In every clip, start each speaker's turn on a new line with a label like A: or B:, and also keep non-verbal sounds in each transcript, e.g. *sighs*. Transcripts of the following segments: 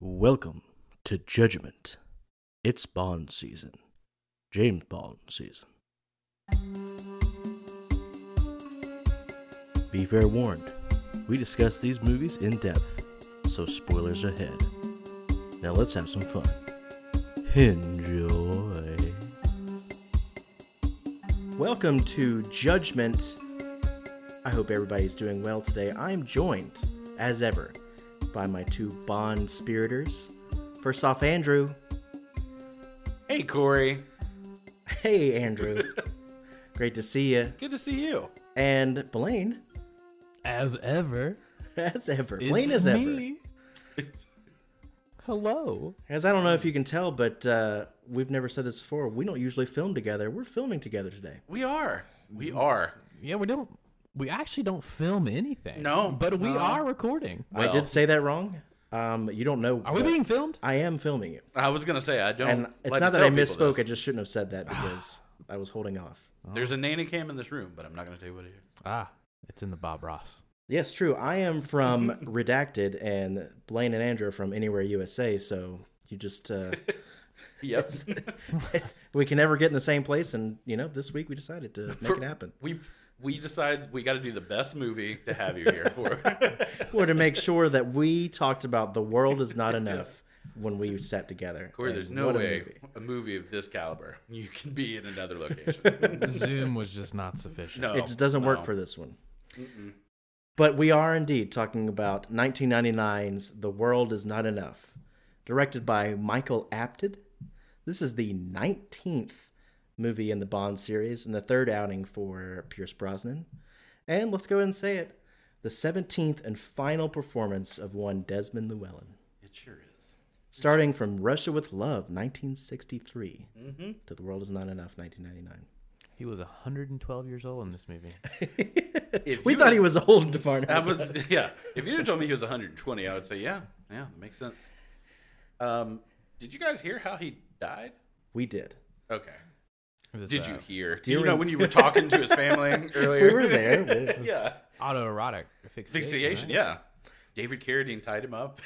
A: Welcome to Judgment. It's Bond season. James Bond season. Be fair warned, we discuss these movies in depth, so spoilers ahead. Now let's have some fun. Enjoy.
B: Welcome to Judgment. I hope everybody's doing well today. I'm joined, as ever, by my two Bond spiriters. First off, Andrew.
C: Hey, Corey.
B: Hey,
C: *laughs*
B: Andrew. Great to see you.
C: Good to see you.
B: And Blaine, *laughs*
D: As ever.
B: as ever. Blaine as ever.
D: Hello.
B: As I don't know if you can tell, but uh, we've never said this before. We don't usually film together. We're filming together today.
C: We are. We are.
D: Yeah, we don't. We actually don't film anything.
C: No,
D: but we
C: no.
D: are recording.
B: I
C: Well.
B: did say that wrong. Um, you don't know.
D: Are we
B: but
D: being filmed?
B: I am filming you.
C: I was gonna say I don't.
B: And it's
C: Oh, like
B: not
C: to
B: that I
C: tell people
B: misspoke. I
C: this.
B: just shouldn't have said
C: *sighs*
B: that because I was holding off.
C: There's a nanny cam in this room, but I'm not gonna tell you what it is.
D: Ah, it's in the Bob Ross.
B: Yes, true. I am
C: *laughs*
B: from Redacted, and Blaine and Andrew are from Anywhere USA. So you just uh,
C: Yes.
B: *laughs* we can never get in the same place, and you know, this week we decided to make
C: For-
B: it happen,
C: we we decide we got to do the best movie to have you here
B: *laughs*
C: for.
B: or to make sure that we talked about the world is
C: *laughs*
B: not enough when we sat together.
C: Corey,
B: And
C: there's no
B: what a
C: way
B: movie.
C: a movie of this caliber you can be in another
B: *laughs*
C: location.
D: Zoom was just not sufficient.
C: no,
B: it just doesn't
C: no.
B: work for this one. But we are indeed talking about 1999's The World Is Not Enough, directed by Michael Apted. This is the 19th movie in the Bond series and the third outing for Pierce Brosnan. And let's go ahead and say it the 17th and final performance of one Desmond Llewellyn.
C: It sure
B: *laughs*
C: is.
B: Starting from Russia with Love, 1963,
C: Mm-hmm.
B: to The World Is Not Enough, 1999.
D: He was 112 years old in this movie.
C: If
B: We
C: you
B: thought
C: had-
B: he was old, Devarno.
C: That was *laughs* yeah. If you'd have told me he was 120, I would say yeah, yeah, that makes sense. Um, did you guys hear how he died?
B: We did.
C: Okay.
D: It was,
C: Did
D: uh,
C: you hear? Do you
B: during-
C: know when you were talking to his family earlier?
B: *laughs* We were
C: *laughs*
B: there. We-
C: yeah.
D: Autoerotic asphyxiation.
C: Asphyxiation, yeah. David Carradine tied
B: *laughs*
C: him up.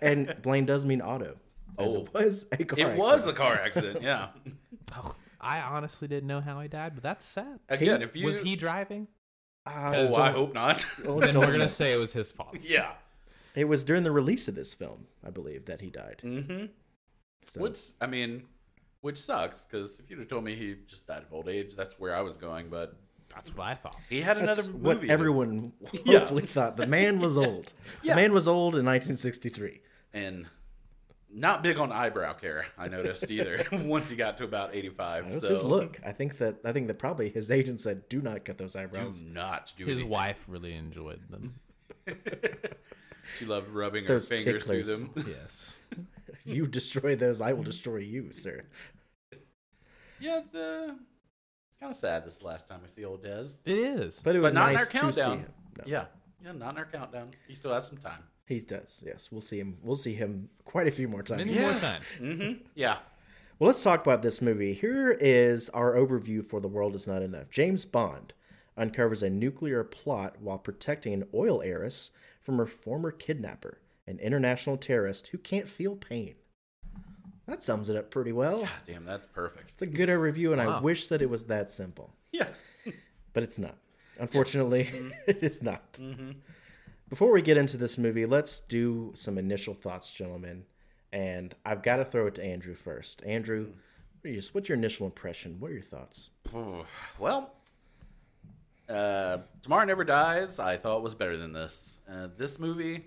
B: And Blaine does mean auto. as
C: Oh.
B: it was a car
C: it was
B: accident.
C: a car
B: *laughs*
C: accident, yeah.
D: right? Oh, I honestly didn't know how he died, but that's sad.
C: Again, if you
D: was he driving?
B: Uh,
C: Oh, I hope not.
B: *laughs* oh,
D: Then
B: don't
D: we're
B: know.
D: gonna say it was
C: *laughs*
D: his fault.
C: yeah.
B: It was during the release of this film, I believe, that he died.
C: Mm-hmm.
B: So,
C: Which I mean, which sucks because if you'd have told me he just died of old age, that's where I was going. But
D: That's what I thought.
C: he had another
B: that's
C: movie.
B: what
C: that- *laughs*
B: everyone *laughs*
C: Yeah.
B: hopefully thought. The man
C: *laughs*
B: was old.
C: Yeah.
B: The man was old in 1963.
C: and not big on eyebrow care. I noticed either *laughs* once he got to about 85.
B: That was
C: so
B: his look. I think that I think that probably his agent said, "Do not cut those
C: Do
B: eyebrows.
C: not do
D: His
C: anything.
D: wife really enjoyed them.
C: She loved rubbing
B: Those
C: her fingers
B: ticklers.
C: through them.
D: Yes.
B: If you destroy those, I will
C: Mm-hmm.
B: destroy you, sir."
C: *laughs* Yeah, it's, uh, it's kind of sad. This is the last time we see old Dez,
D: It is.
B: But it was
C: but not in
B: nice
C: our
B: to see
C: countdown.
B: him. No,
C: Yeah, yeah, not in our countdown. He still has some time.
B: he does. Yes, we'll see him. We'll see him quite a few more times.
D: Many more times.
C: Mm-hmm. Yeah,
B: Well, let's talk about this movie. Here is our overview for The World Is Not Enough. James Bond uncovers a nuclear plot while protecting an oil heiress from her former kidnapper, an international terrorist who can't feel pain. That sums it up pretty well.
C: God damn, that's perfect. *laughs*
B: It's a good overview, and I
D: Wow.
B: wish that it was that simple
C: Yeah,
B: but it's not. Unfortunately, *laughs* it is not. Before we get into this movie, let's do some initial thoughts, gentlemen. And I've got to throw it to Andrew first. Andrew, what are your- what's your initial impression? What are your thoughts?
C: Ooh, Well, uh, Tomorrow Never Dies, I thought was better than this. Uh, this movie,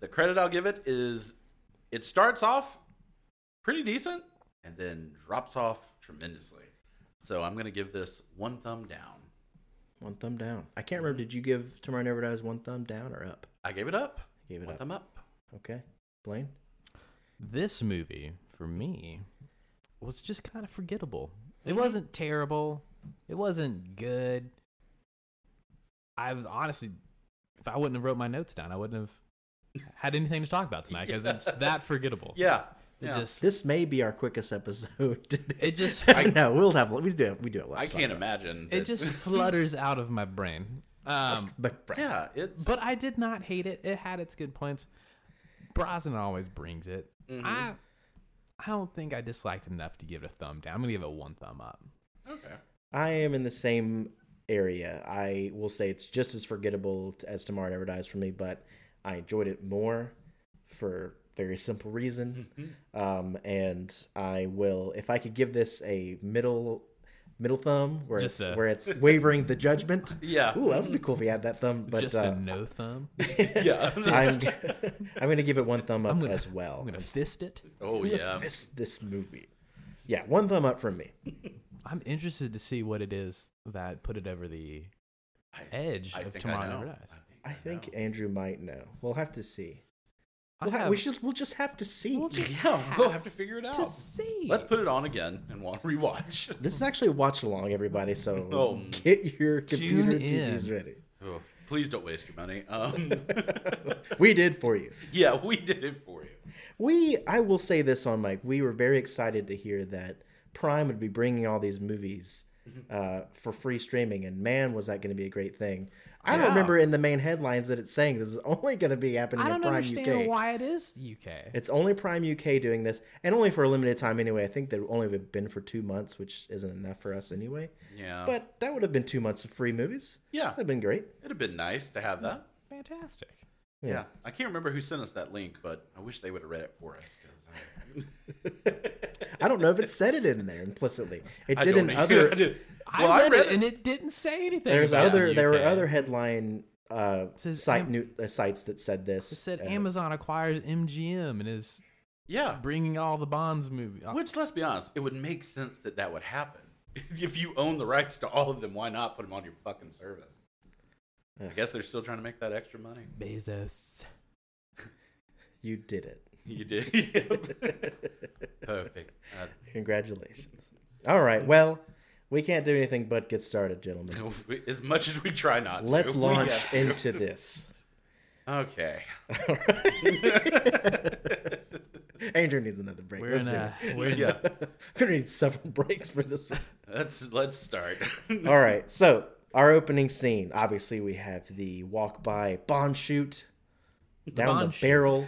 C: the credit I'll give it is it starts off pretty decent and then drops off tremendously. So I'm going to give this one thumb down.
B: One thumb down. I can't remember. Did you give Tomorrow Never Dies one thumb down or up?
C: I gave it up.
B: Gave it
C: one
B: up.
C: thumb up.
B: Okay, Blaine.
D: this movie for me was just kind of forgettable. It wasn't terrible. It wasn't good. I was honestly, if I wouldn't have wrote my notes down, I wouldn't have had anything to talk about tonight because it's that forgettable.
C: Yeah.
D: It
C: yeah.
D: just,
B: This may be our quickest episode. *laughs* today.
D: it just,
B: I know we'll have we do we do it.
C: I can't imagine.
D: it
C: that- *laughs*
D: just flutters out of my brain. Um,
B: But
C: Yeah, it's.
D: but I did not hate it. It had its good points. Brosnan always brings it. I I don't think I disliked enough to give it a thumb down. I'm gonna give it one thumb up.
C: Okay.
B: I am in the same area. I will say it's just as forgettable t- as Tomorrow Never Dies for me, but I enjoyed it more for very simple reason.
D: Mm-hmm.
B: um, and I will, if I could give this a middle middle thumb where
D: Just
B: it's
D: a-
B: where
D: *laughs*
B: it's wavering the judgment.
C: Yeah. *laughs*
B: Ooh, that would be cool if you had that thumb. But
D: Just
B: uh,
D: a no thumb.
C: *laughs* Yeah.
B: I'm
D: *laughs*
B: I'm *laughs* gonna give it one thumb up
D: gonna-
B: as well.
D: I'm gonna fist it.
C: oh yeah.
B: This this movie. Yeah, one thumb up from me.
D: I'm interested to see what it is that put it over the edge
C: I
D: of
C: think I
D: Tomorrow
C: know.
D: Never Dies.
B: I think Andrew might know. We'll have to see.
D: I
B: We'll ha-
D: have
B: we should. We'll just have to see.
C: *laughs* Yeah, we'll have to figure it out.
D: to see.
C: Let's put it on again and want to *laughs* rewatch.
B: *laughs* This is actually a watch along, everybody. So
C: Oh.
B: get your computer and
D: Tune
B: TVs
D: in.
B: ready.
C: Oh, *laughs* please don't waste your money. Um,
B: *laughs*
C: *laughs*
B: We did for you.
C: yeah, we did it for you.
B: We, I will say this on Mike. We were very excited to hear that Prime would be bringing all these movies uh, for free streaming, and man, was that going to be a great thing. I
C: Yeah.
B: don't remember in the main headlines that it's saying this is only going to be happening
D: I
B: in
D: don't
B: Prime
D: understand
B: UK.
D: why it is UK.
B: It's only Prime UK doing this, and only for a limited time anyway. I think they've only been for two months, which isn't enough for us anyway.
C: Yeah.
B: But that would have been two months of free movies.
C: Oh. Yeah.
B: That'd have been great.
C: It'd have been nice to have that.
D: Fantastic.
C: Yeah. I can't remember who sent us that link, but I wish they would have read it for us. 'cause
B: *laughs* I don't know if it said it in there implicitly. It
C: I, I
B: did
C: *laughs* don't
B: in
C: know. I
B: other.
C: did- well,
D: I read, it, and it didn't say anything.
B: There's
D: about
B: other. There were
D: UK.
B: other headline uh,
D: says
B: site
D: Am-
B: new, uh, sites that said this.
D: It said
B: Uh,
D: Amazon acquires MGM and is
C: Yeah.
D: bringing all the Bonds movie.
C: Which, let's be honest, it would make sense that that would happen. *laughs* If you own the rights to all of them, why not put them on your fucking service? I
B: Ugh.
C: guess they're still trying to make that extra money.
D: Bezos.
B: You did it.
C: You did. Yep. *laughs* Perfect. Uh,
B: *laughs*
C: *laughs*
B: Congratulations. All right. Well, we can't do anything but get started, gentlemen.
C: we- as much as we try not to.
B: Let's
C: we
B: launch
C: have to.
B: into this. *laughs*
C: Okay.
B: *laughs* Andrew needs another break.
D: We're
B: Let's
D: in
B: do
D: a. *laughs* We're in
C: Yeah.
B: it. *laughs* We're gonna need several breaks for this one.
C: Let's let's start. *laughs*
B: All right. So our opening scene. Obviously, we have the walk by Bond shoot down
D: Bond
B: the
D: shoot.
B: barrel.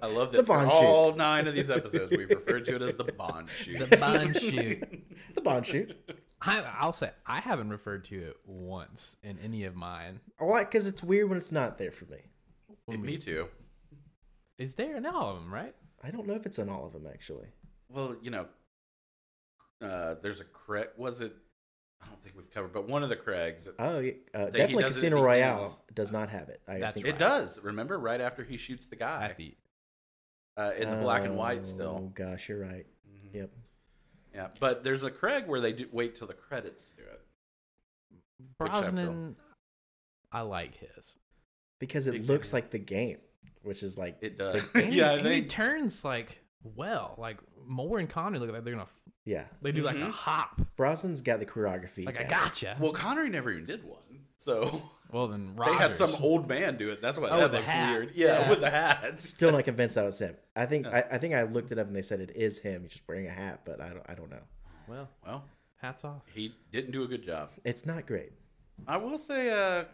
C: I love that.
B: The
C: for
B: Bond
C: all nine of these episodes, we've referred to it
B: *laughs*
C: as the Bond shoot.
D: the Bond shoot.
B: The Bond shoot.
D: I, I'll say I haven't referred to it once in any of mine.
B: I like because it's weird when it's not there for me.
C: *laughs* Me too.
D: Is there in all of them, right?
B: I don't know if it's on all of them actually.
C: Well, you know, uh, there's a Craig. Was it? I don't think we've covered, but one of the Craigs.
B: Oh, yeah, uh,
C: he
B: definitely
C: does it at
B: Casino
C: the
B: Royale
C: end.
B: does not have it. I
D: That's
B: think
C: It does. Remember, right after he shoots the guy
D: At the
C: uh, in the black and white still. Mm-hmm.
B: Oh gosh, you're right. Yep.
C: Yeah, but there's a Craig where they do wait till the credits to do it. Which I feel-
D: Brosnan, I like
B: *laughs*
D: his.
B: Because it
C: Big
B: looks
C: cameo.
B: like the game, which is like
C: It does.
D: And,
C: yeah,
D: and he
C: they.
D: turns like well, like Moore and Connery look like they're gonna.
B: yeah.
D: They do like a
C: Mhm.
D: hop,
B: Brosnan's got the choreography.
D: like a
B: down.
D: gotcha.
C: Well,
D: Well,
C: Connery never even did one, so *laughs*
D: then
C: they
D: Rogers.
C: had some old man do it. That's why
D: Oh,
C: that
D: with a
C: looks
D: hat.
C: weird. Yeah,
D: Yeah.
C: with the
B: *laughs*
C: hats. *laughs*
B: Still not convinced that was him. I think I, I think I looked it up and they said it is him. He's just wearing a hat, but I don't I don't know.
D: Well,
C: Well,
D: hats off.
C: he didn't do a good job.
B: It's not great.
C: I will say, uh,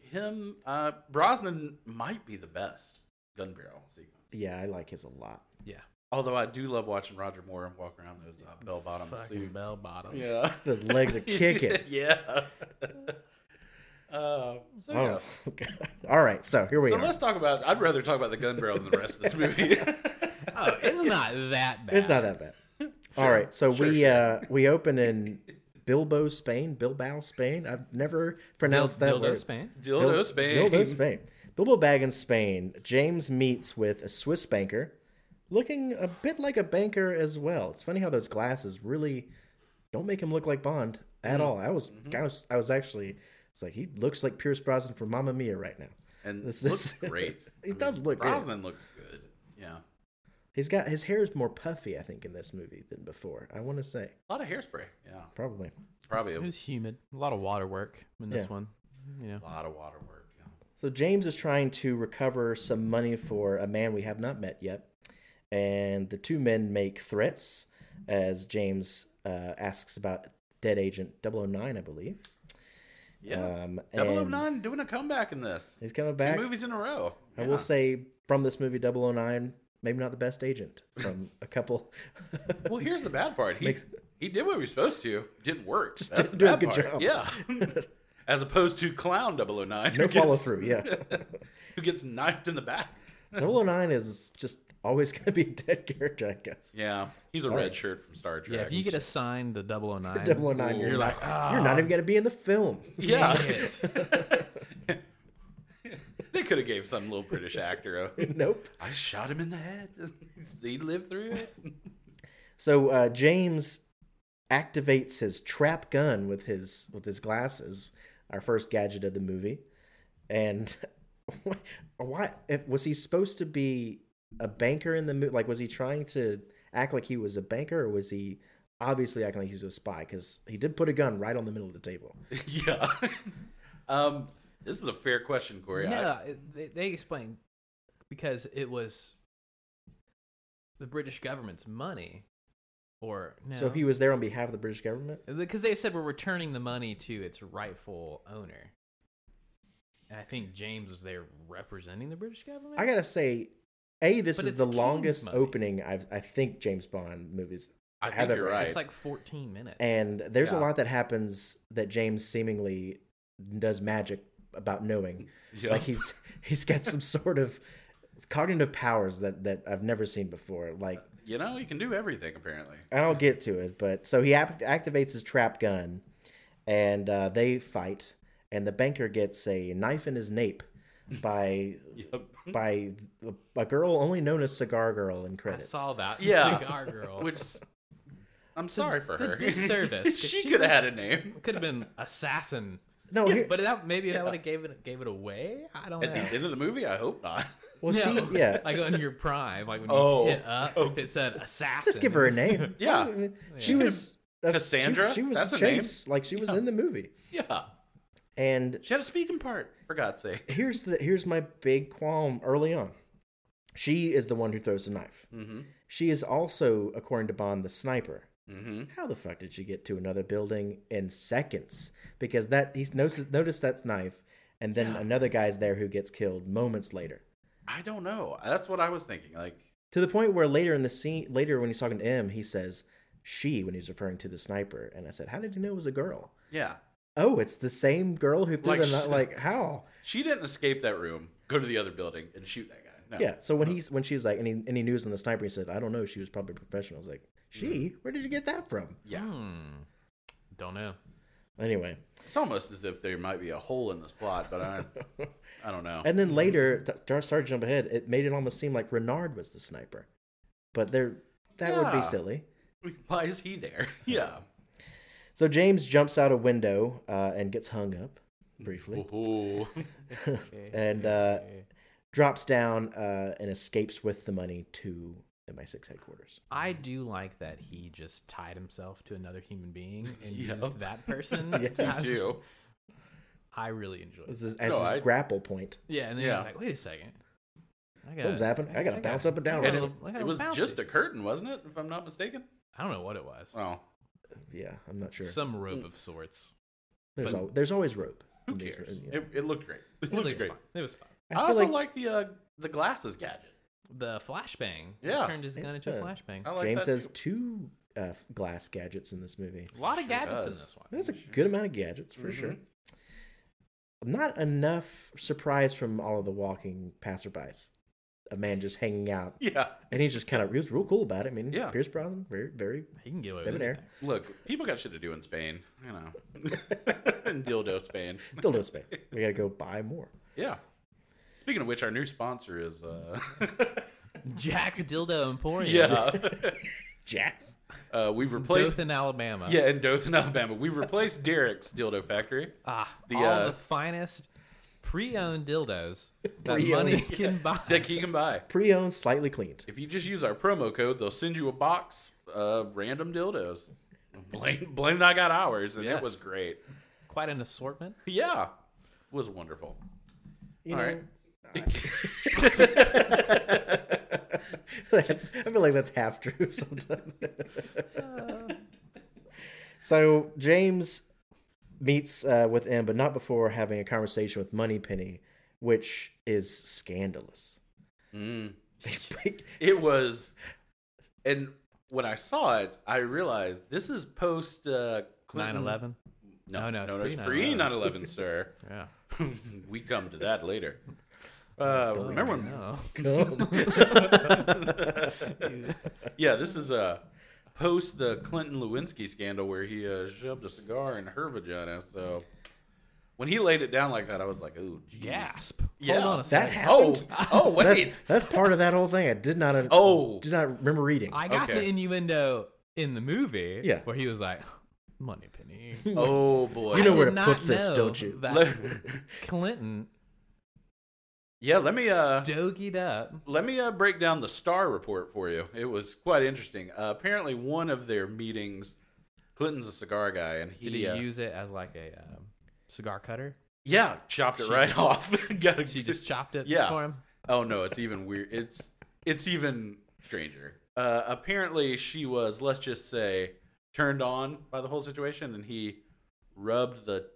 C: him uh, Brosnan might be the best gun barrel sequence.
B: Yeah, I like his a lot.
D: Yeah,
C: Although I do love watching Roger Moore walk around those uh, bell bottom
D: fucking
C: suits.
D: bell bottoms.
C: *laughs* Yeah,
B: Those legs are kicking. *laughs*
C: yeah. Uh, so yeah.
B: Oh, *laughs* God. All right, so here we
C: So
B: are.
C: let's talk about. I'd rather talk about the gun barrel than the rest of
B: *laughs*
C: this movie.
D: Oh,
C: *laughs*
D: it's not that bad.
B: It's not that bad. All right, so
C: Sure,
B: we
C: sure.
B: uh we open in Bilbo, Spain. Bilbao, Spain. I've never pronounced that
D: Dildo
B: word.
D: Spain.
C: Dildo
B: Bil-
C: Spain.
B: Dildo Spain. Bilbo Baggins, Spain. James meets with a Swiss banker, looking a bit like a banker as well. It's funny how those glasses really don't make him look like Bond at all. I was, I was, I was actually, it's like he looks like Pierce Brosnan from Mamma Mia right now.
C: and
B: This
C: looks
B: is- *laughs*
C: great.
B: He does look good.
C: Brosnan looks good. Yeah,
B: He's got his hair is more puffy, I think, in this movie than before. I want to say
C: a lot of hairspray. Yeah,
B: probably.
C: probably
D: It
C: a
D: was humid. A lot of water work in this
B: Yeah.
D: one. You know,
C: lot of water work. Yeah.
B: So James is trying to recover some money for a man we have not met yet, and the two men make threats as James uh, asks about Dead Agent 009, I believe.
C: Yeah.
B: Um, and
C: 009 doing a comeback in this.
B: He's coming back.
C: Two movies in a row.
B: I
C: Yeah.
B: will say from this movie 009, maybe not the best agent
C: *laughs*
B: from a couple.
C: *laughs*
B: *laughs*
C: Well, here's the bad part. He
B: Makes-
C: he did what he was supposed to. Didn't work.
B: Just
C: That's
B: didn't
C: the
B: do a
C: bad
B: good
C: part.
B: job. *laughs*
C: Yeah. *laughs* As opposed to clown 009
B: no
C: *laughs* who gets-
B: follow through, yeah.
C: who gets knifed in the back.
B: 009 is just always going to be a dead character, I guess.
C: Yeah, he's a
B: Sorry.
C: red shirt from Star Trek.
D: Yeah, if you get assigned the
B: *laughs*
D: 009,
B: 009,
D: you're
B: you're,
D: like,
B: you're not even going to be in the film.
C: ah. *laughs* yeah. *laughs* they could have gave some little British actor. A,
B: *laughs* nope.
C: *laughs* I shot him in the head. *laughs* he lived through it.
B: So uh, James activates his trap gun with his with his glasses, our first gadget of the movie, and *laughs* why, why if, was he supposed to be a banker in the movie? Like, was he trying to act like he was a banker, or was he obviously acting like he was a spy? Because he did put a gun right on the middle of the table.
C: *laughs* yeah. Um, this is a fair question, Corey. I-
D: No, it- they, they explained because it was the British government's money, or no,
B: So he was there on behalf of the British government.
D: because they said we're returning the money to its rightful owner. And I think James was there representing the British government.
B: I gotta say, a this
D: But
B: is
D: it's
B: the
D: King's
B: longest
D: money.
B: opening I've I think James Bond movies
C: I
B: have
C: think you're
B: it right.
C: right.
D: it's like 14 minutes.
B: and there's
C: Yeah.
B: a lot that happens that James seemingly does magic about knowing.
C: Yeah.
B: Like he's *laughs* he's got some sort of cognitive powers that that I've never seen before. Like
C: you know, you can do everything apparently.
B: I don't get to it, but so he ap- activates his trap gun, and uh, they fight, and the banker gets a knife in his nape by
C: Yep.
B: by a girl only known as Cigar Girl in
D: I
B: credits.
D: saw that.
C: Yeah.
D: *laughs* cigar
C: *laughs*
D: girl.
C: Which I'm sorry for
D: it's a
C: her. *laughs*
D: disservice, 'cause
C: she
D: she
C: could have
D: was-
C: had a name.
D: could have been assassin.
B: No, here-
D: But that maybe that would have gave it gave it away. I don't
C: At
D: know.
C: the end of the movie, I hope not. *laughs*
B: well,
D: No, *laughs*
B: she yeah.
D: like on your prime, like when
C: Oh,
D: you hit up, if it said assassin,
B: Just give her a
D: it's-
B: name.
C: *laughs* Yeah.
B: She was uh,
C: Cassandra?
B: She, she was
C: That's a
B: Chase. Like she was in the movie.
C: Yeah.
B: And
C: She had a speaking part, for God's sake.
B: here's the here's my big qualm early on. She is the one who throws the knife.
C: Mm-hmm.
B: She is also, according to Bond, the sniper.
C: Mm-hmm.
B: How the fuck did she get to another building in seconds? Because that he's noticed noticed that's knife, and then another guy's there who gets killed moments later.
C: I don't know. That's what I was thinking. Like,
B: To the point where later in the scene, later when he's talking to M, he says she when he's referring to the sniper, and I said, "How did you know it was a girl?"
C: yeah.
B: Oh, it's the same girl who threw
C: Like
B: the
C: sh- *laughs*
B: knife. Like how?
C: She didn't escape that room, go to the other building, and shoot that guy. No.
B: Yeah. So
C: Uh-huh.
B: when he's when she's like, and he, and he knew it was on the sniper, he said, "I don't know. She was probably a professional." I was like,
C: Mm-hmm.
B: "She? Where did you get that from?"
C: Yeah.
D: Hmm. Don't
C: *laughs*
D: know.
B: Anyway,
C: It's almost as if there might be a hole in this plot, but I, I don't know.
B: and then later, t- t- sorry to jump ahead. It made it almost seem like Renard was the sniper, but there, that would
C: Yeah.
B: be silly.
C: *laughs* Why is he there? *laughs* Yeah.
B: So James jumps out a window uh, and gets hung up
C: *laughs*
B: briefly,
C: Ooh.
B: and uh, drops down uh, and escapes with the money to MI6 headquarters.
D: I do like that he just tied himself to another human being
C: *laughs*
D: and
C: Yeah.
D: used that person.
B: Yes.
C: *laughs* Me
D: as-
C: too.
D: I really enjoyed. it.
B: This is as
C: No,
B: his
C: I-
B: grapple point.
D: Yeah, and then
C: Yeah.
D: he's like, "Wait a second, I
B: Something's happening. I gotta bounce up and down
D: I
B: a
C: And
D: gotta-
C: it,
D: I gotta
C: it was
D: bounce
C: just a curtain, wasn't it? If I'm not mistaken.
D: I don't know what it was.
C: Oh,
B: Yeah, I'm not sure.
D: Some
C: Mm.
D: rope of sorts.
B: There's,
C: But-
B: al- there's always rope.
C: who
B: in these-
C: cares?
B: yeah.
C: It, it looked great. *laughs* It
D: It
C: looked
D: was
C: great.
D: fine. It was fun.
B: I
C: I,
B: feel
C: also
B: like
C: like, the uh, the glasses gadget.
D: The flashbang. He
C: Yeah. Oh,
D: turned his gun into a
B: Yeah.
D: flashbang.
C: I like
B: James
C: that
B: has
C: too. *laughs*
B: two uh, f- glass gadgets in this movie.
D: A lot of
C: Sure
D: gadgets in
C: does.
D: this one.
B: That's a good amount of gadgets
C: Mm-hmm.
B: for sure. Not enough surprise from all of the walking passerbys. A man just hanging out,
C: Yeah.
B: and he's just kind of he was real cool about it. I mean,
C: Yeah.
B: Pierce Brosnan, very very
D: He can get away with
C: *laughs*
B: debonair.
D: it.
C: Look, people got shit to do in Spain,
B: *laughs*
C: you know. *laughs* in dildo Spain.
B: Dildo Spain. We gotta go buy more.
C: Yeah. Speaking of which, our new sponsor is uh *laughs*
D: Jack's Dildo Emporium.
B: Jacks.
C: uh, we've replaced
D: Dothan, Alabama.
C: *laughs* Yeah, in Dothan, Alabama. We've replaced Derek's dildo factory.
D: Ah,
C: The,
D: all
C: uh,
D: the finest pre-owned
C: *laughs*
D: dildos that
B: Pre-owned.
D: money can buy.
C: That you can buy.
B: Pre-owned, slightly cleaned.
C: If you just use our promo code, they'll send you a box of random dildos. Blame blame I got ours, and
D: Yes.
C: it was great.
D: Quite an assortment.
C: Yeah. It was wonderful.
B: You
C: All
B: know,
C: right.
B: *laughs* That's, I feel like that's half true
C: *laughs*
B: sometimes. so James meets uh, with M, but not before having a conversation with Moneypenny, which is scandalous.
C: Mm.
B: They break-
C: It was, and when I saw it, I realized this is post uh, Clinton.
D: 9/11.
C: No, no, no,
D: No, no,
C: no,
D: it's
C: it's pre
D: pre-
C: 9 11, sir.
D: Yeah.
C: *laughs* we come to that later. Uh, remember when?
B: *laughs*
D: No.
C: *laughs* Yeah, this is uh, post the Clinton Lewinsky scandal where he uh, shoved a cigar in her vagina. So when he laid it down like that, I was like, "Ooh, geez.
D: Gasp.
C: yeah,
D: Hold on a
B: that
D: second.
C: oh,
B: happened.
C: oh,
B: That-
C: wait,
B: that's part of that whole thing. I did not.
C: Oh.
B: did not remember reading.
D: I got
C: Okay.
D: the innuendo in the movie.
B: Yeah.
D: Where he was like, "Money
B: *laughs*
D: penny."
C: oh boy."
B: You know
D: I
B: where
D: did
B: to
D: not
B: put this,
D: know
B: don't you?
C: *laughs*
D: that
C: Let-
D: Clinton
C: *laughs* yeah, let me uh,
D: stogied up.
C: let me uh, break down the Star report for you. It was quite interesting. Uh, apparently, one of their meetings, Clinton's a cigar guy, and he,
D: Did he
C: uh,
D: use it as like a um, cigar cutter?
C: yeah chopped it
D: She-
C: right *laughs* off. Got a- *laughs*
D: She just chopped it
C: Yeah.
D: for him.
C: Oh no, it's even weird. It's it's even stranger. Uh, apparently, she was let's just say turned on by the whole situation, and he rubbed the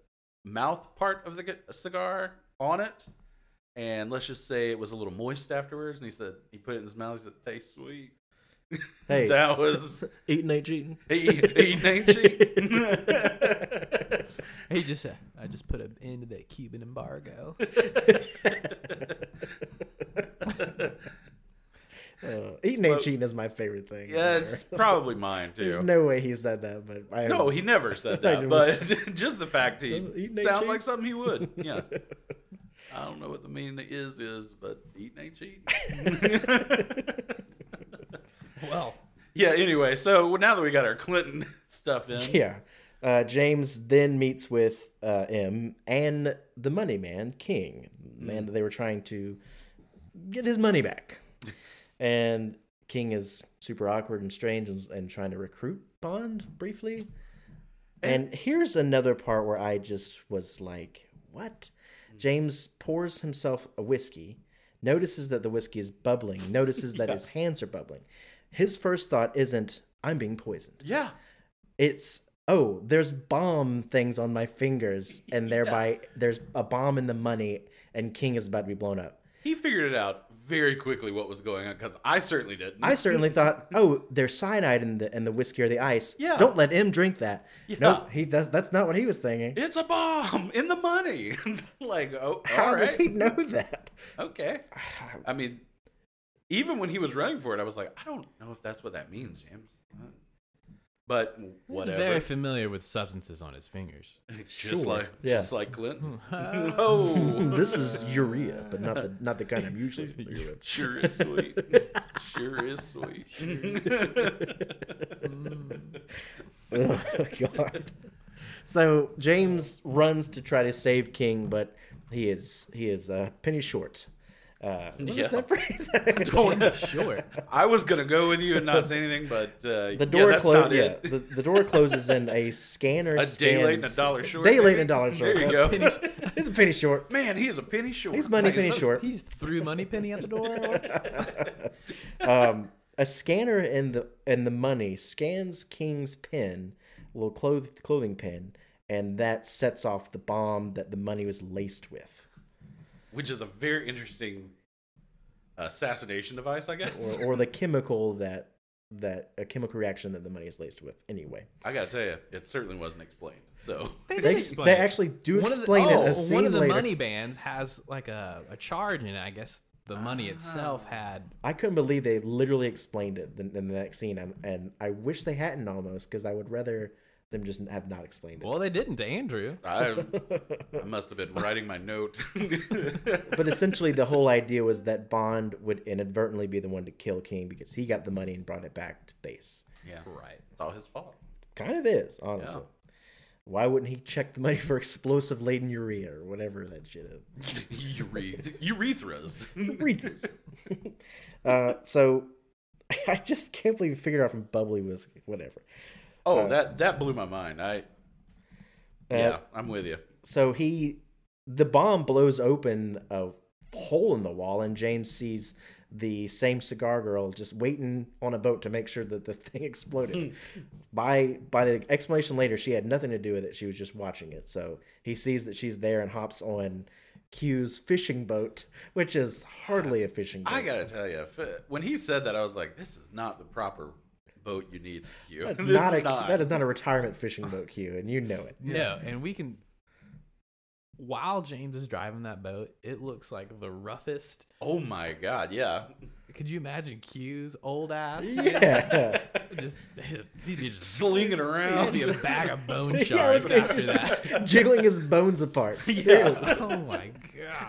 C: mouth part of the g- cigar on it, and let's just say it was a little moist afterwards. And he said he put it in his mouth. He said, "Tastes sweet."
B: Hey,
C: That was
B: *laughs* eating ain't cheating.
C: he, he
B: *laughs*
C: named *laughs* she.
D: He just said, "I just put an end to that Cuban embargo."
C: *laughs*
B: Uh, eating ain't cheating is my favorite thing.
C: yeah, it's probably mine too.
B: There's no way he said that, but I
C: No, he never said
B: *laughs* I don't-
C: that. but *laughs* just the fact he
B: Uh, eating ain't
C: sounds
B: cheating.
C: like something he
B: *laughs*
C: would. Yeah. I don't know what the meaning of is is, but eating ain't cheating.
B: *laughs*
C: *laughs*
D: well,
C: yeah. Anyway, so now that we got our Clinton *laughs* stuff in,
B: *laughs* Yeah. Uh, James then meets with uh, M and the money man, King, man that they were trying to get his money back. And King is super awkward and strange and, and trying to recruit Bond briefly. And here's another part where I just was like, what? James pours himself a whiskey, notices that the whiskey is bubbling, notices that his hands are bubbling. His first thought isn't, I'm being poisoned
C: yeah,
B: it's oh there's bomb things on my fingers
C: *laughs*
B: and thereby there's a bomb in the money and king is about to be blown up
C: he figured it out very quickly what was going on because I certainly didn't.
B: i certainly thought oh there's cyanide in the in the whiskey or the ice S-
C: Yeah.
B: don't let him drink that
C: Yeah.
B: no he does that's not what he was thinking
C: it's a bomb in the money. *laughs* like, oh,
B: how
C: all
B: did he
C: right,
B: know
C: *laughs*
B: that *sighs*
C: okay. I mean, even when he was running for it, I was like, I don't know if that's what that means, James. But
D: he's
C: whatever.
D: very familiar with substances on his fingers.
C: just
B: Sure.
C: like
B: Yeah.
C: just like Clinton. *laughs* oh,
B: this is urea but not the not the kind i'm
C: *laughs*
B: usually familiar with
C: sure is sweet. Sure is sweet.
B: *laughs* oh god so james runs to try to save king but he is he is a penny short uh, what is
C: Yeah.
B: that
C: *laughs*
B: phrase? *laughs*
D: Sure.
C: I was gonna go with you and not say anything, but uh,
B: The door
C: yeah, that's
B: closes.
C: not
B: Yeah,
C: it.
B: the, the door closes and a scanner.
C: *laughs* A day late and a
B: scans-
C: dollar short.
B: Day late
C: maybe?
B: and a dollar short.
C: There you go.
B: It's a *laughs* penny short. *laughs*
C: Man, he is a penny short.
B: He's money penny
C: Like,
B: short.
D: He's threw money penny at the door. *laughs*
B: Um, a scanner in the in the money scans King's pin, little cloth, clothing pin, and that sets off the bomb that the money was laced with,
C: Which is a very interesting assassination device, I guess.
B: or, or the chemical that that a chemical reaction that the money is laced with. Anyway,
C: I gotta tell you, it certainly wasn't explained. So
D: They,
B: they,
D: did
B: ex-
D: explain
B: they
D: it.
B: actually do
D: One of the-
B: explain
D: oh,
B: it. A
D: one
B: scene
D: of the
B: later.
D: money bands has like a, a charge in it. I guess the money itself had.
B: I couldn't believe they literally explained it in, in the next scene, and, and I wish they hadn't almost because I would rather them just have not explained it.
D: Well, they didn't to Andrew.
B: *laughs*
C: I, I must have been writing my note. *laughs*
B: But essentially, the whole idea was that Bond would inadvertently be the one to kill King because he got the money and brought it back to base.
C: yeah,
D: Right.
C: it's all his fault.
B: Kind of is honestly. Why wouldn't he check the money for explosive laden urea or whatever that shit is?
C: Ureth- urethras.
B: *laughs* Breathers. *laughs* uh, so *laughs* I just can't believe he figured out from bubbly whiskey. Whatever.
C: Oh,
B: Uh,
C: that that blew my mind. I yeah, I'm with you.
B: so he the bomb blows open a hole in the wall and james sees the same cigar girl just waiting on a boat to make sure that the *laughs* thing exploded by by the explanation later she had nothing to do with it she was just watching it so he sees that she's there and hops on Q's fishing boat, which is hardly a fishing boat.
C: I gotta tell you, when he said that, I was like, "This is not the proper boat you need." Q.
B: That's
C: *laughs* This
B: not a,
C: is not.
B: That is not a retirement fishing boat, Q, and you know it.
D: No, and we can. While James is driving that boat, it looks like the roughest.
C: Oh my god, yeah.
D: Could you imagine Q's old
B: *laughs*
D: ass?
B: Yeah.
D: just
C: *laughs*
D: he'd be just
B: *laughs*
C: Slinging *laughs*
D: he'd
C: around.
D: be a bag of bone
B: Yeah, I was
D: shards
B: gonna
D: after
B: say-
D: that.
B: Jiggling his bones apart. Ew.
D: Oh my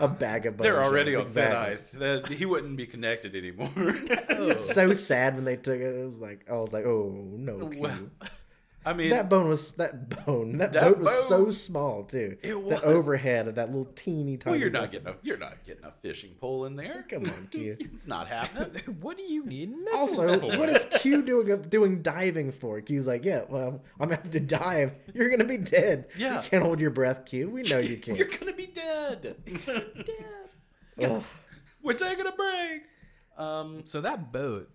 B: A
D: god!
B: bag of bones.
C: They're already
B: yes,
C: on thin ice. That- He wouldn't be connected anymore. *laughs*
B: So sad when they took it. It was like I was like, oh no, Q.
C: Well, I mean,
B: that bone was that bone. That,
C: That
B: boat was so
C: bone-
B: small too.
C: It was.
B: The overhead of that little teeny tiny.
C: well, you're not
B: boat.
C: getting a you're not getting a fishing pole in there.
B: Come
C: *laughs*
B: on, Q.
C: It's not happening.
D: What do you need missiles
B: Also,
D: for?
B: what is Q doing up doing diving for? Q's like, yeah, well, I'm gonna have to dive. You're gonna be dead.
C: Yeah.
B: you can't hold your breath, Q. We know *laughs* you
C: *laughs* You're
B: can't.
C: gonna be
B: *laughs*
C: dead. *laughs*
B: Ugh.
C: We're taking a break. Um,
D: So that boat,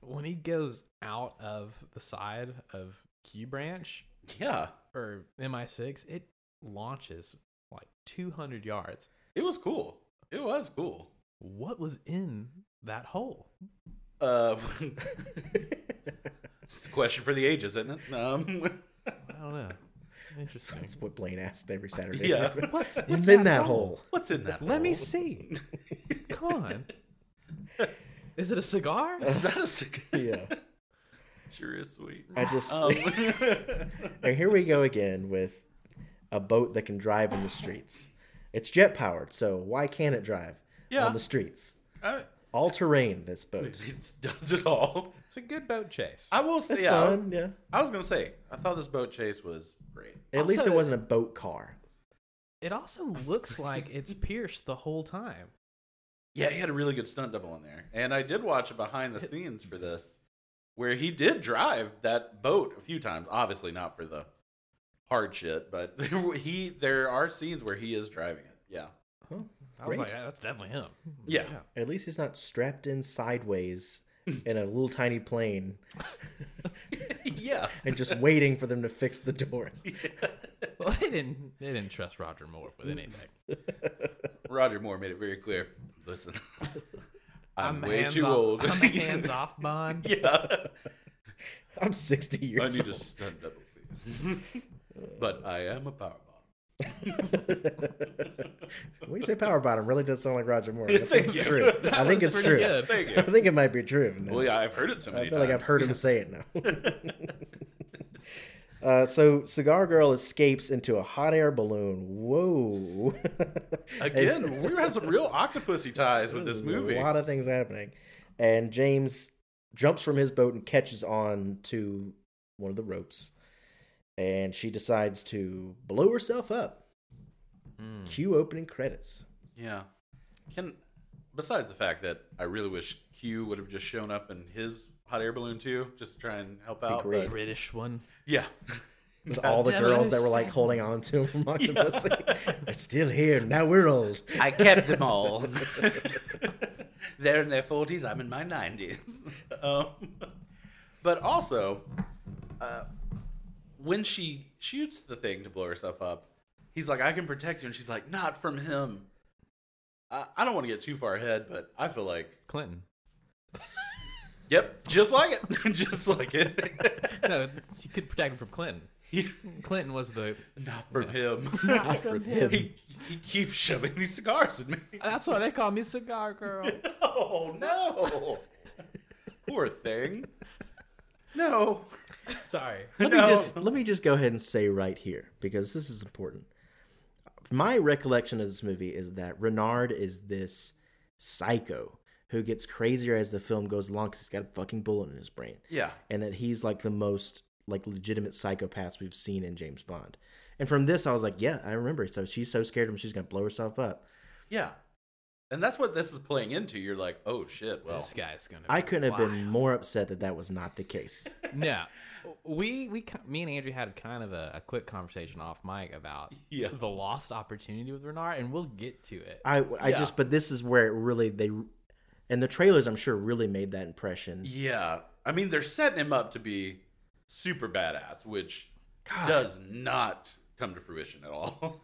D: when he goes out of the side of Q Branch
C: yeah,
D: or MI6, it launches like 200 yards.
C: it was cool. It was cool.
D: What was in that hole?
B: *laughs*
C: Uh, it's a question for the ages, isn't it?
B: *laughs*
C: Um,
D: I don't know. Interesting.
B: That's what Blaine asked every Saturday. *laughs*
C: yeah.
D: What's,
B: What's in that hole?
C: What's in that?
D: Let
B: *laughs*
D: me
C: hole?
D: see. Come on. Is it
B: *laughs*
D: a cigar?
C: Is that a cig-
B: Yeah.
C: Sure is sweet.
B: I just
C: Um,
B: and here we go again with a boat that can drive in the streets. It's jet powered, so why can't it drive
C: Yeah.
B: on the streets?
C: *laughs* I-
B: All terrain. This boat.
C: it does it all.
D: It's a good boat chase.
C: I will say,
B: It's
C: yeah,
B: fun. Yeah.
C: I was gonna say, I thought this boat chase was great.
B: At least it
D: Also-
B: wasn't a boat car.
D: It also looks like it's pierced the whole time.
C: Yeah, he had a really good stunt double in there, and I did watch a behind the scenes for this, where he did drive that boat a few times. Obviously, not for the hard shit, but *laughs* he there are scenes where he is driving it. Yeah,
B: Well,
D: I was
B: great.
D: like, "Yeah, that's definitely him.
C: Yeah.
B: At least he's not strapped in
D: *laughs*
B: sideways in a little tiny plane
C: yeah, *laughs*
B: and just waiting for them to fix the
D: *laughs*
B: doors. *laughs*
D: Well, they didn't. They didn't trust Roger Moore with anything.
C: Roger Moore made it very clear. Listen, I'm,
D: a
C: way
D: hands
C: too
D: off-
C: old.
D: I'm
B: *laughs*
D: a hands off Bond.
C: *laughs*
D: *laughs*
C: yeah.
B: I'm 60
C: I
B: years
C: need
B: old.
C: a stunt double, please. but I am a powerbomb.
B: *laughs* When you say power bottom, really does sound like Roger
D: *laughs*
B: Moore. I think
C: Thank
B: it's
C: you.
B: true. I think it's
D: pretty
B: true.
D: good.
C: Thank
B: I
C: you.
B: think it might be true. now.
C: Well, yeah, I've heard it so many
B: I feel
C: times.
B: like I've heard him say it now.
C: *laughs*
B: *laughs* uh, so, Cigar Girl escapes into a hot air balloon. Whoa. *laughs*
C: Again, we had some real octopusy
B: *laughs*
C: ties with this
B: There's
C: movie.
B: A lot of things happening. And James jumps from his boat and catches on to one of the ropes. And she decides to blow herself up.
C: Hmm.
B: Cue opening credits.
C: Yeah. Can besides the fact that I really wish Q would have just shown up in his hot air balloon too, just to try and help out.
B: great.
C: but-
D: British one.
C: yeah.
B: With all the
D: damn
B: girls
D: it.
B: that were like holding on to him from Octopussy.
C: *laughs*
B: *laughs* We're still here. Now we're old.
C: I kept them *laughs* all. They're in their forties. I'm in my nineties. *laughs* Um, but also, uh, when she shoots the thing to blow herself up, he's like, "I can protect you," and she's like, "Not from him." I, I don't want to get too far ahead, but I feel like,
D: Clinton.
C: yep, just like it, *laughs* just like it.
D: No, she could protect him from Clinton. Clinton was the.
C: *laughs* Not from him.
B: from him.
C: He, he keeps shoving these cigars in me. *laughs*
D: That's why they call me Cigar Girl.
C: Oh no! *laughs* Poor thing. No.
D: *laughs* Sorry.
B: Let
C: *laughs* No.
B: me just let me just go ahead and say right here because this is important. My recollection of this movie is that Renard is this psycho who gets crazier as the film goes along because he's got a fucking bullet in his brain,
C: Yeah.
B: and that he's like the most like legitimate psychopath we've seen in James Bond. And from this, I was like, yeah, I remember. So she's so scared of him, she's gonna blow herself up.
C: Yeah. And that's what this is playing into. You're like, oh shit. Well,
D: This guy's gonna.
B: I
D: be
B: couldn't have been
D: wild.
B: more upset that that was not the case.
D: No, we we ki- me and Andrew had kind of a, a quick conversation off mic about
C: Yeah.
D: the lost opportunity with Renard, and we'll get to it.
B: I I
C: *laughs* Yeah.
B: just but this is where it really they and the trailers I'm sure really made that impression.
C: yeah. I mean, they're setting him up to be super badass, Ah. which does not come to fruition at all.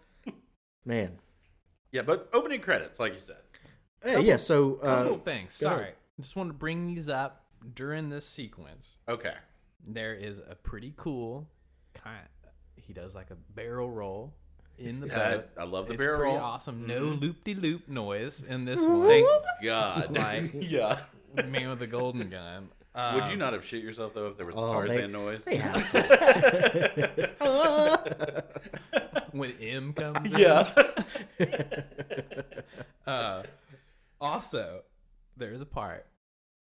B: Man,
C: *laughs* Yeah, but opening credits, like you said.
B: Hey, yeah, so
D: Couple
B: uh, *laughs*
D: of things.
B: go ahead.
D: Sorry, just wanted to bring these up during this sequence.
C: Okay.
D: There is a pretty cool kind. He does like a barrel roll in the
C: Yeah,
D: boat.
C: I- I love the
D: It's
C: barrel
D: pretty
C: roll. Mm-hmm.
D: Awesome. No loop de loop noise in this one.
C: Thank God.
D: Like-
C: *laughs* yeah.
D: Man with the golden gun.
C: Would
D: Um,
C: you not have shit yourself though if there was a
B: oh,
C: Tarzan
B: they-
C: noise?
B: they
C: *laughs*
B: have to.
D: when M
C: *laughs*
D: comes in.
C: Yeah.
B: *laughs*
D: Uh, also, there is a part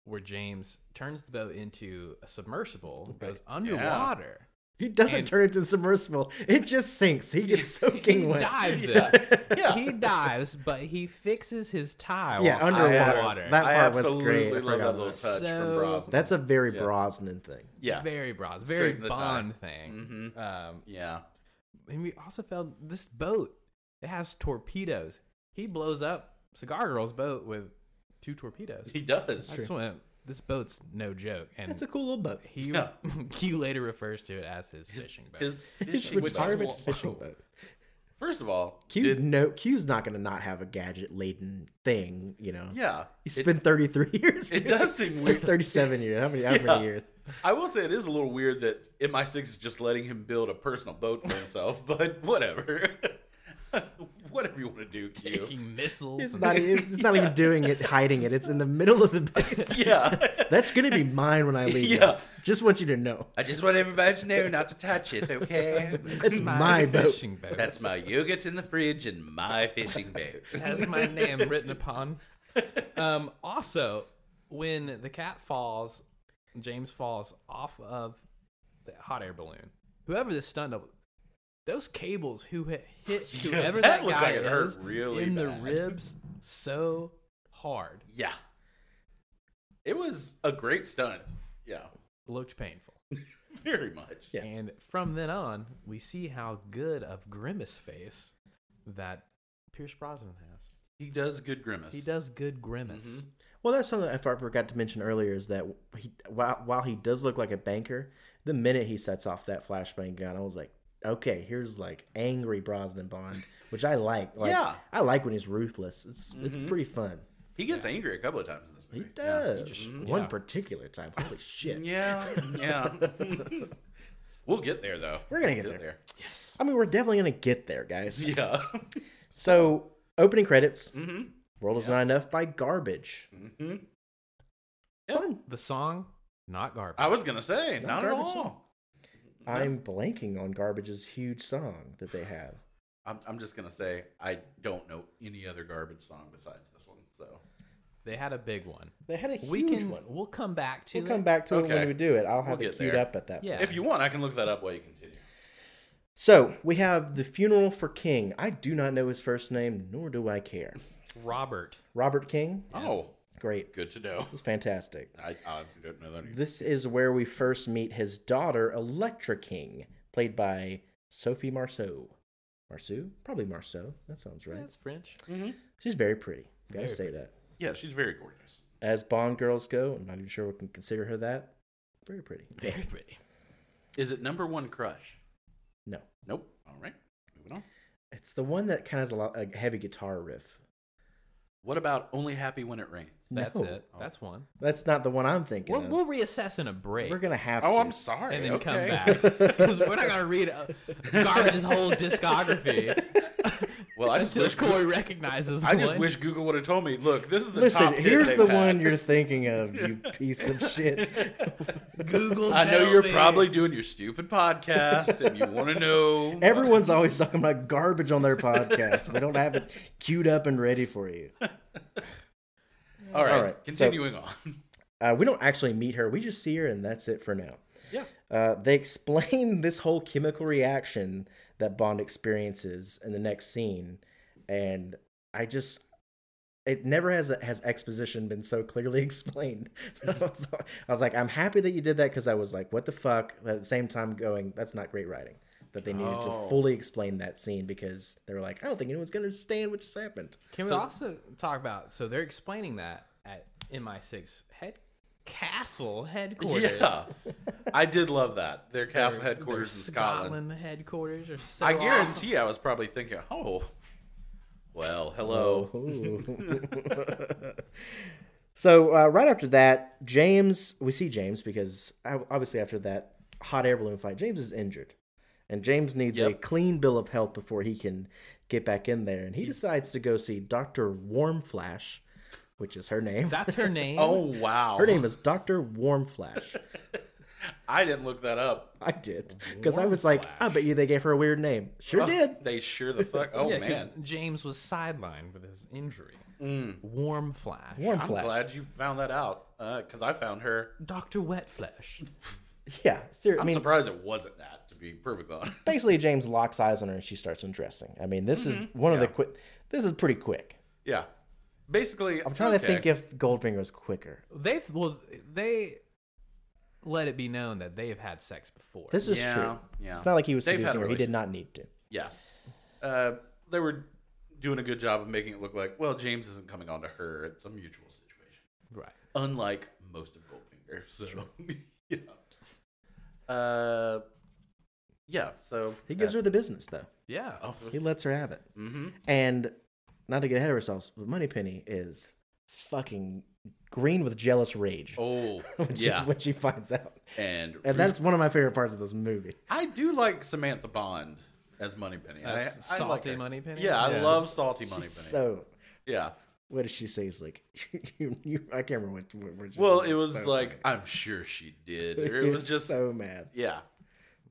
D: where James turns the boat into a submersible, goes underwater,
B: *laughs* He doesn't
D: And-
B: turn into a submersible. It just sinks. He *laughs* gets
D: he
B: soaking wet.
C: *laughs*
D: dives it.
B: Yeah.
D: He dives, but he fixes his tie
B: Yeah,
D: while
B: underwater.
D: underwater.
B: That
C: I
B: part was
C: absolutely
B: great. I
C: love
B: forgot
C: that little
B: about
C: touch
D: So-
C: from
B: *laughs*
C: Brosnan.
B: That's a very
C: Yeah.
B: Brosnan thing.
C: yeah.
D: Very broad, it's
C: Straight
D: very
C: in the tie.
D: Bond thing.
C: hmm
D: Um,
C: Yeah.
D: and we also found this boat. It has torpedoes. He blows up Cigar Girl's boat with two torpedoes.
C: He does.
D: I just want this boat's no joke, and
B: That's a cool little *laughs* boat.
D: he
C: Yeah.
D: *laughs* he later refers to it as his fishing boat.
C: His
B: His
C: fishing
D: which is
B: retirement
D: wa-
B: fishing boat.
C: First of all,
B: Q
C: did-
B: no Q's not going to not have a gadget laden thing. You know.
C: yeah.
B: He's
C: It-
B: been 33 *laughs* years.
C: it
B: doing
C: does seem weird.
B: 37 years. How many? How
C: Yeah.
B: many
C: *laughs*
B: years?
C: I will say it is a little weird that MI6 is just letting him build a personal boat for himself, *laughs* but whatever. *laughs* whatever you want to do, *laughs* Q.
D: taking missiles.
B: It's
D: *laughs* and-
B: not. It's, it's not even doing it, hiding it. It's in the middle of the base.
C: *laughs* Yeah.
B: That's gonna be mine when I leave.
C: *laughs* Yeah.
B: now. Just want you to know.
C: I just want everybody to know not to touch it, okay?
B: It's my boat.
D: fishing boat.
C: That's my yogurt's in the fridge and my fishing boat.
D: It has my name written upon. Um, also, when the cat falls, James falls off of the hot air balloon. Whoever this stunt double, those cables who hit, hit
C: *laughs*
D: whoever
C: that
D: that,
C: looks
D: guy
C: like it hurt
D: is
C: really
D: in
C: bad.
D: the ribs so hard
C: Yeah. It was a great stunt. Yeah.
D: looked painful.
C: Very much.
B: Yeah.
D: And from then on, we see how good of grimace face that Pierce Brosnan has.
C: He does good grimace.
D: He does good grimace.
C: Mhm.
B: Well, that's something I forgot to mention earlier is that he, while while he does look like a banker, the minute he sets off that flashbang gun, I was like, okay, here's like angry Brosnan Bond, which I like. Like,
C: Yeah.
B: I like when he's ruthless. It's it's pretty fun.
C: He gets angry a couple of times in this
B: He
C: movie.
B: does one
D: yeah.
B: particular time. Holy shit!
C: Yeah. Yeah. yeah. *laughs* we'll get there though.
B: We're gonna
C: We'll
B: get I mean, we're definitely gonna get there, guys.
C: there. *laughs* Yeah.
B: So opening credits.
C: Mm-hmm.
B: World is not enough by garbage.
C: Mhm. Yep.
B: Fun.
D: The song, not garbage.
C: I was gonna say,
B: Not
C: not, at
B: garbage
C: all.
B: song. I'm blanking on Garbage's huge song that they have.
C: I'm, I'm just gonna say I don't know any other garbage song besides this one. So
D: They had a big one.
B: They had a huge
D: we can.
B: one.
D: We'll come back to.
B: We'll
D: it.
B: come back to it
C: Okay.
B: when we do it. I'll have
C: We'll
B: it
C: get
B: queued
C: there.
B: up at that.
D: Yeah.
B: point.
C: if you want, I can look that up while you continue.
B: So we have the funeral for King. I do not know his first name, nor do I care.
D: Robert.
B: Robert King.
C: Oh,
B: Great.
C: good to know.
B: This is fantastic.
C: I honestly don't know that. Either.
B: This is where we first meet his daughter, Electra King, played by Sophie Marceau. Marceau? Probably Marceau. That sounds right.
C: *laughs*
D: That's French.
B: She's very pretty. Gotta
D: Very
B: say that.
C: Yeah, she's very gorgeous.
B: As Bond girls go, I'm not even sure we can consider her that. Very pretty.
D: Very pretty.
C: Is it number one crush?
B: No.
C: Nope. All right, moving on.
B: It's the one that kind of has a, lot, a heavy guitar riff.
C: What about only happy when it rains?
D: That's
B: No.
D: it. That's one.
B: That's not the one I'm thinking
D: We'll,
B: of.
D: we'll reassess in a break.
B: We're gonna have
C: Oh,
B: to.
C: I'm sorry.
D: and then
C: okay.
D: come back because we're not gonna read uh, Garbage's whole discography
C: *laughs* Well, *laughs* I just
D: until
C: wish.
D: *laughs* Corey recognizes.
C: I just
D: one.
C: wish Google would have told me. Look, this is the
B: Listen,
C: top hit
B: here's
C: they've
B: the
C: had."
B: one you're thinking of,
C: *laughs*
B: you piece of shit.
D: Google.
C: I know
D: tell
C: you're
D: me.
C: probably doing your stupid podcast, and you want to know
B: Everyone's always talking about garbage on their podcast. We don't have it queued up and ready for you.
C: All right,
B: All right, so-
C: continuing on.
B: Uh, we don't actually meet her. We just see her, and that's it for now.
C: Yeah.
B: Uh, they *laughs* explain this whole chemical reaction that Bond experiences in the next scene, and I just it never has has exposition been so clearly *laughs* explained. I, was, I was like, I'm happy that you did that because I was like, what the fuck? But at the same time, going, that's not great writing. That they needed
C: Oh.
B: to fully explain that scene because they were like, I don't think anyone's gonna understand what just happened.
D: Can we
C: So-
D: also talk about? So they're explaining that at MI6 head castle headquarters.
C: *laughs* Yeah, I did love that. Their
D: Their-
C: castle headquarters
D: their
C: in Scotland.
D: Scotland headquarters are so
C: I
D: awesome.
C: guarantee I was probably thinking, oh, Well, hello.
B: so uh, right after that, James, we see James because ob- obviously after that hot air balloon fight, James is injured, and James needs a
C: Yep.
B: clean bill of health before he can get back in there,
C: Mm.
B: and he decides to go see Doctor Warm Flash, which is her name.
D: That's her name.
C: *laughs* Oh wow.
B: her name is Doctor Warm Flash.
C: I didn't look that up.
B: I did because I was like, I bet you they gave her a weird name. Sure
C: Oh,
B: did.
C: They sure the fuck.
B: *laughs*
C: Oh
D: yeah, 'cause
C: man. Mm.
D: James was sidelined with his injury. Warm Flash.
B: Warm
C: I'm
B: Flash.
C: glad you found that out because I found her.
D: Doctor Wet Flesh.
B: Yeah, seriously.
C: I'm
B: I mean,
C: surprised it wasn't that. To be perfectly honest.
B: basically James locks eyes on her and she starts undressing. I mean, this
C: Mm-hmm.
B: is one of the quick. This is pretty quick.
C: *laughs* Yeah. Basically,
B: I'm trying to think if Goldfinger is quicker.
D: They well they let it be known that they have had sex before.
B: This is
C: Yeah,
B: true.
C: yeah.
B: It's not like he was
C: They've had a
B: seducing her. He did not need to.
C: Yeah. Uh, they were doing a good job of making it look like, well, James isn't coming on to her. It's a mutual situation.
D: right.
C: Unlike most of Goldfinger. *laughs* So, yeah. Uh, yeah. So,
B: He gives her the business though.
D: Yeah.
C: Oh,
B: He lets her have it.
C: hmm
B: And not to get ahead of ourselves, but Moneypenny is fucking green with jealous rage *laughs*
C: Oh,
B: when, she,
C: yeah.
B: when she finds out.
C: And,
B: And that's one of my favorite parts of this movie. *laughs*
C: I do like Samantha Bond as Moneypenny. I,
D: As
C: I like
D: Salty
C: her.
D: Moneypenny?
C: Yeah, I
D: Yeah.
C: love Salty Moneypenny.
B: She's so.
C: yeah.
B: What does she say? Is like, *laughs* you, you, I can't remember what. what- what she
C: Well,
B: said.
C: it was
B: So
C: like,
B: funny.
C: I'm sure she
B: *laughs*
C: did. Or *laughs* it was just,
B: so mad.
C: yeah.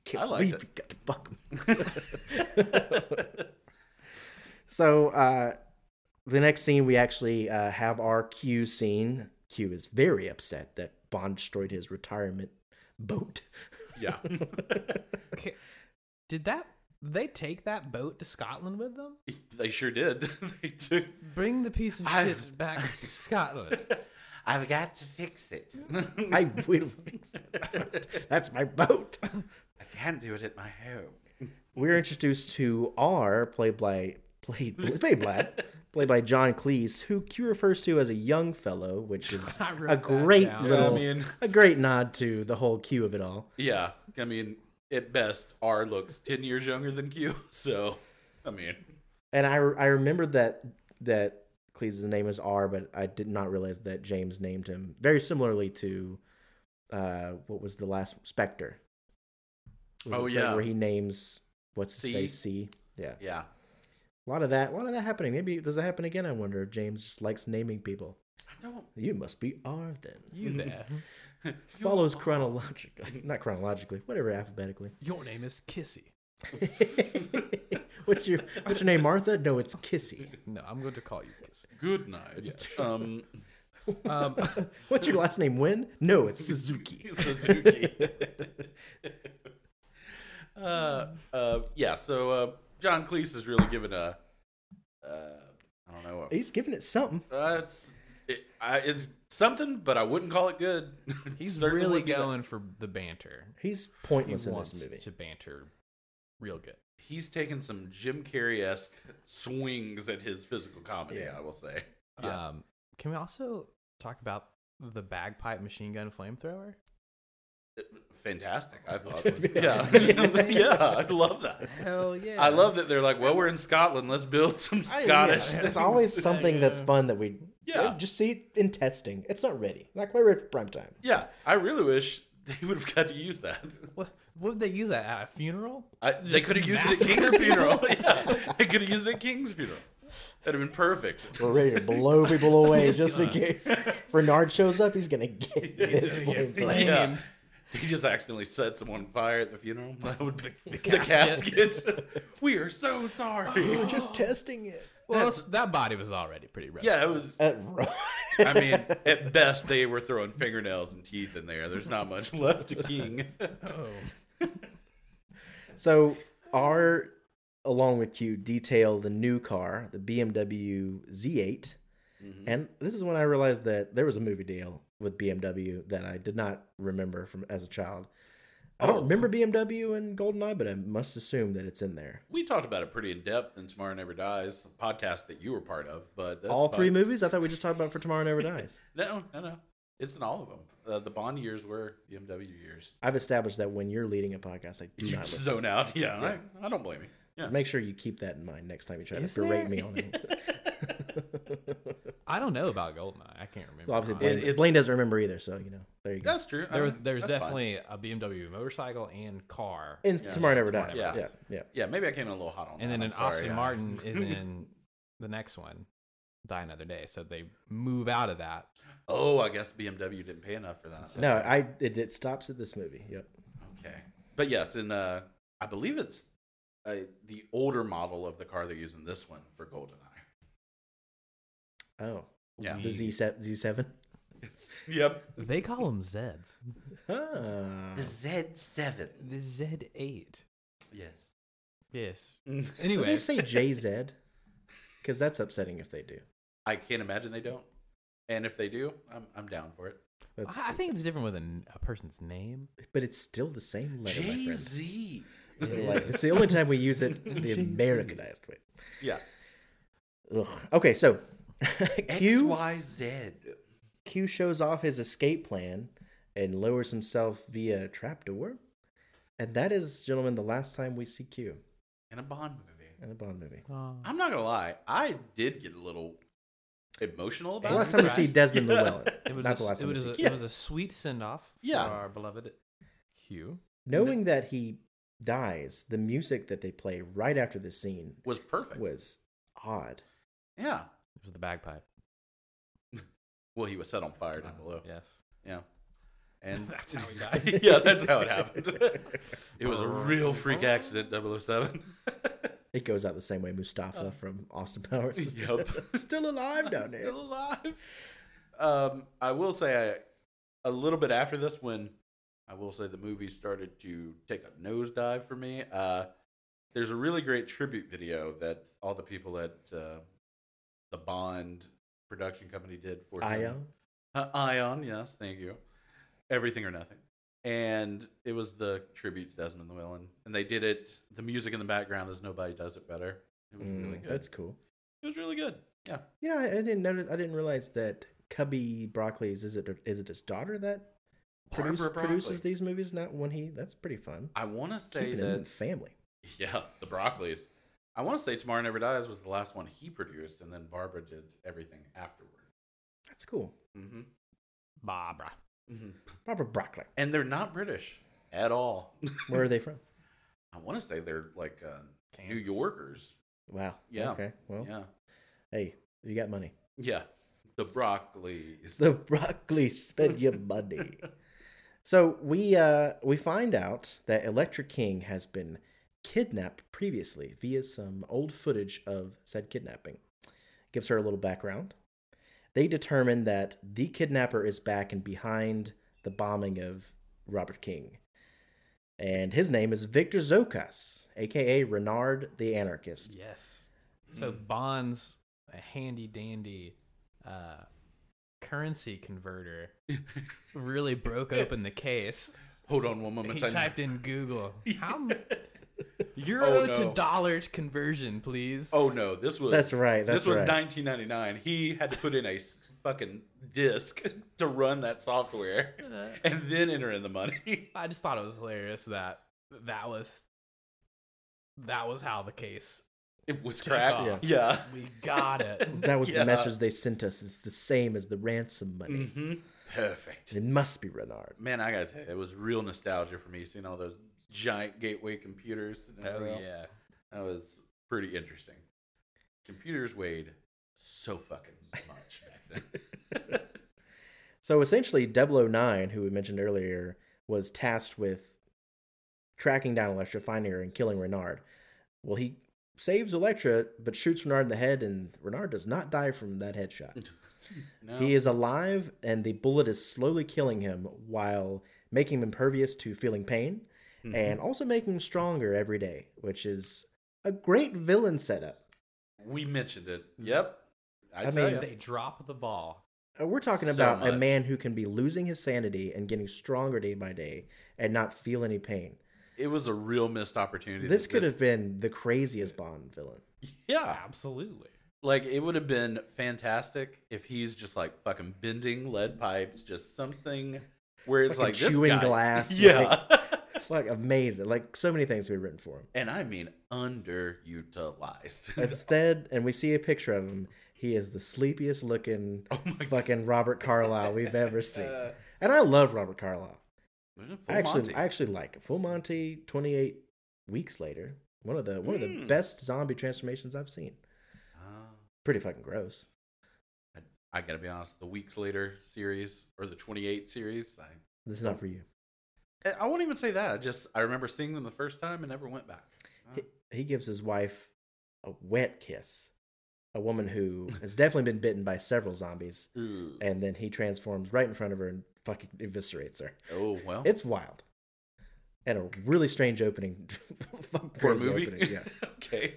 B: Can't
C: I liked
B: believe
C: it.
B: you got to fuck him.
C: *laughs*
B: *laughs* so uh, the next scene, we actually uh, have our Q scene. Q is very upset that Bond destroyed his retirement
C: *laughs*
B: boat.
C: Yeah.
D: Okay. Did that they take that boat to Scotland with them?
C: they sure did. *laughs* they took
D: Bring the piece of
C: I-
D: shit back to *laughs* Scotland.
C: I've got to fix it. I
B: I will fix that. That's my boat.
C: can't do it at my home.
B: We're introduced to R, played by played played by played by John Cleese, who Q refers to as a young fellow, which
C: *laughs*
B: is
D: I wrote
B: a
D: that
B: great
D: down.
C: Yeah, I
B: little
C: mean-
B: a great nod to the whole Q of it all.
C: Yeah, I mean, at best, R looks 10 years younger than Q, *laughs* so, I mean,
B: And I I remembered that that Cleese's name is R, but I did not realize that James named him very similarly to uh what was the last Spectre. Was it
C: Oh,
B: Spectre
C: yeah.
B: where he names what's his
C: C?
B: face C. Yeah,
C: yeah.
B: a lot of that, a lot of that happening. Maybe does that happen again? I wonder if James just likes naming people.
C: I don't.
B: You must be R then.
D: You there.
B: Follows chronologically, *laughs* not chronologically, whatever alphabetically.
D: Your name is Kissy.
B: what's your what's your name, Martha? No, it's Kissy.
D: No, I'm going to call you Kissy.
C: Good night. Um,
D: Um,
B: What's your last name, Win? No, it's Suzuki.
C: *laughs* Suzuki. uh, uh, yeah, so, uh, John Cleese is really giving a, uh, I don't know.
B: He's giving it something.
C: A, uh, it's, it, I, it's something, but I wouldn't call it good. *laughs*
D: he's
C: Certainly
D: really
C: wouldn't be that-
D: going for the banter.
B: He's
D: He
B: pointless in
D: wants
B: this movie.
D: to banter real good.
C: he's taken some Jim Carrey esque swings at his physical comedy.
B: Yeah.
C: I will say. Yeah.
D: Um, can we also talk about the bagpipe machine gun flamethrower?
C: Fantastic, I thought.
B: Yeah.
C: yeah, yeah, *laughs* I love that.
D: Hell yeah!
C: *laughs* I love that they're like, well, we're in Scotland. Let's build some
B: I- yeah,
C: Scottish.
B: There's
D: *laughs*
C: things."
B: always something that's
D: Yeah.
B: fun that we uh,
C: Yeah.
B: just see it in testing. It's not ready. Not quite ready for prime time.
C: Yeah, I really wish they would have got to use that.
D: What, what would they use that at a funeral?
C: I, they could have used it at *laughs* King's funeral. Yeah, *laughs* they could have used it at King's funeral. That'd have been perfect.
B: We're ready to
D: *laughs*
B: blow people away just in case Bernard shows up. He's gonna
D: *laughs*
B: get this flamethrower.
C: *laughs* Yeah. He just accidentally set someone on fire at the funeral. *laughs* That would be the,
D: casket.
C: casket. *laughs* Oh, we are so sorry.
B: We were just testing it.
D: Well, it's- that body was already pretty
C: *laughs*
D: rough.
C: Yeah, it was.
B: At *laughs* Ro-
C: I mean, at best, they were throwing fingernails and teeth in there. There's not much *laughs* left to King. *laughs*
D: Oh.
B: so R, along with Q, detail the new car, the BMW Z8.
C: Mm-hmm.
B: And this is when I realized that there was a movie deal with BMW that I did not remember from as a child. I don't
C: Oh.
B: remember BMW and Goldeneye, but I must assume that it's in there.
C: We talked about it pretty in depth in Tomorrow Never Dies, a podcast that you were part of. But that's
B: All
C: fine.
B: three movies? I thought we just talked about For Tomorrow
C: *laughs*
B: Never Dies.
C: No, no, no. It's in all of them. Uh, the Bond years were BMW years.
B: I've established that when you're leading a podcast, I do
C: You
B: not listen.
C: zone out. Yeah, I, I don't blame you. Yeah.
B: Make sure you keep that in mind next time you try
D: Is
B: to berate
D: there?
B: me on
C: *laughs*
B: it. *laughs*
D: I don't know about Goldeneye. I can't remember.
B: So obviously
D: honestly.
B: Blaine,
C: it's-
B: Blaine doesn't remember either. So you know, there you go.
C: That's true.
D: there was,
C: Uh,
D: there's
C: that's fine.
D: definitely a BMW motorcycle and car,
B: And
C: Yeah.
B: tomorrow never dies.
C: Never
B: Yeah,
C: Dies.
B: yeah.
C: Yeah, maybe I came in a little hot on that.
D: and then
C: I'm
D: an
C: sorry. *laughs*
D: Austin
C: I-
D: Martin is in the next one, Die Another Day. So they move out of that.
C: Oh, I guess BMW didn't pay enough for that.
B: No, I it, it stops at this movie. Yep.
C: Okay. But yes, in uh, I believe it's uh, the older model of the car they use in this one for GoldenEye. *laughs*
B: Oh,
C: Yeah.
B: the Z seven. Z seven. *laughs*
C: yep.
D: They call them Zeds.
B: Ah.
C: Z7.
D: The Z8. *laughs*
C: Yes.
D: Yes.
B: Do they
D: Anyway,
B: say
C: *laughs*
B: JZ? Because that's upsetting if they do.
C: I can't imagine they don't. And if they do, I'm, I'm down for it.
B: That's,
C: Ah.
D: I, I think it's different with an, a person's name.
B: but it's still the same letter, my
C: Jay
B: friend.
C: Z.
D: It
B: Like,
D: is.
B: it's the only time we use it
C: *laughs*
B: the Americanized way.
C: Yeah.
B: Ugh. Okay, so *laughs*
C: X
B: Q
C: Y Z.
B: Q shows off his escape plan and lowers himself via trapdoor, and that is, gentlemen, the last time we see Q
C: In a Bond movie.
B: in a Bond movie.
D: Oh.
C: I'm not gonna lie, I did get a little emotional
B: The
C: about
B: last
C: it.
B: time we see Desmond
C: *laughs* Yeah.
B: Llewellyn.
D: It was
B: Not
D: a,
B: the last
D: it
B: time we
D: was,
B: see
D: a,
B: Q.
D: it was a sweet send off
C: Yeah.
D: for our beloved Hugh.
B: Knowing that he dies, the music that they play right after this scene
C: was perfect.
B: was odd.
C: *laughs* Yeah.
D: It was the bagpipe.
C: Well, he was set on fire down below.
D: Yes.
C: Yeah. *laughs* And
D: That's how he died.
C: yeah, that's how it *laughs* happened. it was a real freak accident, 007.
B: It goes out the same way
C: Uh.
B: Mustafa from Austin
C: *laughs*
B: Powers.
C: Yep.
B: *laughs* Still
C: *laughs*
B: alive down there.
C: Still alive. Um, I will say I, a little bit after this when I will say the movie started to take a nosedive for me. Uh, there's a really great tribute video that all the people at uh, the Bond production company did for him.
B: Io.
C: Uh, Ion, yes, thank you. Everything or nothing. And it was the tribute to Desmond Llewellyn. And they did it, the music in the background is Nobody Does It Better. It was really
B: Mm,
C: good.
B: That's cool.
C: It was really good. Yeah.
B: You know, I, I didn't notice. I didn't realize that Cubby Broccoli's is it is it his daughter that produce,
C: Barbara Broccoli.
B: produces these movies? Not when he. That's pretty fun.
C: I want to say
B: Keeping it in the
C: that, *laughs*
B: family.
C: yeah, the Broccoli's. I want to say Tomorrow Never Dies was the last one he produced, and then Barbara did everything afterward.
B: That's cool.
C: Mm-hmm.
D: Barbara.
B: mm-hmm.
C: hmm
B: Barbara Broccoli.
C: And they're not British at all. *laughs*
B: Where are they from?
C: I want to say they're like uh, New
D: Kansas.
C: Yorkers.
B: Wow.
C: Yeah.
B: Okay. Well,
C: Yeah.
B: hey, you got money. *laughs*
C: Yeah. The Broccoli's.
B: The broccoli spend your money. So we uh, we find out that Electra King has been kidnapped previously via some old footage of said kidnapping. Gives her a little background. They determine that the kidnapper is back and behind the bombing of Robert King. And his name is Victor Zokas, aka Renard the Anarchist.
D: Yes.
C: Hmm.
D: So Bond's a handy dandy uh, currency
C: *laughs*
D: converter really broke open the case.
C: Hold on one moment.
D: He
C: I-
D: typed in Google.
C: *laughs*
D: How m- euro
C: Oh,
D: to
C: no.
D: dollar conversion, please.
C: *laughs* Oh no, this was
B: That's right, that's
C: this was
B: right.
C: 1999. He had to put in a s- fucking disk *laughs* to run that software and then enter in the money. *laughs*
D: I just thought it was hilarious that that was that was how the case.
C: It was
D: Took
C: cracked.
D: off.
C: Yeah.
D: We got it.
B: *laughs* That was
C: Yeah.
B: the message they sent us. It's the same as the ransom money.
C: hmm Perfect.
B: It must be Renard.
C: Man, I gotta tell you, it was real nostalgia for me seeing all those giant gateway computers. and
D: oh
C: everything.
D: yeah.
C: that was pretty interesting. Computers weighed so fucking much back then.
B: So essentially, 009, who we mentioned earlier, was tasked with tracking down Elektra, finding her, and killing Renard. Well, he saves Elektra, but shoots Renard in the head, and Renard does not die from that headshot.
C: no.
B: He is alive, and the bullet is slowly killing him while making him impervious to feeling pain
C: Mm-hmm.
B: and also making him stronger every day, which is a great villain setup.
C: We mentioned it. Yep. I,
B: Mm-hmm. I
C: tell
B: mean,
C: ya.
D: They drop the ball.
B: Uh, We're talking
C: So
B: about a
C: much.
B: man who can be losing his sanity and getting stronger day by day and not feel any pain.
C: It was a real missed opportunity.
B: This
C: that
B: could have been the craziest Bond villain.
C: *laughs* Yeah.
B: Ah.
D: Absolutely.
C: Like, it would have been fantastic if he's just like fucking bending lead pipes, just something where it's
B: Fucking
C: like this
B: chewing
C: guy-
B: glass,
C: *laughs* Yeah.
B: It's like amazing. Like so many things could be written for
C: *laughs*
B: him.
C: and I mean underutilized. *laughs*
B: Instead, and we see a picture of him. He is the sleepiest looking
C: Oh
B: fucking Robert Carlyle
C: *laughs*
B: we've ever seen. and I love Robert Carlyle.
C: Uh, Full
B: I actually,
C: Monty.
B: I actually like it. Full Monty. Twenty eight weeks later, one of the one of the
C: Mm.
B: best zombie transformations I've seen.
C: Uh,
B: Pretty fucking gross.
C: I gotta be honest. The weeks later series or the 28 series, I,
B: This is not for you.
C: I- I won't even say that. I just I remember seeing them the first time and never went back. Uh,
B: He, he gives his wife a wet kiss. A woman
C: *laughs*
B: who has definitely been bitten by several zombies,
C: ugh.
B: and then he transforms right in front of her and fucking eviscerates her.
C: oh well,
B: It's wild. And a really strange opening. *laughs* Fucking
C: for a
B: crazy
C: movie.
B: opening, yeah.
C: *laughs* okay.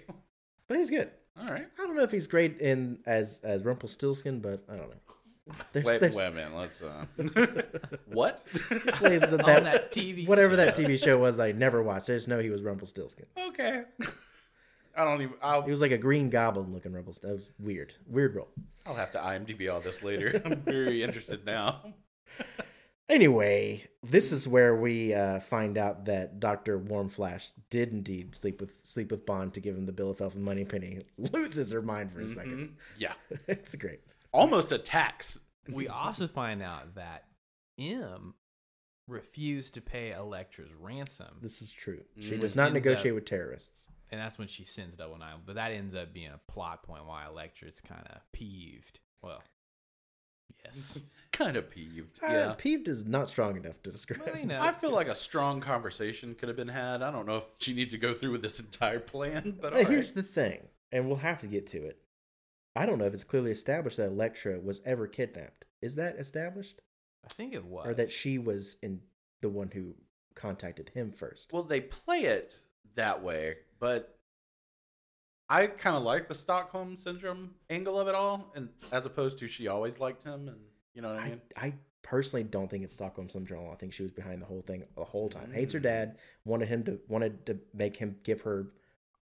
B: But he's good.
C: All right.
B: I don't know if he's great in as as Rumpelstiltskin, but I don't know. There's,
C: wait,
B: there's
C: wait a minute.
B: *laughs*
C: Let's. Uh... what?
B: places that,
D: on that TV.
B: whatever that TV show was that I never watched. I just know he was Rumpelstiltskin.
C: *laughs* okay. I don't even.
B: He
C: I'll,
B: was like a green goblin looking Rumpelstiltskin. That was weird. Weird role.
C: I'll have to IMDb all
B: *laughs*
C: this later. I'm very interested now.
B: Anyway, this is where we uh, find out that Doctor Warm Flash did indeed sleep with sleep with Bond to give him the bill of health and money. *laughs* Penny loses her mind for a second. *laughs*
C: Mhm. Yeah.
B: it's great.
C: Almost attacks.
D: we also find out that M refused to pay Electra's ransom,
B: This is true. She
C: Mm.
B: does not
D: Ends
B: negotiate
D: up-
B: with terrorists.
D: and that's when she sends Double Nine. But that ends up being a plot point why Electra's kind of peeved. Well,
B: *laughs*
D: yes,
C: Kind of peeved.
B: Uh,
C: Yeah.
B: peeved is not strong enough to describe.
D: well, you know,
C: I feel like a strong conversation could have been had. I don't know if she needed to go through with this entire plan, but all
B: Hey,
C: right.
B: here's the thing, and we'll have to get to it. I don't know if it's clearly established that Elektra was ever kidnapped. Is that established,
D: I think it was.
B: or that she was in the one who contacted him first?
C: well, they play it that way, but I kind of like the Stockholm syndrome angle of it all, and as opposed to she always liked him, and you know what I
B: I,
C: mean.
B: I personally don't think it's Stockholm syndrome. I think she was behind the whole thing the whole time. Hates
C: Mm.
B: her dad. Wanted him to wanted to make him give her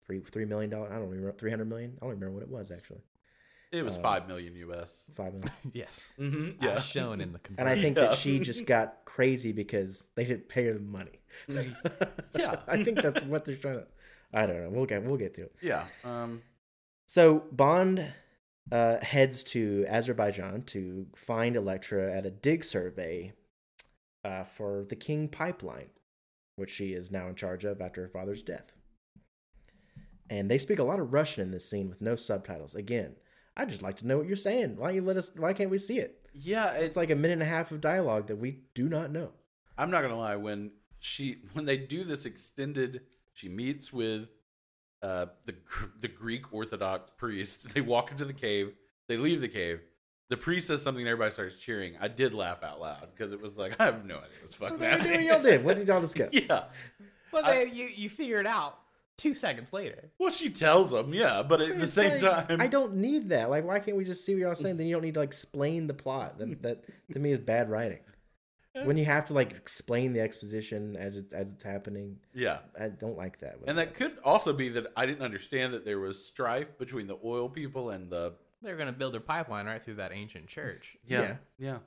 B: three three million dollars. I don't remember three hundred million. I don't remember what it was actually.
C: It was
B: Uh,
C: five million U.S.
B: Five million.
D: yes,
C: Mm-hmm,
D: yeah,
C: yeah,
D: shown in the
B: And I think
C: Yeah.
B: that she just got crazy because they didn't pay her the money.
C: Yeah.
B: *laughs* I think that's what they're trying to. I don't know. We'll get we'll get to it.
C: yeah. Um,
B: So Bond uh, heads to Azerbaijan to find Electra at a dig survey uh, for the King Pipeline, which she is now in charge of after her father's death. And they speak a lot of Russian in this scene with no subtitles. Again, I just like to know what you're saying. Why you let us? Why can't we see it?
C: yeah, it's
B: It's like a minute and a half of dialogue that we do not know.
C: I'm not gonna lie. When she when they do this extended, she meets with uh, the Gr- the Greek Orthodox priest. *laughs* They walk into the cave. They leave the cave. The priest says something, and everybody starts cheering. I did laugh out loud because it was like I have no idea what's fucking
B: What are we doing?
C: happening.
B: Y'all did. What did y'all discuss?
C: *laughs* yeah.
D: Well,
C: I-
D: they, you you figure it out two seconds later.
C: Well, she tells them, yeah, but at the
B: It's
C: same
B: like,
C: time,
B: I don't need that. Like, why can't we just see what y'all are saying? Then you don't need to like explain the plot. That, that to me is bad writing. When you have to like explain the exposition as it, as it's happening,
C: yeah.
B: I don't like that.
C: And that could also be that I didn't understand that there was strife between the oil people and the
D: They're gonna build their pipeline right through that ancient church.
C: yeah yeah.
B: Yeah.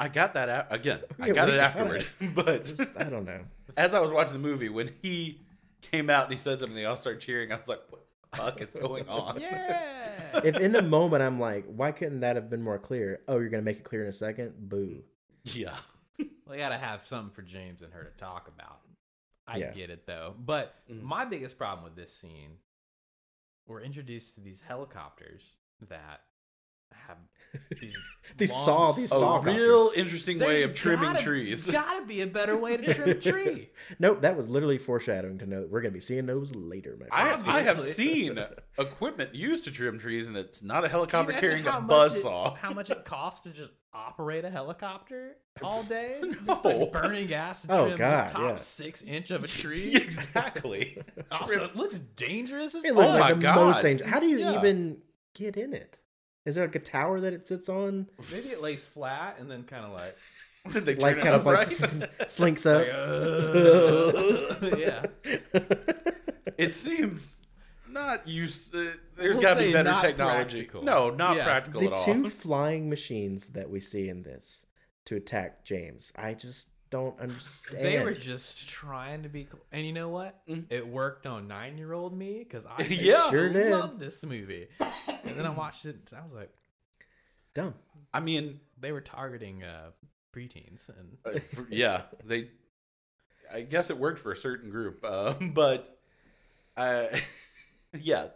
C: I got that a- again. I
B: Yeah,
C: got
B: we
C: it
B: got
C: afterward, *laughs* but
B: just, I don't know.
C: as I was watching the movie, when he came out and he said something, they all started cheering. I was like, "What the fuck is going on?"
D: *laughs* Yeah.
B: If in the moment I'm like, why couldn't that have been more clear? Oh, you're gonna make it clear in a second. Boo.
C: Yeah.
D: They gotta have something for James and her to talk about. I
B: Yeah.
D: get it though. But
C: Mhm.
D: my biggest problem with this scene, we're introduced to these helicopters that
C: *laughs*
D: have these
B: These
D: long Oh,
B: saw- these
C: A
D: s-
B: saw-
C: real interesting way
D: There's
C: of trimming
D: gotta-
C: trees.
D: Gotta be a better way to *laughs* trim a tree.
B: Nope, that was literally foreshadowing to know that we're gonna be seeing those later. My
C: *laughs* I,
B: friends.
C: I have
D: Obviously.
C: seen equipment used to trim trees, and it's not a helicopter
D: Can *laughs* you
C: carrying
D: imagine
C: a
D: how much
C: buzz
D: it-
C: *laughs* saw.
D: How much it costs to just operate a helicopter
B: *laughs*
D: all day? Just, like,
C: No.
D: burning gas to
B: Oh,
D: trim
B: God,
D: the
B: *laughs*
D: top
B: yeah.
D: six inch of a tree. *laughs*
C: exactly. *laughs*
D: also, it looks dangerous as
B: It looks
C: Oh
B: like
C: my
B: the
C: God.
B: most dangerous. How do you
C: Yeah.
B: even get in it? Is there like a tower that it sits on?
D: *laughs* Maybe it lays flat and then kind of
B: *laughs*
D: like,
C: Did they turn
B: Like
C: it
B: kind of like *laughs*
C: upright?
B: slinks up.
D: like, uh, *laughs* yeah.
C: it seems not use. Uh, there's
D: We'll
C: got to
D: say
C: be better
D: not
C: technology.
D: practical.
C: No, not *laughs*
D: Yeah.
C: practical
B: the
C: at all.
B: two flying machines that we see in this to attack James, I just don't understand.
D: They were just trying to be cool. And you know what? It worked on nine year old me because
B: *laughs*
D: I
C: Yeah.
B: Mm. Sure did.
D: love this movie. and then I watched it and I was like,
B: dumb.
C: I mean,
D: they were targeting uh, preteens. And
C: uh, for- yeah, they. I guess it worked for a certain group, *laughs* uh, but, uh, *laughs* yeah,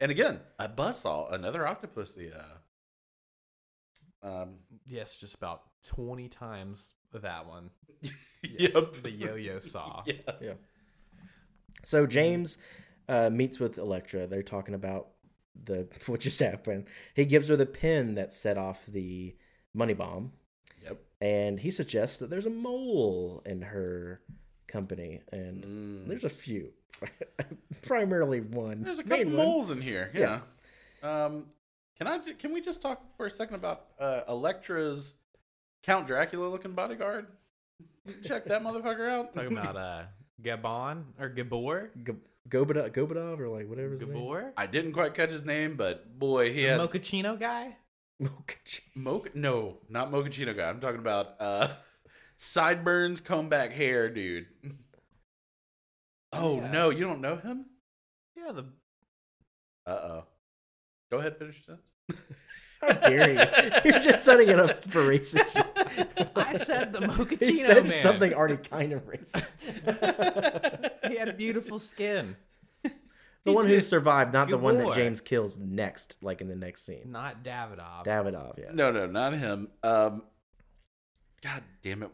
C: and again, a buzzsaw, another octopus. The, uh, um,
D: yes, just about 20 times
C: *laughs*
D: that one. Yes,
C: yep,
D: The yo yo saw.
C: *laughs* yeah,
B: So James uh, meets with Electra. They're talking about the *laughs* what just happened. He gives her the pin that set off the money bomb,
C: yep.
B: and he suggests that there's a mole in her company, and
C: Mm.
B: there's a few, *laughs* primarily one.
C: There's a
B: main
C: couple
B: one.
C: moles in here.
B: Yeah.
C: Yeah. Um, can I? ju- Can we just talk for a second about uh, Electra's Count Dracula looking bodyguard? Check that motherfucker out.
D: Talking about uh, Gabon or Gabor.
B: Go- Gobadov, Gobadov, or like whatever his name. *laughs*
D: Gabor?
C: *laughs* I didn't quite catch his name, but boy, he had
D: Mochaccino guy?
B: Mokachi.
C: Mo- no, not Mochaccino guy. I'm talking about uh, sideburns, comb back hair, dude. *laughs* Oh
D: Yeah.
C: no, you don't know him?
D: Yeah,
C: *laughs*
D: the
C: Uh oh. Go ahead, finish that.
B: How dare you? *laughs* You're just setting it up for racist.
D: *laughs* I said the Mochaccino
B: he said
D: man.
B: something already kind of
D: *laughs*
B: racist.
D: He had beautiful skin.
B: The
D: He
B: one who
D: did.
B: survived, not the
D: Good
B: one
D: boy.
B: that James kills next, like in the next scene.
D: Not Davidoff.
B: Davidoff, yeah.
C: No, no, not him. Um, God damn it.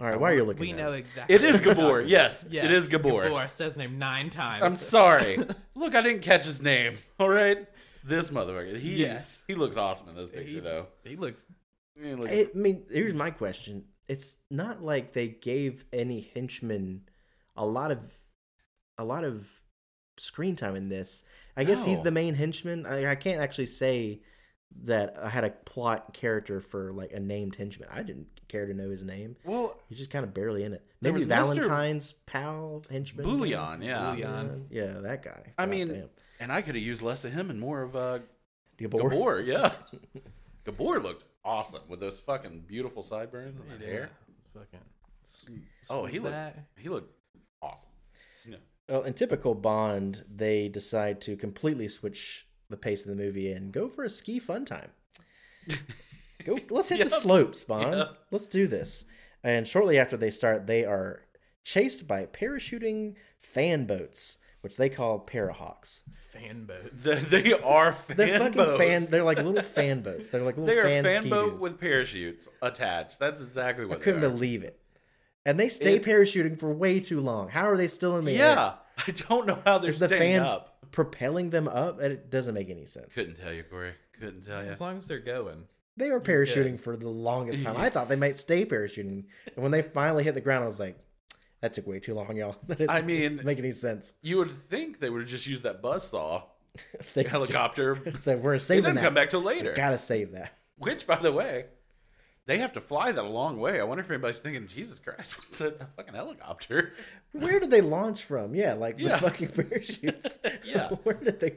B: All right, why are you looking?
D: we
B: at
D: know
B: it?
C: *laughs*
D: exactly.
C: It is
D: what you're
C: Gabor.
D: talking
C: Yes,
D: about. Yes,
C: it is Gabor.
D: Gabor says name nine times.
C: I'm *laughs* sorry. Look, I didn't catch his name. All right, this motherfucker. He
D: Yes.
C: he looks awesome in this picture though.
D: He looks.
C: He looks-
B: I mean, here's my question. It's not like they gave any henchman a lot of a lot of screen time in this. I guess he's
C: No.
B: the main henchman. I, I can't actually say that I had a plot character for like a named henchman. I didn't care to know his name.
C: well,
B: He's just kind of barely in it.
C: There
B: Maybe
C: was Mr.
B: Valentine's pal henchman.
C: Bouillon. Yeah.
D: Bouillon. Bouillon.
B: Yeah, that guy.
C: I
B: God
C: mean,
B: damn.
C: and I could have used less of him and more of uh,
B: Gabor.
C: Gabor. *laughs* Yeah, Gabor looked awesome with those fucking beautiful sideburns and that hair.
D: Fucking.
C: Oh, he looked
D: That-
C: he looked awesome. Yeah.
B: Well, in typical Bond, they decide to completely switch the pace of the movie and go for a ski fun
C: *laughs*
B: time. go, let's hit the
C: Yep.
B: slopes, Bond.
C: Yeah.
B: Let's do this. And shortly after they start, they are chased by parachuting fan boats, which they call parahawks.
D: fan boats.
C: The- *laughs* they are fan
B: They're fucking
C: boats.
B: fan. They're like little fan boats. They're
C: *laughs*
B: like little
C: They are
B: fan,
C: fan
B: ski
C: boat
B: doos.
C: with parachutes attached. That's exactly
B: I
C: what
B: couldn't
C: they are.
B: believe it. And they stay
C: It-
B: parachuting for way too long. How are they still in the air?
C: Yeah, I don't know how they're
B: Is the
C: staying
B: fan
C: up.
B: propelling them up? And it doesn't make any sense.
C: Couldn't tell you, Corey. Couldn't tell you.
D: As long as they're going.
B: They were parachuting for the longest time. I
C: *laughs*
B: thought they might stay parachuting. And when they finally hit the ground, I was like, that took way too long, y'all. *laughs* That didn't
C: I mean-
B: make any sense. *laughs*
C: You would think they would have just used that buzzsaw
B: They *laughs*
C: helicopter.
B: So we're
C: They
B: saving
C: didn't
B: that.
C: come back till later.
B: Gotta save that.
C: Which, by the way, they have to fly that a long way. I wonder if anybody's thinking, Jesus Christ, *laughs* what's that fucking helicopter? *laughs*
B: Where did they launch from? Yeah, like the
C: Yeah.
B: fucking *laughs* parachutes.
C: *laughs* Yeah.
B: *laughs* Where did
C: *laughs*
B: they?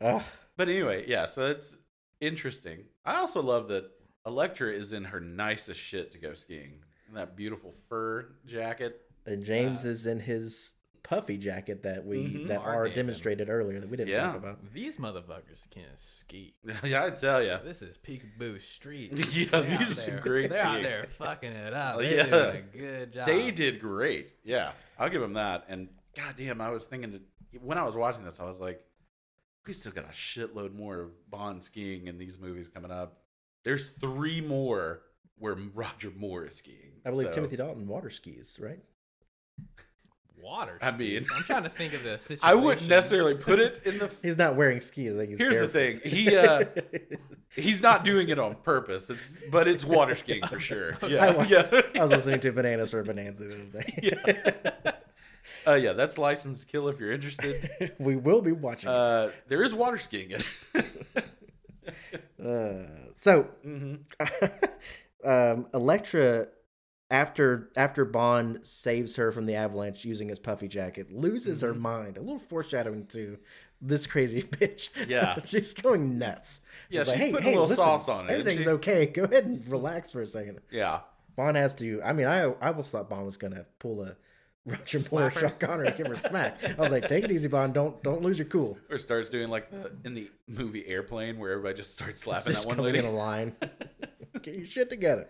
B: Ugh.
C: But anyway, yeah. So it's interesting. I also love that Electra is in her nicest shit to go skiing. And that beautiful fur jacket. *laughs*
B: And James is in his puffy jacket that we
C: Mhm.
B: that
D: Our
B: are
D: damn.
B: demonstrated earlier that we didn't
C: Yeah.
B: talk about.
D: These motherfuckers can't ski.
C: yeah, I tell you.
D: This is peekaboo street.
C: *laughs* Yeah,
D: They're
C: these
D: out
C: are some
D: there-
C: great
D: They're out
C: skiing.
D: there fucking it up.
C: Oh,
D: They're
C: yeah.
D: doing a good job.
C: They did great. Yeah, I'll give them that. And goddamn, I was thinking that when I was watching this, I was like, we still got a shitload more of Bond skiing in these movies coming up. There's three more where Roger Moore is skiing.
B: I believe
C: So,
B: Timothy Dalton water skis, right?
D: Water.
C: I
D: skis.
C: mean-
D: I'm trying to think of the situation.
C: *laughs* I
B: *laughs*
C: wouldn't necessarily put it in the.
B: He's not wearing skis. I think he's
C: *laughs* Here's the
B: barefoot.
C: thing. He uh, he's not doing it on purpose. It's but it's water skiing
B: *laughs*
C: for sure. Yeah,
B: I, watched,
C: yeah,
B: *laughs* I was listening to Bananas for Bonanza the other day.
C: *laughs* uh, yeah. That's licensed to kill if
B: *laughs*
C: you're interested.
B: we will be watching. it.
C: Uh, there is water skiing in. it. *laughs*
B: Uh, so, *laughs* um, Electra, after after Bond saves her from the avalanche using his puffy jacket, loses her
C: Mm-hmm.
B: mind. A little foreshadowing to this crazy *laughs* bitch.
C: Yeah.
B: she's going nuts.
C: Yeah,
B: It's
C: she's putting a little sauce on it, isn't
B: Everything's
C: she?"
B: okay. Go ahead and relax for a second.
C: yeah.
B: Bond has to. I mean, I I almost thought Bond was gonna pull a *laughs* Roger Moore,
D: Slapper.
B: Sean Connery, and give her a smack. I was like, take it easy, Bond. Don't don't lose your cool.
C: Or starts doing like the in the movie Airplane where everybody just starts slapping that
B: Cisco
C: one lady.
B: in a *laughs* line. Get your shit together.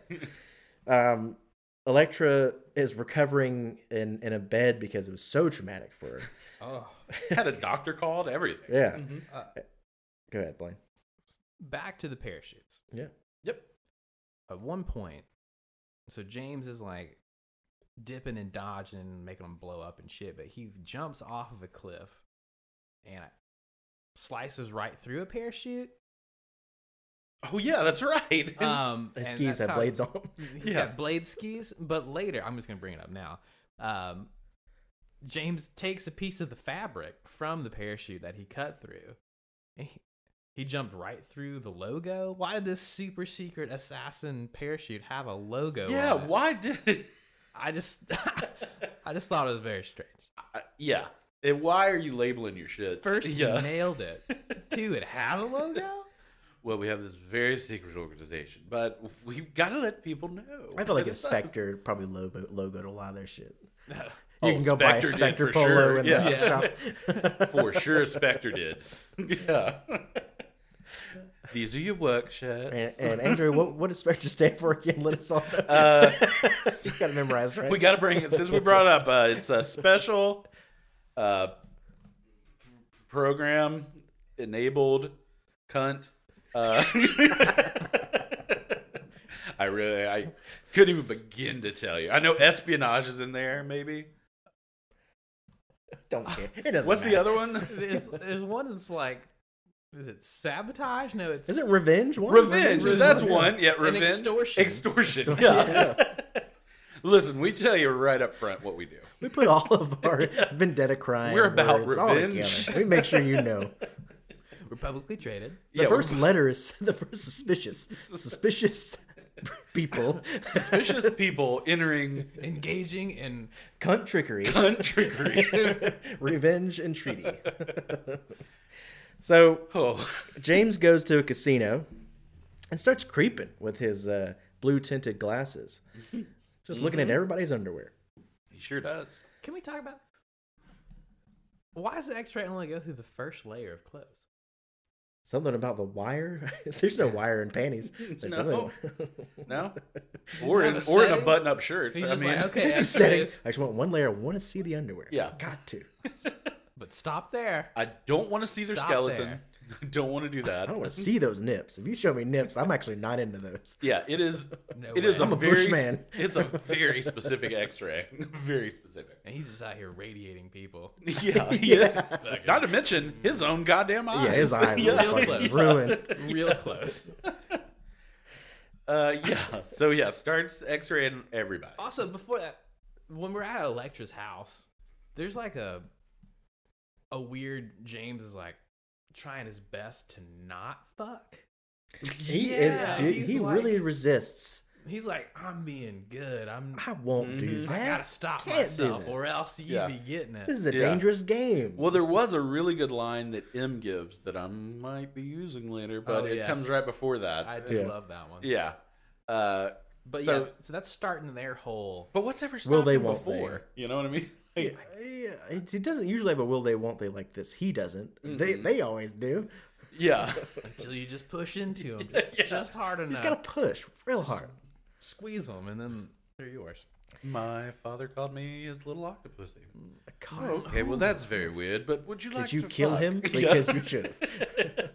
B: Um, Electra is recovering in in a bed because it was so traumatic for *laughs* her.
D: *laughs* Oh.
C: *laughs* Had a doctor called, everything.
B: Yeah.
D: Uh,
B: Go ahead, Blaine.
D: back to the parachutes.
B: Yeah.
C: Yep.
D: at one point, so James is like dipping and dodging and making them blow up and shit, but he jumps off of a cliff and slices right through a parachute.
C: Oh yeah, that's right. *laughs*
D: Um,
B: His
D: and
B: skis
D: that's
B: have
D: how-
B: blades on. 'em.
D: He
C: Yeah.
D: got blade skis, but later, I'm just gonna bring it up now. Um, James takes a piece of the fabric from the parachute that he cut through. and He, he jumped right through the logo. Why did this super secret assassin parachute have a logo?
C: yeah,
D: on it?
C: why did it? *laughs*
D: I just *laughs* I just thought it was very strange.
C: I- yeah. And why are you labeling your shit? *laughs*
D: First,
C: yeah.
D: he nailed it. Two, it had a logo.
C: well, we have this very secret organization, but we've got to let people know.
B: I feel *laughs* like if
C: But it's not-
B: Spectre probably logo logoed a lot of their shit.
C: *laughs* Oh,
B: You can go buy a
C: did
B: Spectre
C: for
B: polo
C: sure.
B: in
C: yeah.
B: the shop.
C: *laughs* for sure, Spectre did. *laughs* Yeah. These are your work shirts.
B: *laughs* And, and Andrew, what, what does Spectre stand for again? Let us all know.
C: Uh,
B: *laughs* you got to memorize, right?
C: we got to bring it since we brought it up. Uh, it's a special uh, program enabled cunt. Uh, *laughs* I really I couldn't even begin to tell you. I know espionage is in there. Maybe
B: Don't care. It doesn't
C: what's
B: matter.
C: the other *laughs* one?
D: There's, there's one that's like, is it sabotage? No, it's
B: Is it Revenge? One?
C: Revenge.
B: is
C: That's
B: *laughs* one.
C: one. Yeah,
D: And
C: revenge.
D: extortion.
C: Extortion. Yeah. Listen, we tell you right up front what we do.
B: We put all of *laughs* our vendetta crime.
C: We're about
B: words all
C: revenge.
B: together. We make sure you *laughs* know.
D: we're publicly traded.
B: The
C: yeah,
B: first *laughs*
C: we're
B: letter is the first suspicious. Suspicious *laughs* people.
C: suspicious people entering
D: Engaging in
B: Cunt trickery.
C: country.
B: *laughs* Revenge and treaty. *laughs* so
C: oh,
B: James goes to a casino and starts creeping with his uh, blue tinted *laughs* glasses, just looking at everybody's underwear.
C: he sure does.
D: Can we talk about why does the X-ray only go through the first layer of clothes?
B: Something about the wire. *laughs* There's no wire in panties. There's *laughs*
C: No. *laughs* No,
D: not
C: or in, or in
D: a
C: a
D: setting?
C: button-up shirt.
D: He's
C: I
D: just
C: mean,
D: like, okay,
B: It's a setting.
D: X-rays,
B: I just want one layer. I want to see the underwear.
C: Yeah.
B: Got to.
D: but stop there.
C: *laughs* I don't want to see their
D: Stop
C: skeleton.
D: there.
C: I *laughs* don't want to do that.
B: I don't want to see those nips. If you show me nips, I'm actually not into those.
C: Yeah, it is.
D: *laughs* No
C: it is
D: way.
C: a
B: I'm a
C: very.
B: bushman.
C: It's a very specific X-ray. *laughs* very specific. *laughs*
D: And he's just out here radiating
B: *laughs*
D: people. *laughs*
C: Yeah, he is. Not to mention his own goddamn eyes. *laughs*
B: Yeah, his eyes
C: yeah,
B: are fucking ruined.
D: Real close.
C: Uh, yeah. So yeah, starts X-raying everybody.
D: Also, before that, when we're at Electra's house, there's like a a weird James is like trying his best to not fuck.
B: *laughs* He
D: Yeah,
B: is. Dude,
D: he's
B: he
D: like-
B: really resists.
D: He's like, I'm being good. I'm
B: I won't do
D: Mm-hmm. I gotta
B: that.
D: stop
B: can't do
D: myself,
B: that.
D: or else you
C: Yeah.
D: be getting
B: This
D: it.
B: is a
C: Yeah.
B: dangerous game.
C: Well, there was a really good line that M gives that I might be using later, but
D: Oh,
C: it
D: yes.
C: comes right before that.
D: I do
B: Yeah.
D: love that one.
C: yeah. Uh,
D: But
C: So-
D: yeah, so that's starting their whole.
C: but what's ever stopped
B: Will they,
C: him
B: won't they?
C: before? You know what I mean?
B: *laughs* Yeah,
C: Like,
B: yeah, he doesn't usually have a will they won't they like this. He doesn't. They they always do.
C: *laughs* yeah.
D: Until you just push
B: *laughs*
D: into them, just, just hard
B: You
D: enough,
B: just gotta push real hard.
D: squeeze them, and then they're yours.
C: *laughs* My father called me his little octopus.
B: God,
C: Oh, Okay, well that's very weird. But would you like?
B: did you
C: to
B: kill
C: fuck? *laughs*
B: him?
C: Yeah.
B: Because you should
C: *laughs*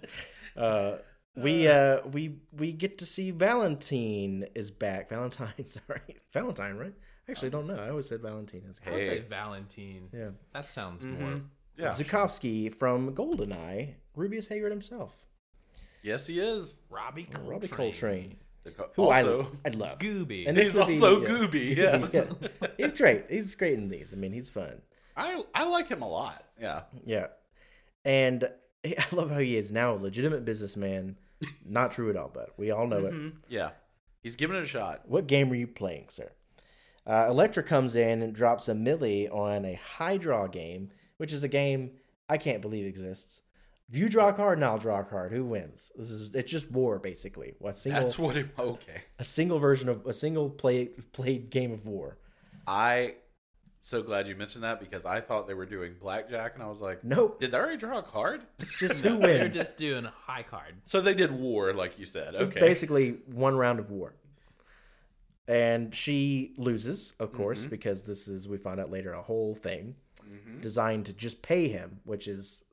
B: have. uh, we uh, we we get to see Valentine is back. Valentine, *laughs* sorry, Valentine, right? Actually, don't know. I always said Valentine is.
D: I would
C: Hey.
D: say Valentine.
B: Yeah.
D: That sounds more.
C: Yeah.
B: Zukovsky from Goldeneye, Rubius Hayward himself,
C: Yes, he is.
D: Robbie Coltrane.
B: Robbie Coltrane,
C: The co-
B: who
C: also, *laughs*
B: I I love.
D: Gooby.
B: And
C: he's
B: this movie,
C: also
B: yeah.
C: Gooby. Yes.
B: uh, Yeah. He's great. He's great in these. I mean, he's fun.
C: *laughs* I I like him a lot. Yeah.
B: Yeah. And *laughs* I love how he is now a legitimate businessman. Not true at all, but we all know
C: Mm-hmm.
B: it.
C: Yeah. He's giving it a shot.
B: What game were you playing, sir? Uh, Electra comes in and drops a millie on a high draw game, which is a game I can't believe exists. You draw a card, and I'll draw a card. Who wins? This is it's just war basically. What single
C: That's what it. *laughs* Okay.
B: a single version of a single play played game of war.
C: I so glad you mentioned that because I thought they were doing blackjack, and I was like,
B: Nope,
C: did they already draw a card? *laughs*
B: it's just who
D: *laughs* *laughs* They're
B: wins.
D: just doing a high card.
C: So they did war, like you said.
B: It's
C: Okay.
B: basically one round of war. And she loses, of course,
D: Mm-hmm.
B: because this is we find out later a whole thing designed to just pay him, which is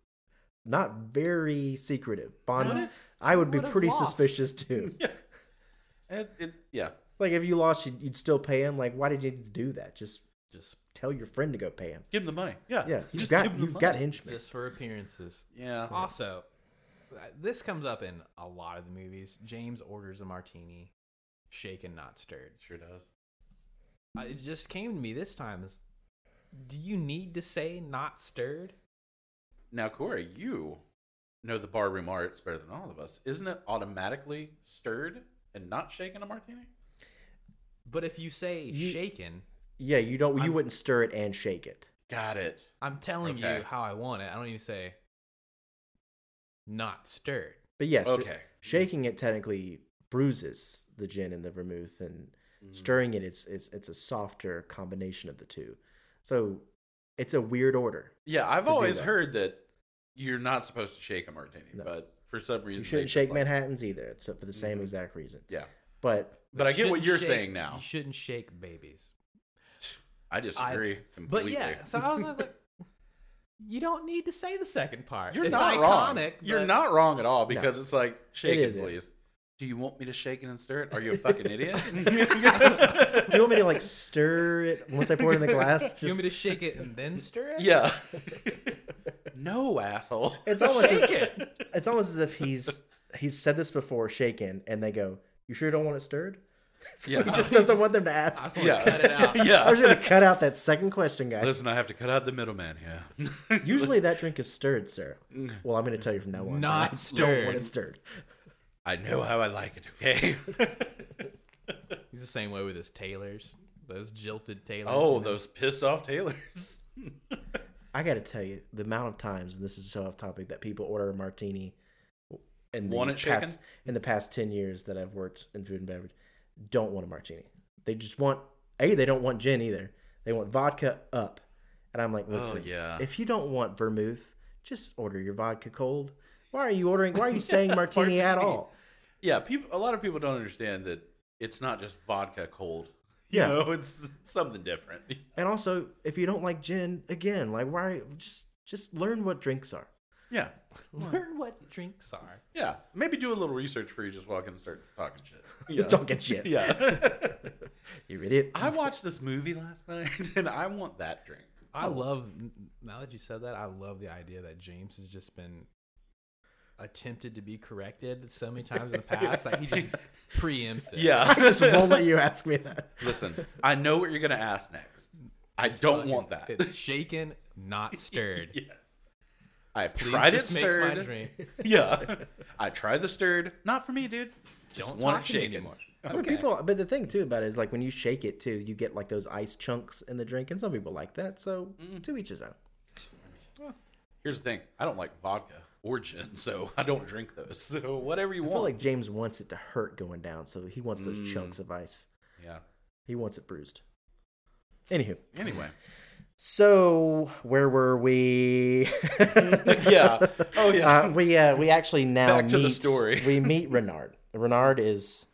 B: not very secretive. Bond,
D: What if-
B: I would be
D: what if
B: pretty
D: lost?
B: suspicious
D: *laughs*
B: too.
C: It, it, yeah.
B: like if you lost, you'd, you'd still pay him. Like why did you do that? Just
D: Just
B: tell your friend to go pay him.
C: Give them the money. Yeah.
B: Yeah, you've
C: Just Uh-huh.
B: got
C: give them the
B: you've got
C: money.
B: henchmen.
D: just for appearances.
C: Yeah.
D: Also, uh, this comes up in a lot of the movies. James orders a martini, shaken, not stirred.
C: Sure does.
D: Uh, It just came to me this time. Is do you need to say not stirred?
C: Now, Corey, you know the barroom arts better than all of us. Isn't it automatically stirred and not shaken a martini?
D: But if you say
B: You-
D: shaken,
B: yeah, you don't you
D: I'm-
B: wouldn't stir it and shake it.
C: Got it.
D: I'm telling
C: Okay.
D: you how I want it. I don't even say not stirred.
B: But yes, it-
C: Okay.
B: shaking it technically bruises the gin and the vermouth, and stirring it, it's it's it's a softer combination of the two. So it's a weird order.
C: Yeah, I've
B: do
C: always
B: that.
C: heard that you're not supposed to shake a martini,
B: No.
C: but for some reason
B: You
C: they
B: shouldn't
C: just
B: shake
C: like-
B: Manhattan's either, except for the same exact reason.
C: Yeah,
B: But
C: but, I
D: you
C: get what
D: shouldn't
C: you're
D: shake-
C: saying now.
D: You shouldn't shake babies.
C: I disagree
D: But
C: completely.
D: yeah, so I was, I was like, you don't need to say the second part.
C: you're
D: It's
C: not wrong.
D: iconic.
C: You're
D: but-
C: not wrong at all because it's like shake it,
B: is it.
C: please. Do you want me to shake it and stir it? Are you
B: *laughs*
C: a fucking idiot? *laughs*
B: do you want me to like stir it once I pour it in the glass?
D: Do you
B: Just,
D: want me to shake it and then stir
C: *laughs*
D: it?
C: yeah. no, asshole.
B: it's almost as,
D: Shake it.
B: *laughs* it's almost as if he's he's said this before, shaken, and they go, "You sure don't want it stirred?" *laughs* So
C: Yeah.
B: he just doesn't want them to
D: I
B: ask. *laughs*
D: just want
C: Yeah.
D: to cut
C: *laughs*
D: it out.
B: I was
C: yeah.
B: going to cut out that second question, guys.
C: *laughs* Listen, I have to cut out the middleman here. *laughs*
B: Usually that drink is stirred, sir.
C: Mm.
B: Well, I'm going to tell you from now on.
D: Not
B: I don't
D: stirred.
B: want it stirred.
C: I know how I like it, okay? *laughs*
D: He's the same way with his tailors. Those jilted tailors.
C: oh, those pissed off tailors.
B: I got to tell you, the amount of times, and this is so off topic, that people order a martini in the,
C: Want it
B: past,
C: shaken?
B: in the past 10 years that I've worked in food and beverage don't want a martini. They just want, A, they don't want gin either. They want vodka up. And I'm like, listen,
C: Oh, yeah.
B: if you don't want vermouth, just order your vodka cold. Why are you ordering? Why are you
C: *laughs*
B: saying martini at
C: Martini.
B: all?
C: Yeah, people. A lot of people don't understand that it's not just vodka cold. *laughs* You
B: Yeah.
C: know, it's something different. *laughs*
B: And also, if you don't like gin, again, like why just just learn what drinks are.
C: Yeah,
D: Learn what drinks are.
C: *laughs* yeah. Maybe do a little research before you just walk in and start talking shit.
B: *laughs* You don't get shit.
C: Yeah.
B: *laughs* You idiot. *laughs*
C: I watched this movie last night, *laughs* and I want that drink.
D: I love, now that you said that, I love the idea that James has just been attempted to be corrected so many times in
C: *laughs*
D: the past that he just preempts it.
B: I
C: Yeah.
B: just won't let you ask me *laughs* that.
C: Listen, I know what you're gonna ask next. I don't want that. *laughs*
D: It's shaken, not stirred.
C: Yes. I have
D: Please
C: tried it
D: just make my
C: stirred.
D: drink.
C: *laughs* yeah. I tried the stirred. Not for me, dude. Just
D: Don't
C: want
D: talk
C: it
D: to me
C: shaken.
D: anymore.
B: But people but the thing too about it is like when you shake it too, you get like those ice chunks in the drink and some people like that. So to each his own.
C: Here's the thing. I don't like vodka or gin, so *laughs* I don't drink those. So whatever you
B: I
C: want.
B: feel like James wants it to hurt going down, so he wants those chunks of ice.
C: yeah.
B: He wants it bruised. Anywho.
C: Anyway.
B: So where were we? *laughs*
C: *laughs* yeah. Oh
B: Uh, we uh, we actually now
C: Back
B: meet,
C: to the story. *laughs*
B: we meet Renard. Renard is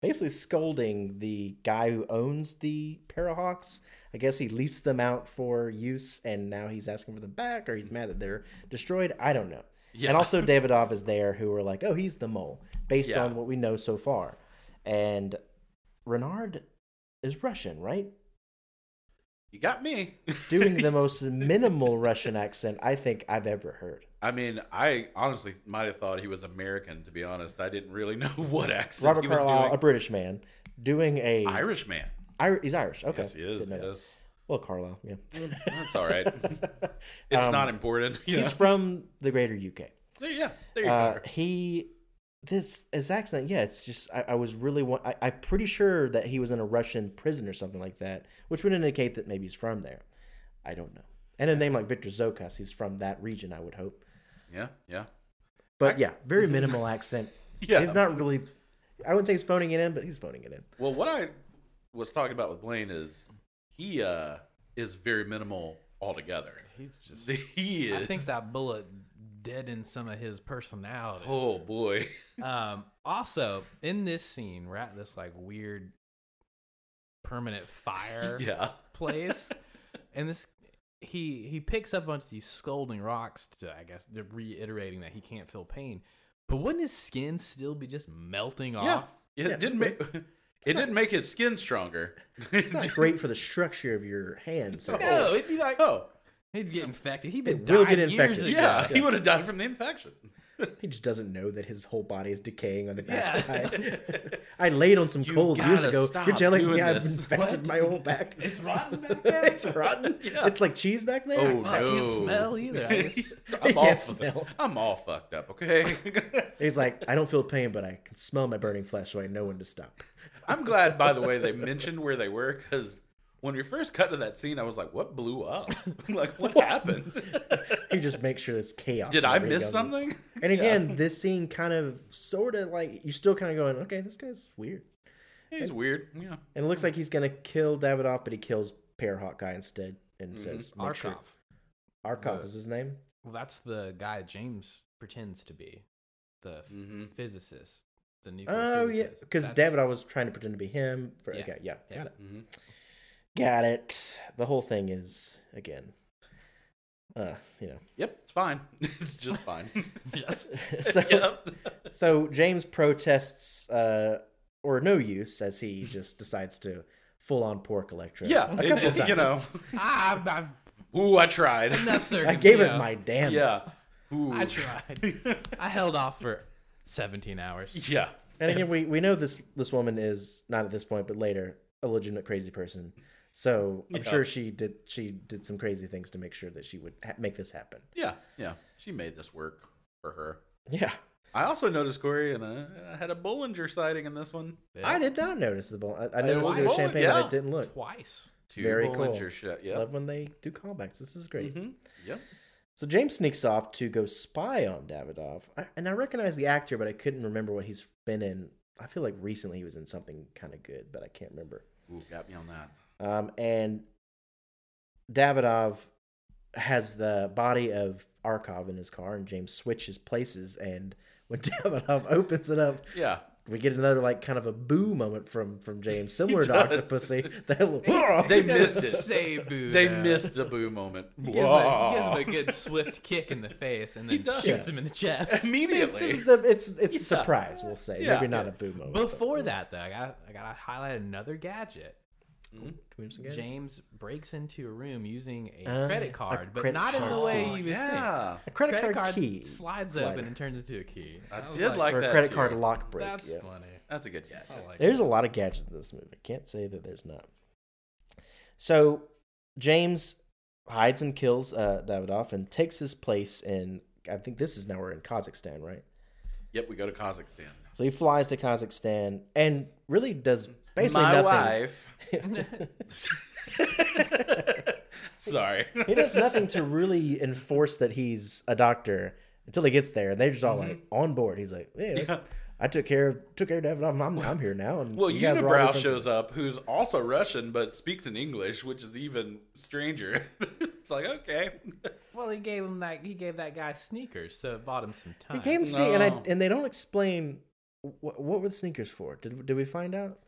B: basically scolding the guy who owns the Parahawks. I guess he leased them out for use, and now he's asking for them back, or he's mad that they're destroyed. I don't know.
C: Yeah.
B: And
C: *laughs*
B: also Davidoff is there, who are like, oh, he's the mole, based
C: Yeah.
B: on what we know so far. And Renard is Russian, right?
C: you got me. *laughs*
B: Doing the most minimal Russian accent I think I've ever heard.
C: I mean, I honestly might have thought he was American, to be honest. I didn't really know *laughs* what accent
B: Robert
C: he was
B: Carlyle, a
C: doing.
B: British man, doing a
C: Irish man.
B: Ir- he's Irish. Okay.
C: Yes, he is.
B: Didn't know that.
C: Yes.
B: Well, Carlisle. Yeah. Um,
C: That's all right. *laughs*
B: *laughs*
C: It's not important. *laughs* Yeah.
B: He's from the greater UK.
C: There, *laughs* yeah. There you
B: Uh,
C: go.
B: he, this his accent. Yeah, it's just I, I was really wa- I, I'm pretty sure that he was in a Russian prison or something like that, which would indicate that maybe he's from there. I don't know. And a name like Victor Zokas, he's from that region, I would hope.
C: Yeah. Yeah.
B: But yeah,
C: *laughs*
B: very minimal accent.
C: Yeah.
B: He's not really. I wouldn't say he's phoning it in, but he's phoning it in.
C: Well, what I was talking about with Blaine is he uh, is very minimal altogether. *laughs*
D: He's just.
C: He is.
D: I think that bullet deadened some of his personality.
C: Oh boy.
D: Um, also, in this scene, we're at this like weird permanent fire
C: *laughs* Yeah.
D: place, *laughs* and this he he picks up a bunch of these scolding rocks to I guess they're reiterating that he can't feel pain. But wouldn't his skin still be just melting
C: Yeah.
D: off?
C: It didn't make. *laughs* It didn't make his skin stronger.
B: It's
C: *laughs*
B: not great for the structure of your hand. So
D: No, it'd be like
C: Oh,
D: he'd get infected. He'd
B: It
D: been
B: will
D: dying
B: get
D: years
B: infected.
D: ago.
C: yeah. He would have died from the infection.
B: he just doesn't know that his whole body is decaying on the
D: Yeah.
B: backside.
C: *laughs*
B: I laid on some
C: You
B: coals years
C: gotta
B: ago. You're
C: stop
B: telling me
C: doing
B: I've
C: this.
B: infected
D: What?
B: my whole back. *laughs*
D: It's *laughs* rotten back there.
B: it's rotten.
C: *laughs* Yeah.
B: It's like cheese back there.
C: Oh
D: I
C: no.
D: can't smell either. I
B: *laughs*
C: *laughs*
D: guess.
C: I'm
B: He
C: all,
B: can't
C: fu-
B: smell.
C: I'm all fucked up. Okay. *laughs*
B: He's like, I don't feel pain, but I can smell my burning flesh, so I know when to stop.
C: I'm glad, by the way, they mentioned where they were because when we first cut to that scene, I was like, "What blew up? *laughs* like, what
D: *laughs*
C: happened? *laughs*
B: He just makes sure it's chaos.
C: Did I
B: whenever he
C: miss
B: goes.
C: something?"
B: And again, this scene kind of, sort of like, you still kind of going, okay, this guy's weird.
C: He's weird. Yeah.
B: And it looks like he's gonna kill Davidoff, but he kills Pear Hawkeye instead
C: Mm-hmm.
B: and says,
D: Arkov.
B: "Make sure- Arkov is his name."
D: Well, that's the guy James pretends to be, the f-
C: Mm-hmm.
D: physicist, the nuclear
B: Oh yeah,
D: physicist.
B: because
D: *laughs* That's-
B: Davidoff was trying to pretend to be him. For,
D: Yeah.
B: Okay, yeah,
D: Yeah.
B: got it,
C: Mhm.
B: got it. The whole thing is again, uh, you know. *laughs*
C: Yep. It's fine. *laughs* it's just
D: *laughs*
C: fine.
D: Yes.
B: so,
C: *laughs* yep.
B: so James protests, uh, or no use, as he just decides to full on pork Electra.
C: Yeah.
B: a
C: It
B: couple
C: just,
B: times.
C: *laughs* you know.
D: Ah, I've, I've
C: Ooh, I tried.
D: enough
B: *laughs* I
D: circum-
B: gave
D: you
B: it
D: know.
B: my damn.
C: *laughs* yeah. Ooh.
D: *laughs* I tried. I held off for 17 hours.
C: Yeah.
B: And again, we, we know this this woman is not at this point, but later a legitimate crazy person. So I'm
C: Yeah.
B: sure she did she did some crazy things to make sure that she would ha- make this happen.
C: Yeah. Yeah. She made this work for her.
B: Yeah,
C: I also noticed Corey and I, I had a Bollinger sighting in this one.
B: I did not notice the ball. I, I noticed
C: was
B: there was
C: bowling,
B: champagne, but
C: yeah.
B: I didn't look.
D: Twice.
C: Two
B: Very cool.
C: Bollinger shit. Yep.
B: Love when they do callbacks. This is great.
C: Mhm. Yep.
B: So James sneaks off to go spy on Davidoff, I, and I recognize the actor, but I couldn't remember what he's been in. I feel like recently he was in something kind of good, but I can't remember.
C: Ooh, got me on that.
B: Um, and Davidov has the body of Arkov in his car, and James switches places. And when *laughs* Davidov opens it up,
C: Yeah.
B: we get another like kind of a boo moment from from
C: *laughs*
B: James, similar to
C: does.
B: Octopussy. *laughs* That little,
C: They missed it.
D: Say boo.
C: They
D: though.
C: missed the boo moment.
D: He gives, him a, he gives him a good swift kick in the face and then
C: does.
D: shoots him in the chest.
B: it's,
C: Immediately.
B: the- it's it's a
C: Yeah.
B: surprise, we'll say.
C: Yeah.
B: Maybe not a boo moment. but-
D: *laughs* Before that, though, I got I got to highlight another gadget. James breaks into a room using a
B: Uh, a
D: credit card, but
B: credit
D: not in the way you
C: Oh,
D: would think.
C: yeah.
B: a credit,
D: Credit
B: card,
D: card
B: key
D: slides
B: slider,
D: open and turns into a key.
C: I
D: was
C: did like
B: or a
C: that
B: credit
C: too.
B: card lock break.
D: That's
B: yeah.
D: funny.
C: That's a good guess.
D: I like
B: There's a
D: that.
B: lot of gadgets in this movie. I can't say that there's not. So James hides and kills uh, Davidoff and takes his place in. I think this is now we're in Kazakhstan, right?
C: Yep, we go to Kazakhstan.
B: So he flies to Kazakhstan and really does basically
C: My
B: nothing.
C: wife. *laughs*
D: *laughs*
C: Sorry.
B: he does nothing to really enforce that he's a doctor until he gets there, and they're just all like
C: Mm-hmm.
B: on board. He's like, yeah. I took care of took care of Davidoff. and I'm, I'm here now. And
C: Well,
B: *laughs* you guys are all
C: Unibrow
B: friends with me."
C: shows up, who's also Russian but speaks in English, which is even stranger. *laughs* it's like okay, *laughs*
D: Well, he gave him that. He gave that guy sneakers, so it bought him some time.
B: He came sneak, and I,
C: No.
B: and they don't explain what what were the sneakers for. Did did we find out?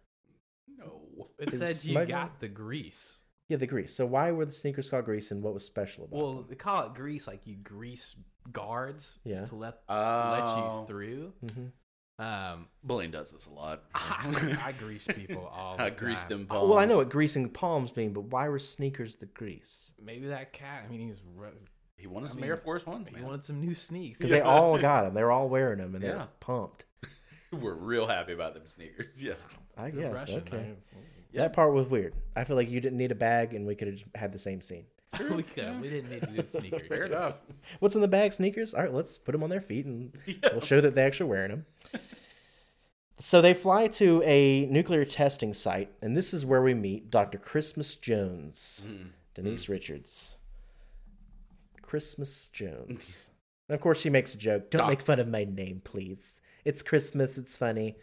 C: no,
D: it
B: was
D: said you
B: smuggling.
D: got the grease.
B: Yeah, the grease. So why were the sneakers called grease, and what was special about?
D: Well, they call it grease, like you grease guards
B: Yeah.
D: to let let
C: Oh.
D: you through.
B: them? Mhm.
C: *laughs*
D: Um,
C: Blaine does this a lot.
D: *laughs* I, I grease people all. The
C: I grease
D: time.
C: them palms.
B: Uh, Well, I know what greasing palms mean, but why were sneakers the grease?
D: Maybe that cat. I mean, he's ru-
C: He wanted some
D: mean,
C: Air Force Ones,
D: he
C: man.
D: wanted some new sneaks.
B: Because they all got them. They were all wearing them, and they
C: Yeah.
B: were pumped.
C: *laughs* We're real happy about them
D: *laughs*
C: sneakers. Yeah,
B: I
D: They're
B: guess.
D: Russian,
B: okay.
D: *laughs*
C: Yeah.
B: That part was weird. I feel like you didn't need a bag, and we could have just had the same scene.
D: I- we, could, we didn't need to do sneakers.
C: *laughs* fair enough.
B: What's in the bag? Sneakers? All right, let's put them on their feet and we'll show that they actually wearing them. so they fly to a nuclear testing site, and this is where we meet Dr. Christmas Jones, Denise Richards. Christmas Jones. And of course, she makes a joke. Don't
C: Doc.
B: make fun of my name, please. It's Christmas. It's funny.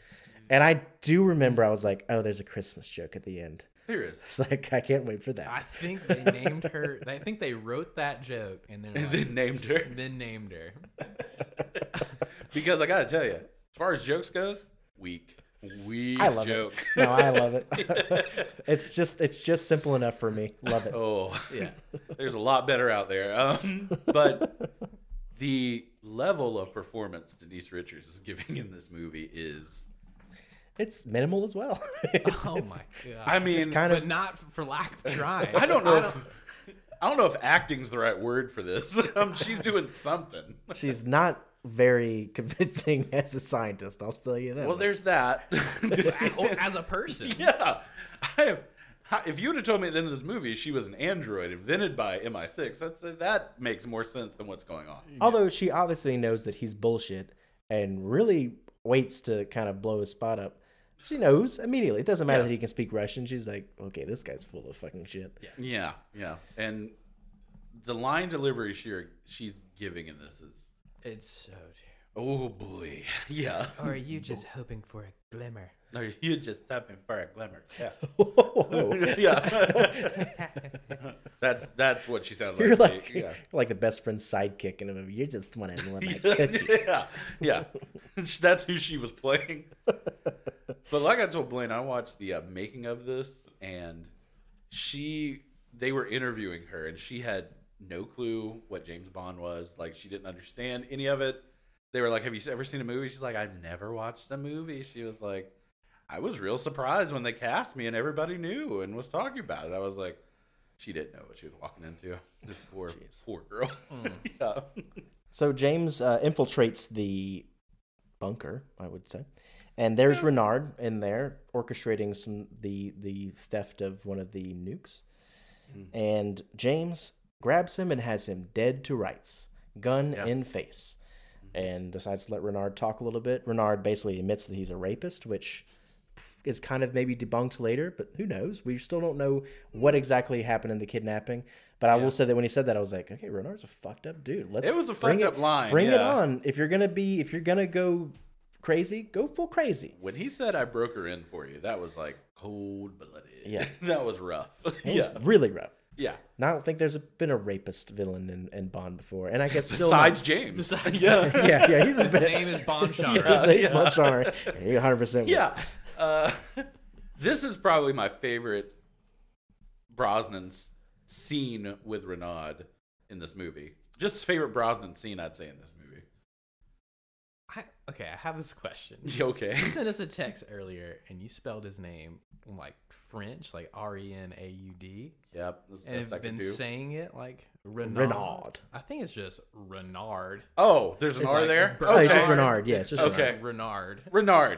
B: And I do remember I was like, oh, there's a Christmas joke at the end. *laughs*
C: There is.
D: *laughs*
B: It's like, I can't wait for that.
D: I think they named her. I think they wrote that joke
C: *laughs*
D: and then
C: And
D: like,
C: then named her.
D: then named her.
C: Because I gotta tell you, as far as jokes goes, weak, weak
B: I love
C: joke.
B: it. No, I love it.
C: *laughs*
B: it's just it's just simple enough for me. Love it.
C: Oh,
D: Yeah,
C: *laughs* there's a lot better out there. Um, but the level of performance Denise Richards is giving in this movie is,
B: It's minimal as well. *laughs*
D: *laughs*
B: It's-
D: Oh
B: it's-
D: my god.
C: I mean,
B: kind
D: but
B: of-
D: not for lack *laughs* of trying.
C: I don't know. if, I don't know if acting's the right word for this. *laughs* Um, she's doing something.
B: She's not very convincing *laughs* as a scientist, I'll tell you that.
C: Well, there's that.
D: as a *laughs* person.
C: *laughs* yeah, I have. I- If you would have told me at the end of this movie she was an android invented by MI6, that's, that makes more sense than what's going on.
B: Although she obviously knows that he's bullshit and really waits to kind of blow his spot up. She knows immediately. It doesn't matter that he can speak Russian. She's like, okay, this guy's full of fucking shit.
C: Yeah, yeah. And the line delivery she she's giving in this is
D: It's so terrible.
C: oh boy. *laughs* Yeah.
D: Or are you just hoping for a glimmer?
C: Are you just tapping for a glimmer? Yeah.
B: *laughs* Whoa.
C: *laughs* yeah. *laughs* that's that's what she sounded like.
B: You're
C: to me,
B: like,
C: yeah.
B: *laughs* like the best friend's sidekick in a movie. You're just one of one
C: *laughs*
B: like cookie.
C: yeah. Yeah. *laughs* That's who she was playing. But like I told Blaine, I watched the uh, making of this and she they were interviewing her and she had no clue what James Bond was. Like she didn't understand any of it. They were like, "Have you ever seen a movie?" She's like, "I've never watched a movie." She was like, "I was real surprised when they cast me and everybody knew and was talking about it." I was like, "She didn't know what she was walking into." This poor, poor girl. *laughs* yeah.
B: So James uh, infiltrates the bunker, I would say, and there's Renard in there orchestrating some the the theft of one of the nukes,
C: Hmm.
B: and James grabs him and has him dead to rights, gun in face,
C: Hmm.
B: and decides to let Renard talk a little bit. Renard basically admits that he's a rapist, which is kind of maybe debunked later, but who knows? We still don't know
C: Hmm.
B: what exactly happened in the kidnapping. But I will say that when he said that, I was like, okay, Renard's a fucked up dude. Let's
C: It was a
B: bring
C: fucked up line,
B: Bring it
C: yeah.
B: on. If you're gonna be, if you're gonna go crazy, go full crazy.
C: When he said I broke her in for you, that was like cold blooded.
B: Yeah.
C: *laughs* that was rough.
B: It was
C: yeah.
B: really rough.
C: Yeah.
B: And I don't think there's been a rapist villain in, in Bond before, and I guess
C: *laughs*
B: still not.
C: Besides James.
D: *laughs* Besides-
B: *laughs*
C: yeah.
B: yeah, yeah, he's a
D: *laughs* His
B: bit.
D: name is *laughs* Bond
B: Yeah, his
D: Genre.
B: name is Bond Genre. You're 100 percent.
C: *laughs* Yeah. Uh, *laughs* this is probably my favorite Brosnan's scene with Renaud in this movie. Just his favorite Brosnan scene, I'd say, in this movie.
D: I, okay, I have this question.
C: *laughs* Yeah, okay.
D: You sent us a text earlier and you spelled his name like French, like R E N A U D.
C: Yep. That's the
D: And
C: best I
D: have
C: can
D: been
C: do.
D: saying it like Renard.
B: Renard.
D: I think it's just Renard.
C: Oh, there's an R
D: Like,
C: there?
D: Bernard.
B: Oh, it's just
C: Okay.
B: Renard. Yeah, it's just
C: Okay.
B: Renard.
D: Like Renard.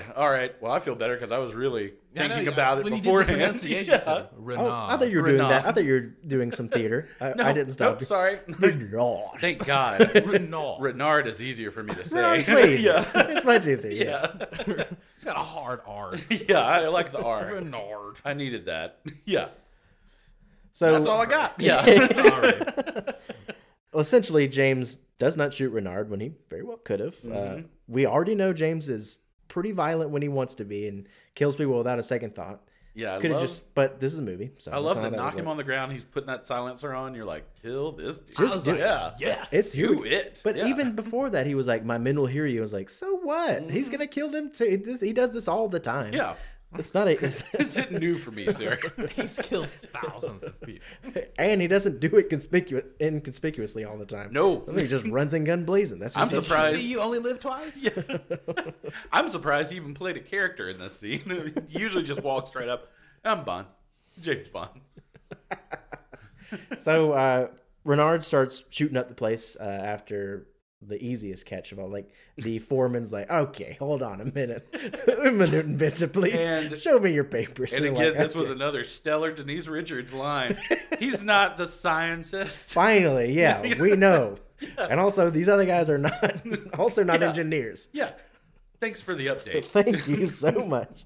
C: Renard. All right. Well, I feel better because I was really
D: Yeah, I know,
C: thinking
D: yeah.
C: about it
D: when You did the
C: beforehand. *laughs*
D: pronunciation, I said Renard.
B: Oh, I thought you were doing that. I
C: Renard.
B: thought you were doing some theater. I,
C: *laughs* No,
B: I didn't stop.
C: Nope,
B: *laughs*
C: sorry.
B: Renard.
C: Thank God.
D: Renard.
C: Renard is easier for *laughs* me to say.
B: No, it's way easier.
C: *laughs* yeah.
B: It's much easier. Yeah.
C: Yeah.
D: It's got a hard
B: *laughs*
D: R. *laughs*
C: yeah, I like the R.
D: Renard.
C: I needed that. *laughs* Yeah.
B: So
C: That's all I got. *laughs* Yeah.
D: Sorry.
B: *laughs* Well, essentially, James does not shoot Renard when he very well could have.
C: Mm-hmm.
B: Uh, we already know James is pretty violent when he wants to be and kills people without a second thought.
C: Yeah. I
B: Could have
C: love,
B: just, but this is a movie. So
C: I love that knock him on the ground. He's putting that silencer on. You're like, kill this dude.
B: Just
C: I was
B: do
C: like,
B: it.
C: yeah.
D: yes.
B: *laughs* It's
C: Do
B: huge.
C: it.
B: But
C: Yeah.
B: even before that, he was like, "My men will hear you." I was like, "So what? He's gonna kill them too." This- He does this all the time.
C: *laughs* Mm-hmm. Yeah.
B: it's not a, it's, *laughs*
C: This isn't new for me, sir.
D: He's killed thousands
B: *laughs*
D: of people.
B: and he doesn't do it conspicuous inconspicuously all the time.
C: No.
B: I mean, he just runs and gun blazing. That's
C: I'm
B: just it.
C: surprised.
D: See, you only live twice? Yeah.
C: I'm surprised he even played a character in this scene. *laughs* he usually just walks right up. I'm Bond. James Bond.
B: So uh, Renard starts shooting up the place uh, after the easiest catch of all. Like
C: *laughs*
B: the foreman's like, "Okay, hold on a minute, *laughs* a minute, bitch, please
C: And-
B: show me your papers."
C: And
B: They're
C: again,
B: like,
C: this was
B: "Okay."
C: another stellar Denise Richards line. He's not the scientist.
B: finally, yeah, we know. And also, these other guys are not *laughs* also not
C: Yeah.
B: engineers.
C: *laughs* Yeah. Thanks for the update.
B: Thank
C: *laughs*
B: you so much.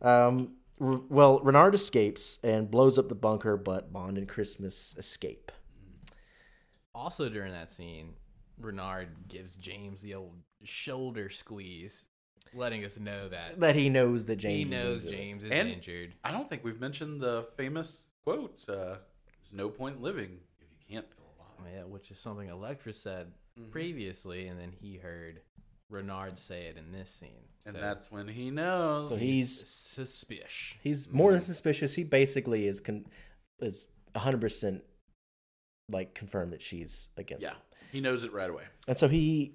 B: Um, r- well, Renard escapes and blows up the bunker, but Bond and Christmas escape.
D: Also during that scene, Renard gives James the old shoulder squeeze, letting us know that
B: that he knows that James
D: he
B: is
D: knows
B: injured.
D: James is
C: And-
D: injured.
C: I don't think we've mentioned the famous quote uh, There's no point living if you can't feel alive.
D: Oh, Yeah, which is something Electra said
B: Mm-hmm.
D: previously, and then he heard Renard say it in this scene.
C: And
D: So,
C: that's when he knows.
B: So he's
D: suspicious.
B: he's more than suspicious. He basically is con- is hundred percent like confirmed that she's against.
C: yeah,
B: him.
C: he knows it right away.
B: And so he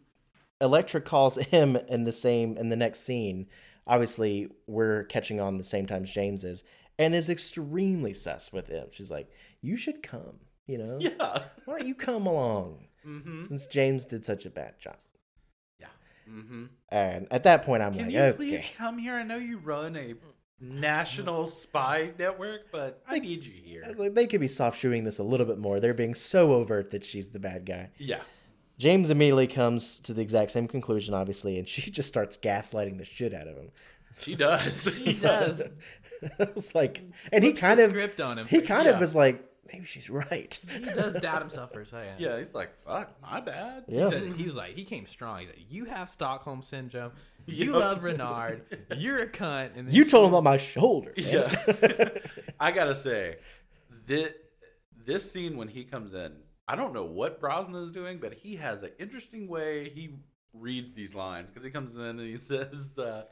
B: Electra calls him in the same in the next scene. Obviously, we're catching on the same time as James is, and is extremely sus with him. She's like, "You should come, you know?
C: Yeah.
B: Why don't you come along?
C: Mm-hmm.
B: Since James did such a bad job."
C: Yeah. Mm-hmm.
B: And at that point, I'm
C: Can
B: like,
C: you
B: "Okay,
C: please come here? I know you run a national spy network, but I need you
B: I was
C: here.
B: like, they could be soft shoeing this a little bit more. They're being so overt that she's the bad guy."
C: Yeah.
B: James immediately comes to the exact same conclusion, obviously, and she *laughs* just starts gaslighting the shit out of him. *laughs*
C: *laughs* She does.
D: He does.
B: I was like, and he
D: Flips
B: kind
D: the
B: of
D: script on him.
B: he kind
C: Yeah.
B: of was like, maybe she's right.
D: He does doubt himself for a
B: *laughs*
D: *laughs* second.
C: yeah, he's like, fuck, my bad.
D: He,
B: Yeah.
C: *laughs*
D: said- he was like, he came strong. He said, "You have Stockholm syndrome. You
C: Yeah.
D: love Renard. You're a cunt." And then
B: You told him about my shoulder. man.
C: Yeah. *laughs* I gotta say, this, this scene when he comes in, I don't know what Brosnan is doing, but he has an interesting way he reads these lines because he comes in and he *laughs* says, uh,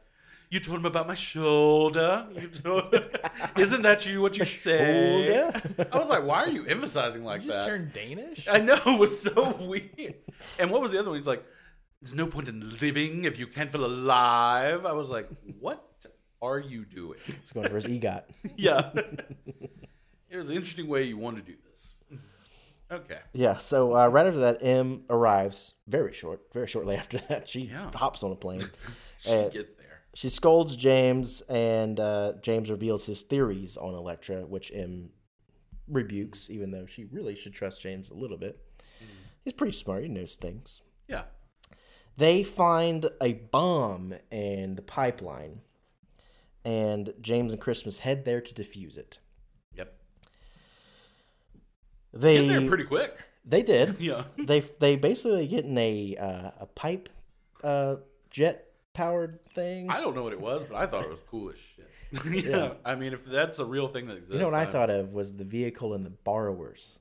C: "You told him about my shoulder. You told *laughs* isn't that you what you say?"
B: Shoulder?
C: I was like, "Why are you emphasizing like
D: you just
C: that?"
D: turned Danish.
C: I know it was so weird. And what was the other one? He's like, "There's no point in living if you can't feel alive." I was like, "What are you doing?"
B: *laughs* He's going for his EGOT.
C: *laughs* yeah. it was an interesting way you want to do this. Okay.
B: Yeah. So uh, right after that, M arrives very short, very shortly after that. She
C: Yeah.
B: hops on a plane.
C: *laughs* She
B: Uh,
C: gets there.
B: she scolds James, and uh, James reveals his theories on Elektra, which M rebukes, even though she really should trust James a little bit.
C: Mm.
B: He's pretty smart. He knows things.
C: Yeah.
B: they find a bomb in the pipeline, and James and Christmas head there to defuse it.
C: Yep.
B: They
C: Get there pretty quick.
B: they did.
C: *laughs* Yeah.
B: They they basically get in a uh, a pipe uh, jet powered thing.
C: I don't know what it was, but I thought it was cool as shit. *laughs* yeah. I mean, if that's a real thing that exists.
B: you know what I
C: I'm
B: thought of was the vehicle and the borrowers.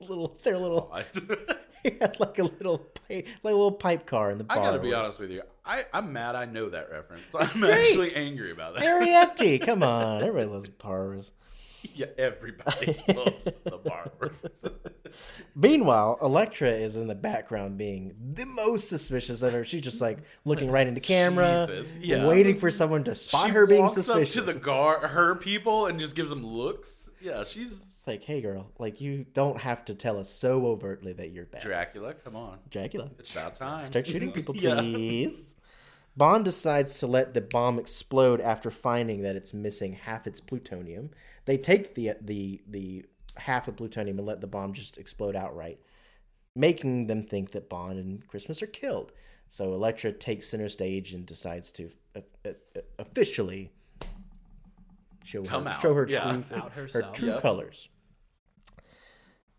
B: Little, their
C: *laughs*
B: little, *laughs*
C: not.
B: he had like a little, pi- like a little pipe car in the.
C: *laughs* I
B: Borrowers.
C: got to be honest with you. I, I'm mad I know that reference. I'm
B: great.
C: actually angry about that.
B: Ariette, come on, everybody loves borrowers.
C: *laughs* yeah, everybody *laughs* loves the
B: *laughs*
C: borrowers.
B: Meanwhile, Electra is in the background being the most suspicious of her. She's just like looking right into camera,
C: Jesus, yeah.
B: waiting for someone to spot
C: She
B: her being
C: walks
B: suspicious.
C: up to the guard, her people, and just gives them looks. Yeah, she's
B: It's like, hey, girl, like you don't have to tell us so overtly that you're bad.
C: Dracula. Come on.
B: Dracula,
C: It's about time. *laughs*
B: start shooting people,
C: Yeah.
B: please. Bond decides to let the bomb explode after finding that it's missing half its plutonium. They take the the the half of plutonium and let the bomb just explode outright. making them think that Bond and Christmas are killed. So Elektra takes center stage and decides to uh, uh, uh, officially show
C: Come
B: her,
C: out.
B: show her
C: Yeah.
B: truth,
D: Out
B: her
D: herself.
B: true
C: Yep.
B: colors.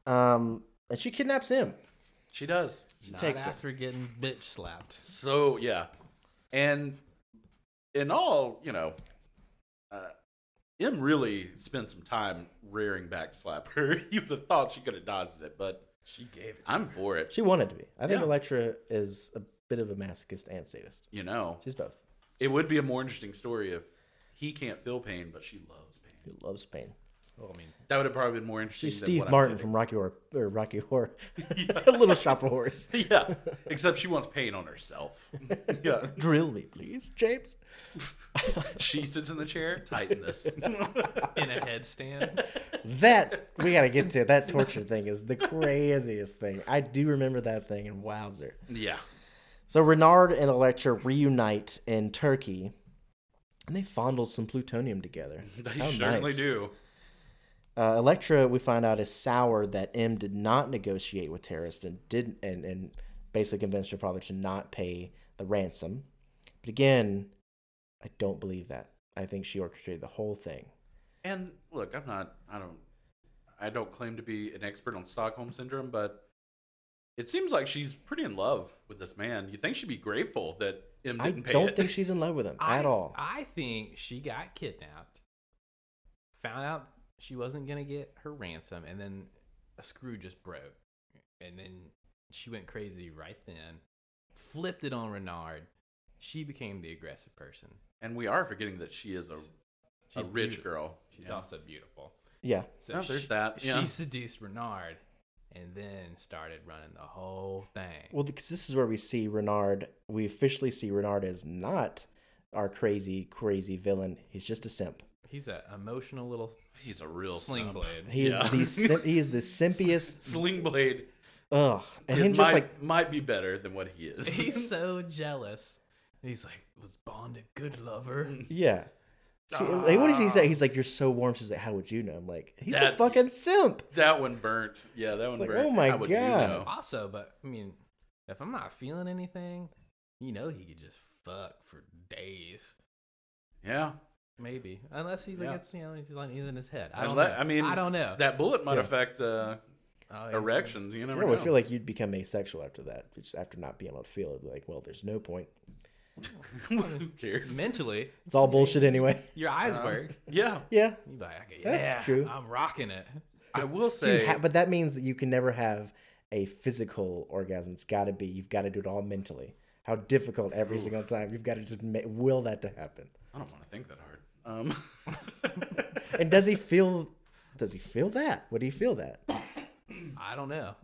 B: Um, and she kidnaps him.
C: She does.
B: She
D: Not
B: takes him.
D: after getting bitch slapped.
C: So yeah, and in all, you know, uh, M really spent some time rearing back to slap *laughs* her. you would have thought she could have dodged it, but
D: She gave it.
C: I'm for it.
B: She wanted to be. I think
C: Yeah.
B: Elektra is a bit of a masochist and sadist.
C: You know,
B: She's both.
C: it would be a more interesting story if he can't feel pain, but she loves pain.
B: She loves pain.
D: Well, I mean,
C: That would have probably been more interesting.
B: She's
C: than
B: Steve
C: what I'm
B: Martin
C: getting.
B: from Rocky Horror, or Rocky Horror, *laughs* Little Shop of Horrors.
C: *laughs* yeah, except she wants pain
B: *laughs*
C: on herself. yeah,
B: Drill me, please, James.
C: she sits in the chair. Tighten
B: *laughs*
C: this.
D: in a headstand.
B: That we gotta get to that
C: *laughs*
B: torture thing is the craziest thing. I do remember that thing and wowzer.
C: yeah,
B: So Renard and Electra reunite in Turkey, and they fondle some plutonium together.
C: they
B: How
C: certainly
B: nice.
C: do.
B: Uh, Electra, we find out, is sour that M did not negotiate with terrorists and didn't and, and basically convinced her father to not pay the ransom. But again, I don't believe that. I think she orchestrated the whole thing.
C: And look, I'm not. I don't. I don't claim to be an expert on Stockholm syndrome, but It seems like she's pretty in love with this man. You think she'd be grateful that M
B: I
C: didn't pay
B: don't
C: it.
B: think she's in love
C: *laughs*
B: with him
D: I-
B: at all.
D: I think she got kidnapped, found out she wasn't gonna get her ransom, and then a screw just broke, and then she went crazy right then, flipped it on Renard. She became the aggressive person.
C: and we are forgetting that she is a, a
D: She's
C: rich
D: beautiful.
C: girl.
D: She's
C: Yeah.
D: also beautiful.
B: yeah.
D: So
C: Oh, there's
D: she-
C: that, yeah.
D: She seduced Renard, and then started running the whole thing.
B: Well, because this is where we see Renard. We officially see Renard as not our crazy, crazy villain. He's just a simp.
D: He's an emotional little
C: He's a real
D: sling
C: simp.
D: blade. *laughs*
B: He is
C: Yeah.
B: the sim- he is the simpiest.
C: *laughs* Sling blade
B: Ugh, and
C: is-
B: him
C: might,
B: just like
C: might be better than what he
D: *laughs*
C: is.
D: He's so jealous. He's like, was Bond a good
B: Mm.
D: lover?
B: yeah. So, like, what does he say? He's like, "You're so warm." She's like, "How would you know?" I'm like, "He's a
C: That-
B: fucking simp."
C: *laughs* that one burnt. Yeah, that one
B: like,
C: burnt.
B: oh my
C: How would you
B: God.
C: know?
D: Also, but I mean, if I'm not feeling anything, you know, he could just fuck for days,
C: Yeah.
D: maybe, unless he's
C: Yeah.
D: like, it's, you know, he's like, he's in his head. I don't
C: Unless-
D: know.
C: I mean,
D: I don't know.
C: That bullet might
B: Yeah.
C: affect uh,
D: Oh, yeah.
C: erections. You
B: I
C: never
B: don't know, I
C: know.
B: feel like you'd become asexual after that, just after not being able to feel it. Like, well, there's no point.
C: *laughs* Who cares?
D: mentally,
B: It's all bullshit anyway. *laughs*
D: your eyes
C: Um,
D: work.
C: Yeah,
B: yeah,
D: You like, okay,
B: that's
D: yeah,
B: true.
D: I'm rocking it.
C: I will
B: So you
C: say.
B: ha- but that means that you can never have a physical orgasm. It's got to be you've got to do it all mentally. How difficult every single time. You've got to just ma- will that to happen.
C: I don't want to think that hard. Um, *laughs*
B: And does he feel? Does he feel that? Would he feel that? *laughs*
D: I don't know.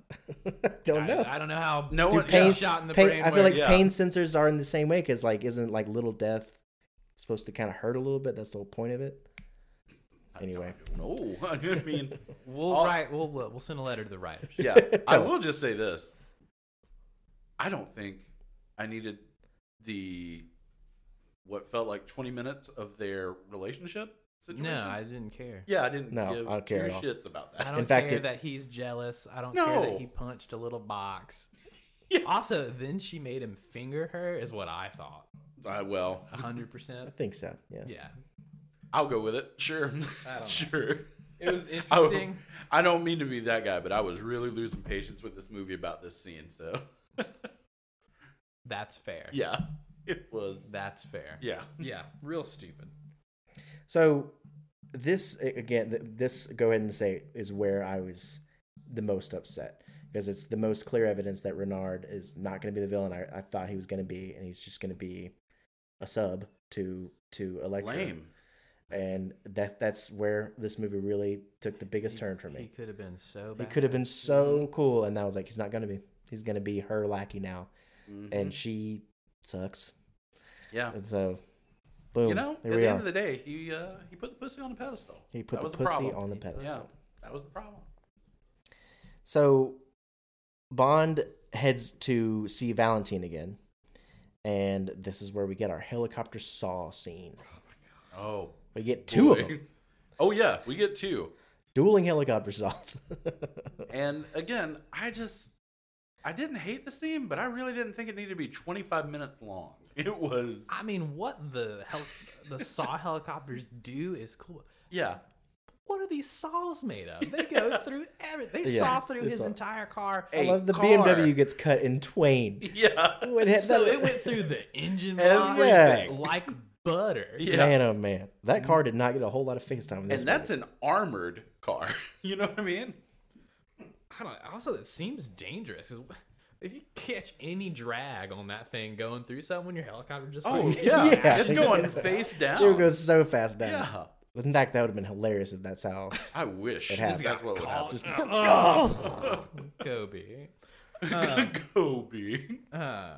B: Don't know.
D: I, I don't know how.
C: no
D: Dude,
C: one.
D: pain-
C: yeah.
D: shot in the
B: Oh, pain-
D: brain
B: I feel like
D: works.
C: Yeah.
B: pain sensors are in the same way because like isn't like little death supposed to kind of hurt a little bit? That's the whole point of it. Anyway,
C: *laughs* No, I
B: *laughs*
C: mean,
D: We'll
C: All-
D: write. We'll we'll we'll send a letter to the writers.
C: *laughs* yeah. I
B: Tell
C: will
B: us.
C: just say this. I don't think I needed the what felt like 20 minutes of their relationship situation.
D: No, I didn't care.
C: yeah, I didn't
B: No,
C: give
B: I don't care at
C: two
B: all.
C: shits about
D: I
C: that.
D: don't
B: In fact,
D: care
B: it-
D: that he's jealous. I don't care
C: No.
D: that he punched a
C: *laughs*
D: little box. Also, then she made him finger her, is what I thought.
C: I, well, *laughs*
D: A 100%.
B: I think so. Yeah.
D: Yeah.
C: I'll go with it. Sure, *laughs*
D: don't know.
C: sure.
D: It *laughs* was
C: I,
D: interesting.
C: I don't mean to be that guy, but I was really losing patience with this movie about this scene. So
D: That's fair.
C: yeah, it was.
D: That's fair.
C: Yeah,
D: Yeah. Real stupid.
B: So this a- again, th- this go ahead and say is where I was the most upset because it's the most clear evidence that Renard is not going to be the villain I, I thought he was going to be, and he's just going to be a sub to to Electra.
C: lame.
B: And that that's where this movie really took the biggest turn for
D: He
B: me.
D: could have been so
B: He
D: bad.
B: could have been
C: Mm-hmm.
B: so cool, and I was like, he's not going to be. He's going to be her lackey now, and she sucks.
C: Mm-hmm. Yeah,
B: And so, boom.
C: you know,
B: there
C: at
B: we
C: the
B: are.
C: end of the day, he uh, he put the pussy on a pedestal.
B: he put
C: that
B: the
C: was
B: pussy
C: problem.
B: on the
D: He put-
B: pedestal.
C: Yeah, that was the problem.
B: So Bond heads to see Valentine again, and this is where we get our helicopter saw scene.
C: Oh,
B: We get two of
C: boy.
B: them,
C: *laughs* Oh yeah, we
B: *laughs*
C: get two.
B: dueling helicopter saws. *laughs*
C: And again, I just I didn't hate the scene, but I really didn't think it needed to be 25 minutes long. *laughs* It was
D: I mean, what the hell the saw helicopters do is cool.
C: yeah. *laughs*
D: What are these saws made of? They
B: *laughs*
D: go through everything. They
B: Yeah,
D: saw through
B: they
D: his
B: saw-
D: entire car.
B: I
C: a
B: love the
C: car.
B: BMW gets cut in
C: *laughs*
B: twain.
C: Yeah.
B: When it-
D: So
B: that- *laughs*
D: it went through the engine block
B: Everything.
D: like butter.
C: Yeah. Mm-hmm.
B: Man, oh man, that car did not get a whole lot of face time. in this
C: And that's
B: movie.
C: an armored car. *laughs* You know what I mean?
D: I don't. Also, it seems dangerous. 'cause If you catch any drag on that thing going through something when your helicopter just
C: Oh
D: like,
C: yeah.
B: Yeah. *laughs*
C: It's going face down.
B: it goes so fast down.
C: Yeah.
B: In fact, that would have been hilarious if that's
C: *laughs*
B: how.
C: I wish
B: happened.
C: that's what would happen.
D: Just, *laughs*
C: *laughs*
D: Kobe.
C: Kobe.
D: Uh,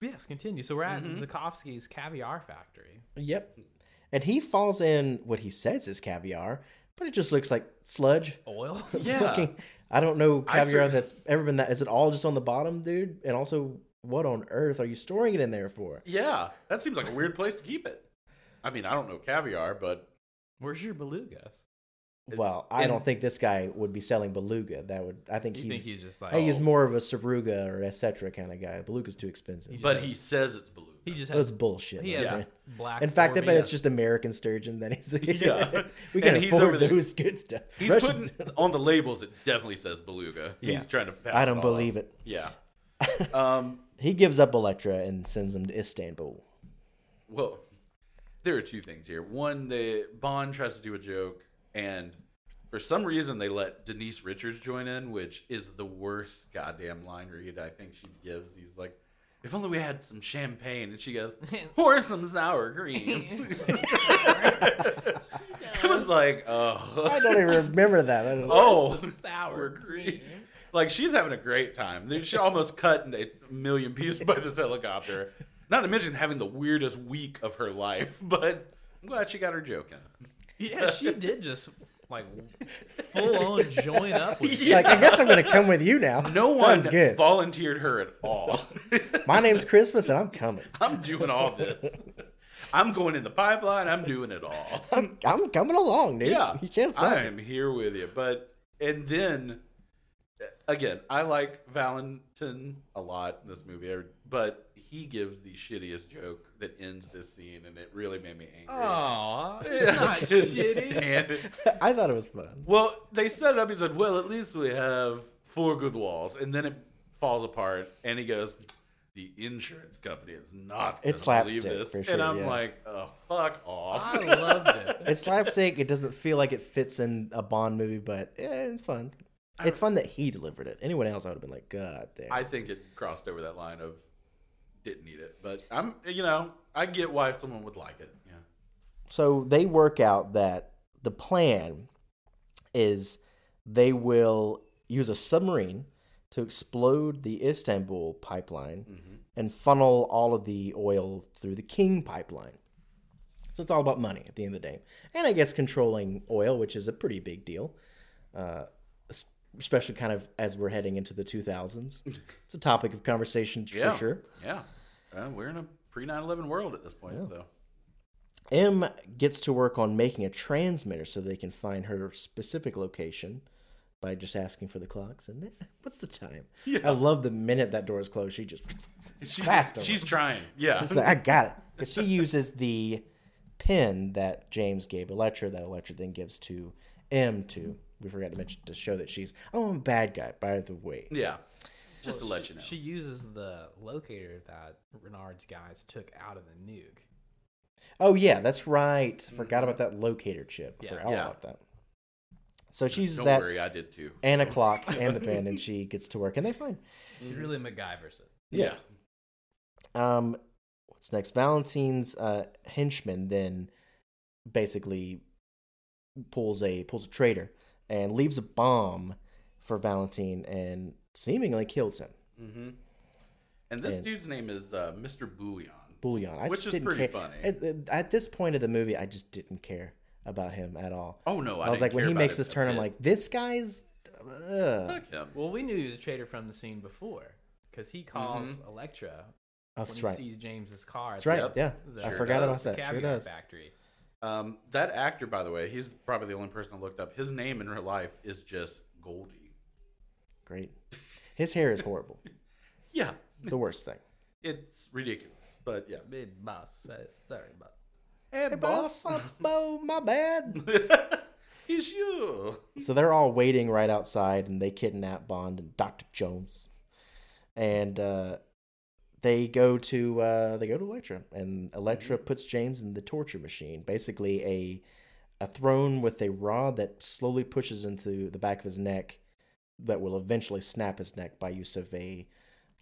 D: yes, continue. So we're at
B: Mm-hmm.
D: Zukovsky's Caviar Factory.
B: Yep. And he falls in what he says is caviar, but it just looks like sludge.
D: *laughs* Oil.
C: Yeah. *laughs*
B: fucking I don't know
C: I
B: caviar
C: sur-
B: that's ever been that. Is it all just on the bottom, dude? And also, what on earth are you storing it in there for?
C: Yeah. That seems like a weird place to keep it. I mean, I don't know caviar, but
D: Where's your belugas?
B: Well, I
C: And-
B: don't think this guy would be selling beluga. That would I think
D: You
B: he's
D: think he's just like
B: I think he's
D: oh,
B: more of a Sabruga or etc. kind of guy. Beluga's too expensive.
D: just-
C: but he says it's beluga.
D: He just
B: That's
D: has
B: bullshit.
D: he
B: my
D: has
B: friend.
D: black.
B: In fact, I
D: Orbeez.
B: bet it's just American sturgeon that he's. *laughs*
C: Yeah.
B: we can
C: And he's
B: afford
C: over there-
B: those good stuff.
C: He's
B: Russian-
C: putting on the labels. It definitely says beluga.
B: Yeah.
C: He's trying to. Pass
B: I don't
C: all
B: believe
C: off.
B: it.
C: Yeah. *laughs* um.
B: He gives up Electra and sends them to Istanbul.
C: Well, there are two things here. One, the Bond tries to do a joke, and for some reason they let Denise Richards join in, which is the worst goddamn line read I think she gives. He's like, "If only we had some champagne," and she goes, "Pour some sour cream." *laughs* I was like, "Oh,
B: I don't even
C: *laughs*
B: remember that. I don't
C: oh."
D: *laughs* sour cream.
C: *laughs* Like she's having a great time. They- She almost cut into a million pieces by this helicopter. Not to mention having the weirdest week of her life, *laughs* but I'm glad she got her joke in. *laughs*
D: Yeah, she did just like full on join
B: *laughs*
D: up with
B: It's Like I guess I'm gonna come with you now.
C: No
B: Sounds
C: one
B: good.
C: volunteered her at all. *laughs*
B: My name's Christmas and I'm coming.
C: I'm doing all this. I'm going in the pipeline. I'm doing it all.
B: I'm, I'm coming along, dude.
C: Yeah,
B: you can't stop.
C: I
B: me.
C: am here with you. But and then again, I like Valentin a lot in this movie, er, but he gives the shittiest joke that ends this scene, and it really made me angry. *laughs*
D: Oh,
B: *laughs*
C: Yeah,
D: it's not
C: I couldn't
D: shitty.
C: stand it.
B: I thought it was fun.
C: Well, they set it up. He said, "Well, at least we have four good walls," and then it falls apart. And he goes, "The insurance company is not going
B: It's
C: to
B: slapstick,
C: believe this."
B: for
C: and
B: sure,
C: I'm
B: yeah.
C: like, "Oh, fuck off!"
D: I loved it.
B: It's slapstick. It doesn't feel like it fits in a Bond movie, but eh, it's fun. It's fun that he delivered it. Anyone else, I would have been like, God damn.
C: I think it crossed over that line of didn't need it, but I'm, you know, I get why someone would like it. Yeah,
B: So they work out that the plan is they will use a submarine to explode the Istanbul pipeline and funnel all of the oil through the King pipeline. So it's all about money at the end of the day. And I guess controlling oil, which is a pretty big deal, uh, es- especially kind of as we're heading into the 2000s. It's a topic of conversation
C: yeah,
B: for sure.
C: Yeah, Uh, we're in a pre 9/11 world at this point,
B: *laughs*
C: so
B: M gets to work on making a transmitter so they can find her specific location by just asking for the clocks. And eh, what's the time? I love the minute that door is closed, she just *laughs*
C: she,
B: Fast over.
C: she's trying.
B: *laughs*
C: Yeah,
B: it's like, I got it. Because she uses the pin that James gave Electra, that Electra then gives to M to. We forgot to mention to show that she's, oh, I'm a bad guy, by the way.
C: *laughs* yeah. *laughs* Just to let you know.
D: She uses the locator that Renard's guys took out of the nuke.
B: Oh, yeah, that's right. Forgot about that locator chip. I
D: Yeah.
B: forgot all
C: Yeah.
B: about that. So she uses
C: Don't
B: that
C: worry, I did too.
B: and a clock
C: *laughs*
B: and the pin, and she gets to work, and they find.
D: She really MacGyver's it.
C: Yeah.
B: Um, what's next? Valentine's uh, henchman then basically pulls a pulls a traitor and leaves a bomb for Valentine and seemingly kills him.
C: hmm And this
B: And-
C: dude's name is uh, Mr. Bouillon.
B: Bouillon. I
C: Which
B: just
C: is
B: didn't
C: pretty
B: care.
C: funny.
B: At, at- at this point of the movie, I just didn't care about him at all.
C: Oh no, I,
B: I, was
C: didn't
B: like, when
C: care
B: he
C: about
B: makes
C: it
B: this
C: a
B: turn, I'm
C: bit.
B: like, this guy's. Uh,
C: fuck him.
D: Well, we knew he was a traitor from the scene before because he calls Electra
B: oh,
D: when
B: Mm-hmm. that's
D: he
B: right.
D: sees James's car.
B: That's right.
C: Yep.
B: Yeah,
D: The,
B: I
C: Sure
B: forgot
C: does.
B: about that. Sure
D: Caviar
B: does.
D: Factory.
C: Um, that actor, by the way, he's probably the only person I looked up. His name in real life is just Goldie.
B: Great. His hair is horrible.
C: Yeah,
B: the worst thing.
C: it's ridiculous, but yeah.
D: Big boss. says, Sorry, boss.
C: Hey, boss,
B: Oh, my bad.
C: *laughs* he's you.
B: So they're all waiting right outside, and they kidnap Bond and Doctor Jones, and uh, they go to uh, they go to Electra, and Electra
C: Mm-hmm.
B: puts James in the torture machine, basically a a throne with a rod that slowly pushes into the back of his neck, that will eventually snap his neck by use of a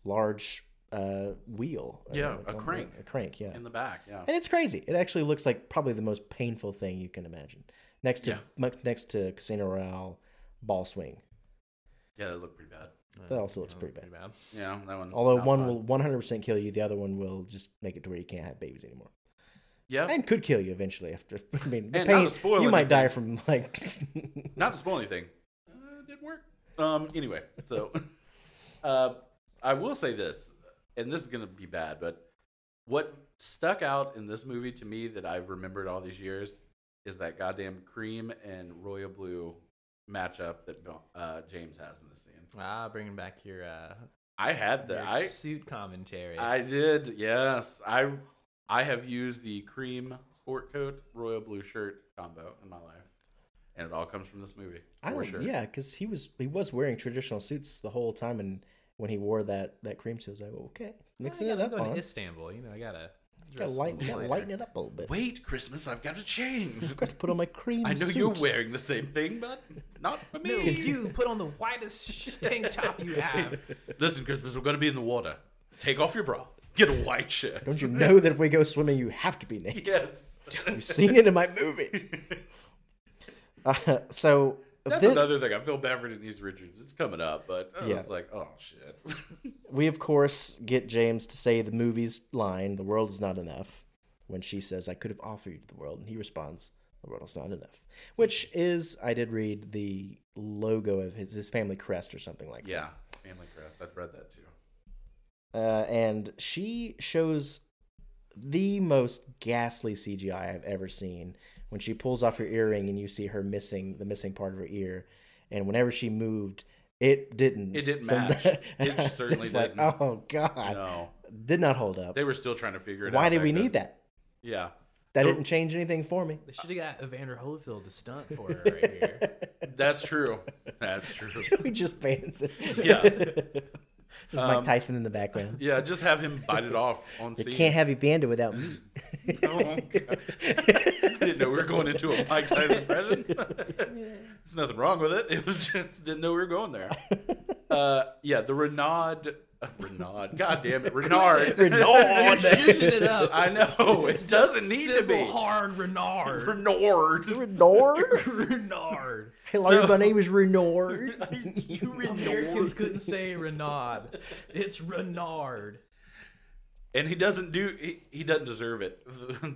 B: large uh, wheel.
C: Yeah,
B: Uh,
C: a crank.
B: A crank, yeah.
C: In the back, yeah.
B: And it's crazy. It actually looks like probably the most painful thing you can imagine. Next to
C: Yeah.
B: mu- next to Casino Royale, Ball Swing.
C: Yeah, that looked pretty bad.
B: That also looks pretty bad.
C: Yeah, that one.
B: Although
C: not
B: one
C: fun.
B: will 100% kill you, the other one will just make it to where you can't have babies anymore,
C: Yeah,
B: and could kill you eventually. After *laughs* I mean, the
C: And not
B: pain,
C: to spoil
B: you might die
C: anything.
B: from like. *laughs*
C: not to spoil anything. Uh, it didn't work. Um. Anyway, so *laughs* uh, I will say this, and this is gonna be bad, but what stuck out in this movie to me that I've remembered all these years is that goddamn cream and royal blue matchup that uh, James has in the scene.
D: Ah, bringing back your uh,
C: I had
D: your
C: that. I
D: suit commentary.
C: I did. Yes, I I have used the cream sport coat royal blue shirt combo in my life, and it all comes from this movie.
B: I
C: Or
B: don't.
C: shirt.
B: Yeah, because he was he was wearing traditional suits the whole time, and when he wore that that cream suit, I was like, okay,
C: Oh,
B: mixing
D: I
B: it
D: gotta-
B: up
D: I'm going
B: on.
D: to Istanbul. You know, I gotta
B: Gotta
D: dress
B: lighten,
D: a
B: gotta
D: little
B: lighten
D: lighter.
B: it up a little bit.
C: Wait, Christmas! I've got to change.
B: I've got to put on my cream.
C: I know you're
B: suit.
C: wearing the same thing, but not for
D: No,
C: me.
D: you put on the whitest *laughs* tank top you have.
C: Listen, Christmas, we're gonna be in the water. Take off your bra. Get a white shirt. *laughs*
B: Don't you know that if we go swimming, you have to be naked?
C: Yes.
B: You've seen it in my
C: *laughs*
B: movies. Uh, so
C: That's
B: thi-
C: another thing. I feel bad for Denise Richards. It's coming up, but I
B: Yeah.
C: was like, oh shit. *laughs*
B: we of course get James to say the movie's line, "The world is not enough." When she says, "I could have offered you the world," and he responds, "The world is not enough," which is I did read the logo of his, his family crest or something like
C: yeah, family crest. I've read that too.
B: that. Uh, and she shows the most ghastly CGI I've ever seen when she pulls off her earring and you see her missing the missing part of her ear, and whenever she moved. It didn't.
C: It didn't
B: So- *laughs*
C: match. It
B: It's
C: certainly
B: just like,
C: didn't.
B: Oh god,
C: No,
B: did not hold up.
C: they were still trying to figure it out.
B: Why did
C: back
B: we
C: then.
B: need that?
C: Yeah,
B: That
C: So-
B: didn't change anything for me. *laughs*
D: They should have got Evander Holyfield to stunt for her right here. *laughs*
C: that's true.
B: *laughs*
C: That's true.
B: we just fans *laughs* it.
C: Yeah.
B: just
C: Um,
B: Mike Tyson in the
C: *laughs*
B: background.
C: Yeah, just have him bite it off on
B: You
C: scene.
B: can't have Evander without
C: *laughs*
B: me.
C: Oh, God. I didn't know we were going into a Mike Tyson impression. There's nothing wrong with it. It was just didn't know we were going there. Uh, yeah, the Renaud. Uh, Renaud. God damn it, Renard. *laughs*
B: Renaud.
D: Fusion it up.
C: I know it doesn't need to
D: Simple,
C: be
D: *laughs* hard Renard.
C: Renard. *laughs*
B: Renard?
D: Renard.
B: Hello,
C: So-
B: my name is Renard.
C: *laughs* you
D: Americans
C: Renard.
D: couldn't say Renard. It's Renard.
C: And he doesn't do. He, he doesn't deserve it. *laughs*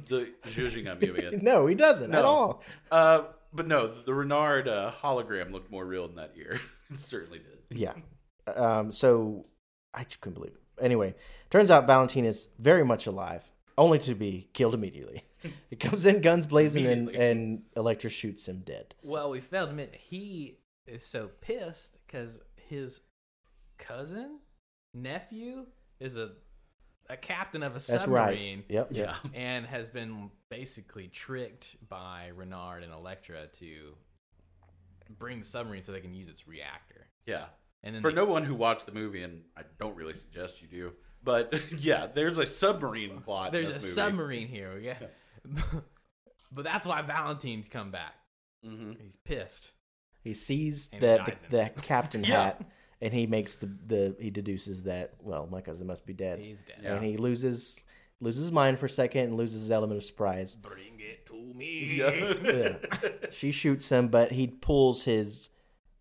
C: The, the zhuzhing I'm
B: *laughs*
C: giving it.
B: No, he doesn't at
C: No.
B: all.
C: Uh, but no, the Renard uh, hologram looked more real than that year. *laughs* it certainly did.
B: Yeah. Um, so I just couldn't believe it. Anyway, turns out Valentine is very much alive, only to be killed
C: *laughs*
B: immediately. He comes in guns blazing and,
C: Immediately.
B: and Electra shoots him dead.
D: Well, we failed to admit he is so pissed because his cousin, nephew, is a a captain of a
B: That's
D: submarine
B: right. Yep.
C: Yeah.
D: and has been basically tricked by Renard and Electra to bring the submarine so they can use its reactor.
C: Yeah.
D: And then
C: For
D: they-
C: no one who watched the movie, and I don't really suggest you do, but *laughs* yeah, there's a submarine plot. in
D: *laughs* there's a
C: this movie.
D: submarine here. Yeah. *laughs* but that's why Valentine's come back.
C: Mhm.
D: He's pissed.
B: He sees
D: And he
B: the,
D: dies
B: the, the
C: *laughs*
D: instantly.
B: captain
C: Yeah.
B: hat, and he makes the, the he deduces that well, my cousin must be dead,
D: He's dead.
C: Yeah.
B: and he loses loses his mind for a second and loses his element of
C: *laughs*
B: surprise.
D: Bring it to me. *laughs*
C: Yeah.
B: Yeah. she shoots him, but he pulls his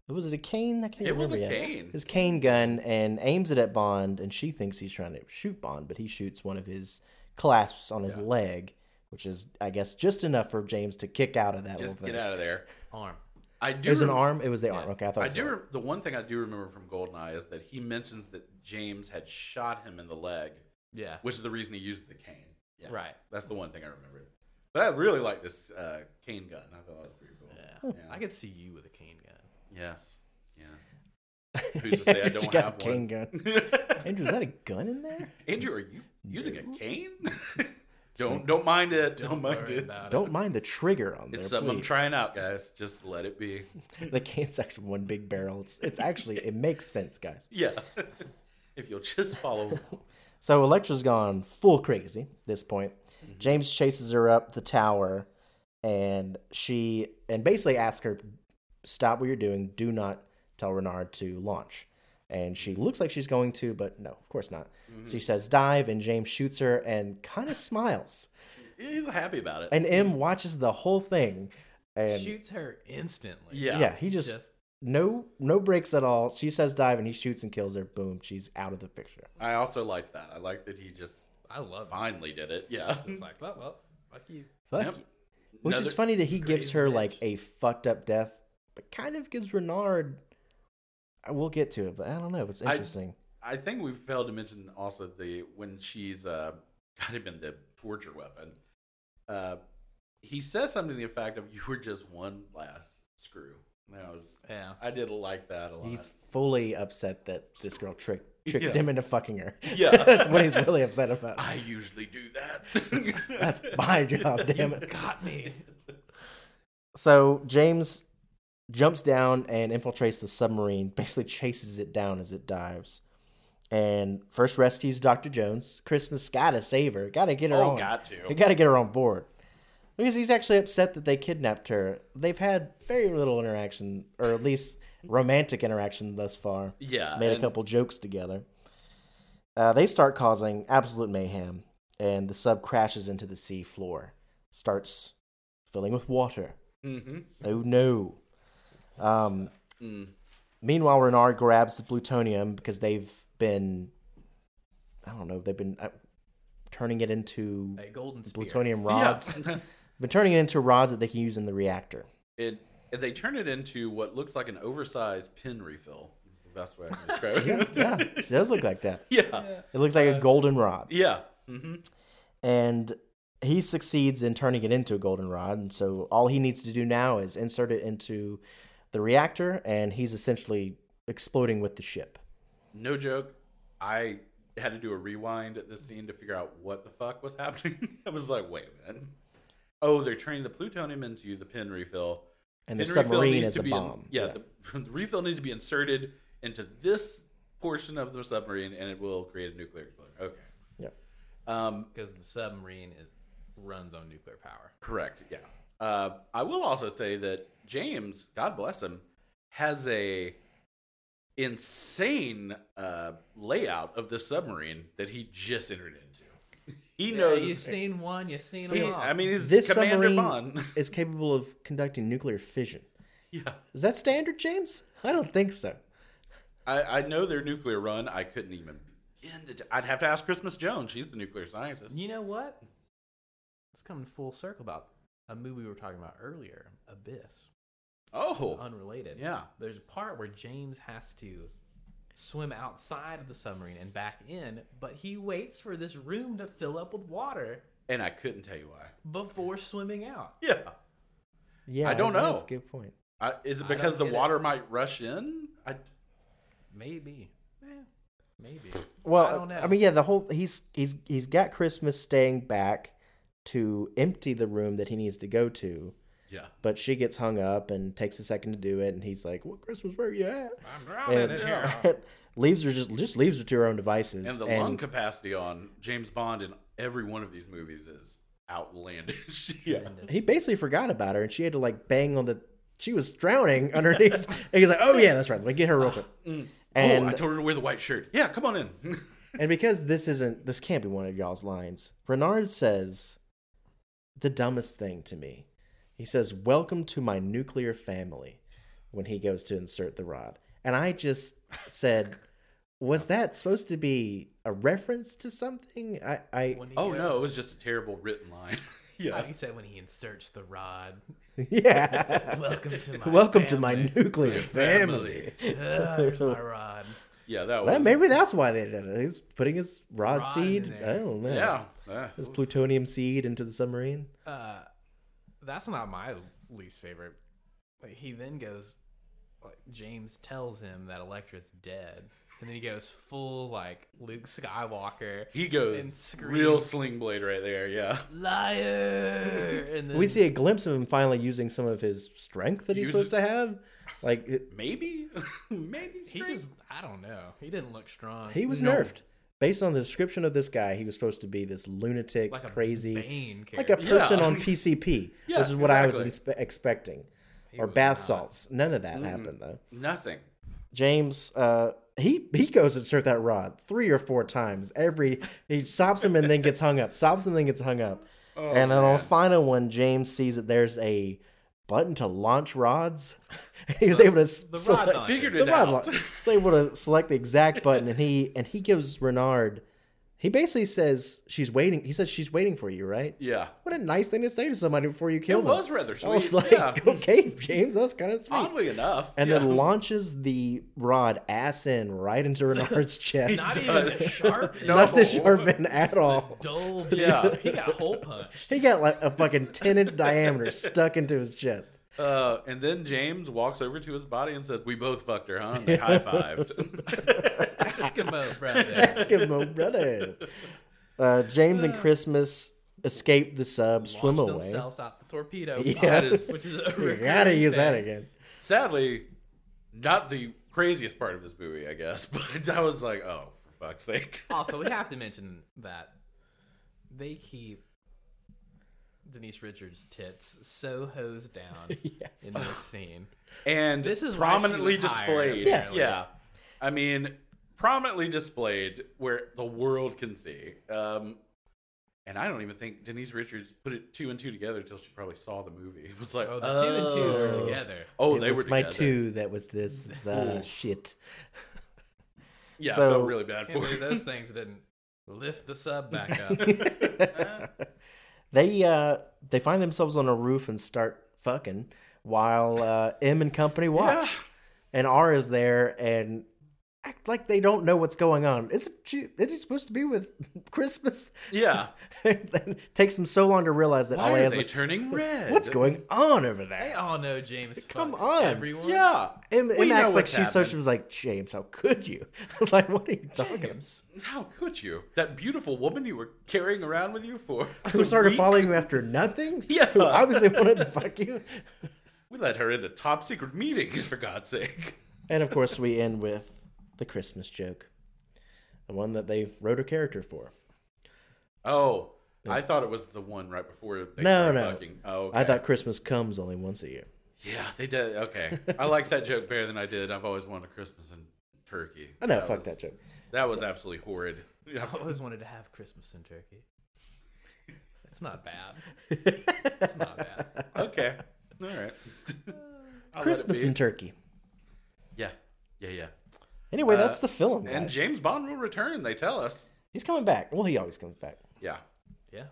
B: was it a cane? I can't
C: It was
B: remember
C: a
B: yet.
C: cane.
B: His cane gun and aims it at Bond, and she thinks he's trying to shoot Bond, but he shoots one of his clasps on his leg, which is I guess just enough for James to kick out of that
C: Just
B: little
C: get
B: thing.
C: out of there.
D: Arm.
C: I do.
B: It was an
C: rem-
B: arm. It was the arm. Okay, I thought. it
C: I
B: was
C: do.
B: the arm.
C: Rem- the one thing I do remember from Goldeneye is that he mentions that James had shot him in the leg,
D: Yeah.
C: which is the reason he used the cane. Yeah.
D: Right.
C: That's the one thing I remembered. But I really like this uh, cane gun. I thought that was pretty cool.
D: Yeah. I could see you with a cane gun.
C: Yes. Yeah.
B: *laughs*
C: Who's to say I
B: She
C: don't
B: got
C: have
B: a cane
C: one?
B: gun.
C: *laughs*
B: Andrew, is that a gun in there?
C: Andrew, are you using a cane? *laughs* don't don't mind it. *laughs* Don't, mind
D: worry
C: it.
D: about
B: Don't mind the trigger on there.
C: It's something I'm
B: please.
C: trying out, guys. Just let it be. *laughs*
B: the cane's actually one big barrel. It's, it's actually it makes sense, guys.
C: Yeah. *laughs* if you'll just follow.
B: So Electra's gone full crazy at this point. James chases her up the tower, and she and basically asks her, "Stop what you're doing. Do not tell Renard to launch." And she looks like she's going to, but no, of course not. She says dive, and James shoots her and kind of smiles.
C: He's happy about it.
B: And M watches the whole thing, and
D: Shoots her instantly.
C: yeah.
B: yeah, he just
D: Just-
B: no no breaks at all. She says dive, and he shoots and kills her. Boom, she's out of the picture.
C: I also like that. I like that he just
D: I love it.
C: finally did it. Yeah.
D: It's like, well, well, fuck you.
B: Fuck
C: *laughs* Yep.
B: you. Which is
C: Another-
B: funny that he gives
D: crazy
B: her
D: bitch.
B: like a fucked up death, but kind of gives Renard. I will get to it, but I don't know. It's
C: I-
B: interesting.
C: I think we failed to mention also *laughs* the when she's uh got him in the torture weapon. Uh he says something to the effect of, "You were just one last screw." And I was,
D: Yeah.
C: I did like that a lot.
B: He's fully upset that this girl tricked tricked
C: Yeah.
B: him into fucking her. *laughs*
C: Yeah.
B: that's what he's really upset about.
C: I usually do
B: *laughs*
C: that.
B: That's my job, damn it.
D: Got me.
B: So James jumps down and infiltrates the submarine, basically chases it down as it dives. And first rescues Dr. Jones. Christmas gotta save her. Gotta get her
C: Oh,
B: on.
C: got to.
B: They gotta get her on board. Because he's actually upset that they kidnapped her. They've had very little interaction, or at least romantic interaction thus far.
C: *laughs* Yeah,
B: Made a
C: Uh, and-
B: couple jokes together. Uh, they start causing absolute mayhem, and the sub crashes into the sea floor. Starts filling with water.
C: mm-hmm.
B: Oh no. Um,
C: Mm.
B: meanwhile, Renard grabs the plutonium because they've been, I don't know, they've been uh, turning it into
D: A golden spear.
B: plutonium rods.
C: Yeah.
B: Been turning it into rods that they can use in the
C: *laughs*
B: reactor.
C: it, *laughs* and they turn it into what looks like an oversized pin refill. Is the best way I can describe
B: *laughs*
C: it.
B: Yeah, it does look like that.
C: *laughs* yeah,
B: It looks
C: Uh,
B: like a golden rod.
C: yeah. Mm-hmm.
B: and he succeeds in turning it into a goldenrod. And so all he needs to do now is insert it into the reactor, and he's essentially exploding with the ship.
C: No joke. I had to do a rewind at this scene to figure out what the fuck was happening. *laughs* I was like, wait a minute. Oh, they're turning the plutonium into the pin refill.
B: And the
C: Pin refill
B: submarine
C: needs
B: is
C: to
B: a
C: be in-
B: bomb.
C: yeah, The, *laughs* the refill needs to be inserted into this portion of the submarine, and it will create a nuclear explosion. Okay.
B: Yeah.
C: Um,
D: Because the submarine is runs on nuclear power.
C: correct. Yeah. Uh, I will also say that James, God bless him, has a insane uh, layout of the submarine that he just entered into. He knows.
D: you've seen one, you've seen
C: he-
D: them all.
C: I mean, he's
B: This
C: Commander
B: submarine
C: Bond. *laughs*
B: is capable of conducting nuclear fission.
C: yeah.
B: Is that standard, James? I don't think so.
C: I, I know their nuclear run. I couldn't even begin to. T- I'd have to ask Christmas Jones. She's the nuclear scientist.
D: you know what? Let's come full circle about a movie we were talking about earlier, Abyss.
C: Oh,
D: Uh, Unrelated.
C: Yeah.
D: There's a part where James has to swim outside of the submarine and back in, but he waits for this room to fill up with water
C: and I couldn't tell you why.
D: before swimming out.
C: Yeah,
B: Yeah,
C: I don't
B: that's
C: know.
B: a good point.
C: I, is it
D: I don't
C: because the
D: get it.
C: water might rush in? I,
D: Maybe. Eh, maybe.
B: Well,
D: I don't know.
B: I mean, yeah, the whole he's he's he's got Christmas staying back to empty the room that he needs to go to.
C: yeah,
B: But she gets hung up and takes a second to do it, and he's like, "What Christmas? Where you at?"
D: I'm drowning
B: And
D: in
B: *laughs*
D: here.
C: *laughs*
B: leaves her just just leaves her to her own devices.
C: and the lung capacity on James Bond in every one of these movies is outlandish. *laughs* yeah,
D: Mm.
B: he basically forgot about her, and she had to like bang on the. She was drowning *laughs* underneath, and he's like, "Oh yeah, that's right. Like get her real quick."
C: oh, I
B: And
C: told her to wear the white shirt. Yeah, come on in. *laughs*
B: and because this isn't this can't be one of y'all's lines. Renard says the dumbest thing to me. He says, "Welcome to my nuclear family," when he goes to insert the rod, and I just said. Was that supposed to be a reference to something? I, I *laughs*
D: When he
C: oh
D: goes-
C: no, it was just a terrible written line. *laughs*
D: I
C: yeah,
D: think he said when he inserts the rod.
B: yeah.
D: *laughs* Welcome
B: *laughs*
D: to my
B: Welcome to my
D: family.
B: nuclear
C: family.
B: family.
D: Ah,
B: *laughs*
D: there's my rod.
C: yeah, that was
B: Well, maybe that's why they did it. He's putting his rod,
D: Rod in
B: seed.
D: there.
B: I don't know.
C: *laughs* yeah. yeah.
B: His plutonium seed into the submarine.
D: Uh, that's not my least favorite. Like, he then goes, like, James tells him that Electra's dead, and then he goes full like Luke Skywalker,
C: He
D: And
C: goes
D: scream.
C: real sling blade right there. Yeah,
B: *laughs*
D: liar, and then
B: We see a glimpse of him finally using some of his strength that he's
C: Uses-
B: supposed to have. Like it,
C: maybe, *laughs* maybe
D: he
C: straight.
D: just I don't know. He didn't look strong.
B: he was
C: No.
B: nerfed. Based on the description of this guy, he was supposed to be this lunatic,
D: like a
B: crazy,
D: Bane
B: like a
D: character.
B: person
C: Yeah.
B: on PCP,
C: Yeah,
B: which is what I was
C: exactly.
B: inspe- expecting.
D: He
B: or
D: was
B: bath
D: not.
B: salts. None of that happened though.
C: nothing.
B: James, uh, he he goes to insert that rod three or four times. Every he stops him and then gets hung up. Stops him and then gets hung up.
C: Oh,
B: and then on the final one, James sees that there's a button to launch rods. *laughs* He's able to s-
D: the rod
B: select-
D: launcher.
C: Figured
B: the
C: it
B: rod
C: out.
B: launch- He's able to select the exact button, and he and he gives Renard He basically says she's waiting. He says she's waiting for you, right?
C: *laughs* Yeah.
B: What a nice thing to say to somebody before you kill
C: It
B: them.
C: was rather
B: I was
C: sweet,
B: like,
C: yeah.
B: *laughs* okay, James, that's kind of sweet.
C: Oddly enough.
B: and
C: yeah.
B: then launches the rod ass in
E: *laughs*
B: right into Renard's chest.
E: Not even the
B: *laughs*
E: sharp.
C: No.
B: Not the
C: Oh.
E: *laughs*
B: sharp end at all.
E: Dull.
B: *laughs*
C: Yeah.
E: He got hole punched.
B: He got like a fucking 10 inch diameter stuck into his chest.
C: Uh, and then James walks over to his body and says, "We both fucked her, huh?" And they high fived.
E: Eskimo brother.
B: Eskimo brothers. Uh, James and Christmas escape the sub, swim
E: Launched
B: away.
E: themselves out the torpedo.
B: *laughs* Yeah.
C: That
E: Pod,
C: is-
E: Which is a
B: You gotta
E: recurring
B: use that
E: thing.
B: again.
C: Sadly, not the craziest part of this movie, I guess. *laughs* But I was like, "Oh, for fuck's sake!"
E: Also, we have to mention that they keep Denise Richards' tits so hosed down
B: *laughs* Yes.
E: in this scene.
C: And
E: This is why she
C: prominently
E: was hired,
C: displayed.
E: Yeah. apparently.
C: yeah. I mean, prominently displayed where the world can see. Um, and I don't even think Denise Richards put it two and two together until she probably saw the movie. *laughs* It was like,
E: Oh, the two and two are
B: Oh.
E: together.
C: Oh,
B: it
C: they
B: was
C: were
B: my
C: together.
B: two that was this uh, shit.
C: Yeah, I
B: So-
C: felt really bad
E: Can't
C: for
E: believe
C: her.
E: those things didn't lift the sub back up.
B: *laughs* They uh, they find themselves on a roof and start fucking while uh, M and company watch.
C: Yeah.
B: And R is there and act like they don't know what's going on. Isn't she? Isn't he supposed to be with *laughs* Christmas?
C: Yeah.
B: takes them so long to realize that
C: Why
B: Ollie
C: are
B: has
C: they
B: like,
C: turning red?
B: what's going on over
E: They
B: there?
E: all know James.
B: Come
E: fucks
B: on.
E: everyone.
C: Yeah.
B: And,
C: We
B: and
C: know
B: acts like
C: what's
B: she's so she
C: happening.
B: was like, James, how could you? *laughs* I was like, what are you talking about?
E: James.
C: How could you? That beautiful woman you were carrying around with you for.
B: Who started
C: *laughs*
B: following you after nothing?
C: Yeah.
B: Who obviously wanted to fuck you.
C: We let her into top secret meetings, for God's sake.
B: And of course, we end with the Christmas joke, the one that they wrote a character for.
C: Oh, I thought it was the one right before they
B: No,
C: started
B: no.
C: fucking. Oh, okay.
B: I thought Christmas comes only once a year.
C: Yeah, they did. Okay. I like that joke better than I did. I've always wanted Christmas in Turkey.
B: I know, fuck
C: was-
B: that
C: *laughs*
B: joke.
C: That was absolutely horrid. Yeah.
E: I always wanted to have Christmas in Turkey. It's not bad. It's not bad.
C: Okay. All right. I'll let it
B: *laughs* Christmas
C: be.
B: in Turkey.
C: Yeah. Yeah, yeah.
B: Anyway,
C: Uh,
B: that's the film.
C: And
B: guys.
C: James Bond will return, they tell us.
B: He's coming back. Well, he always comes back.
C: Yeah.
E: Yeah.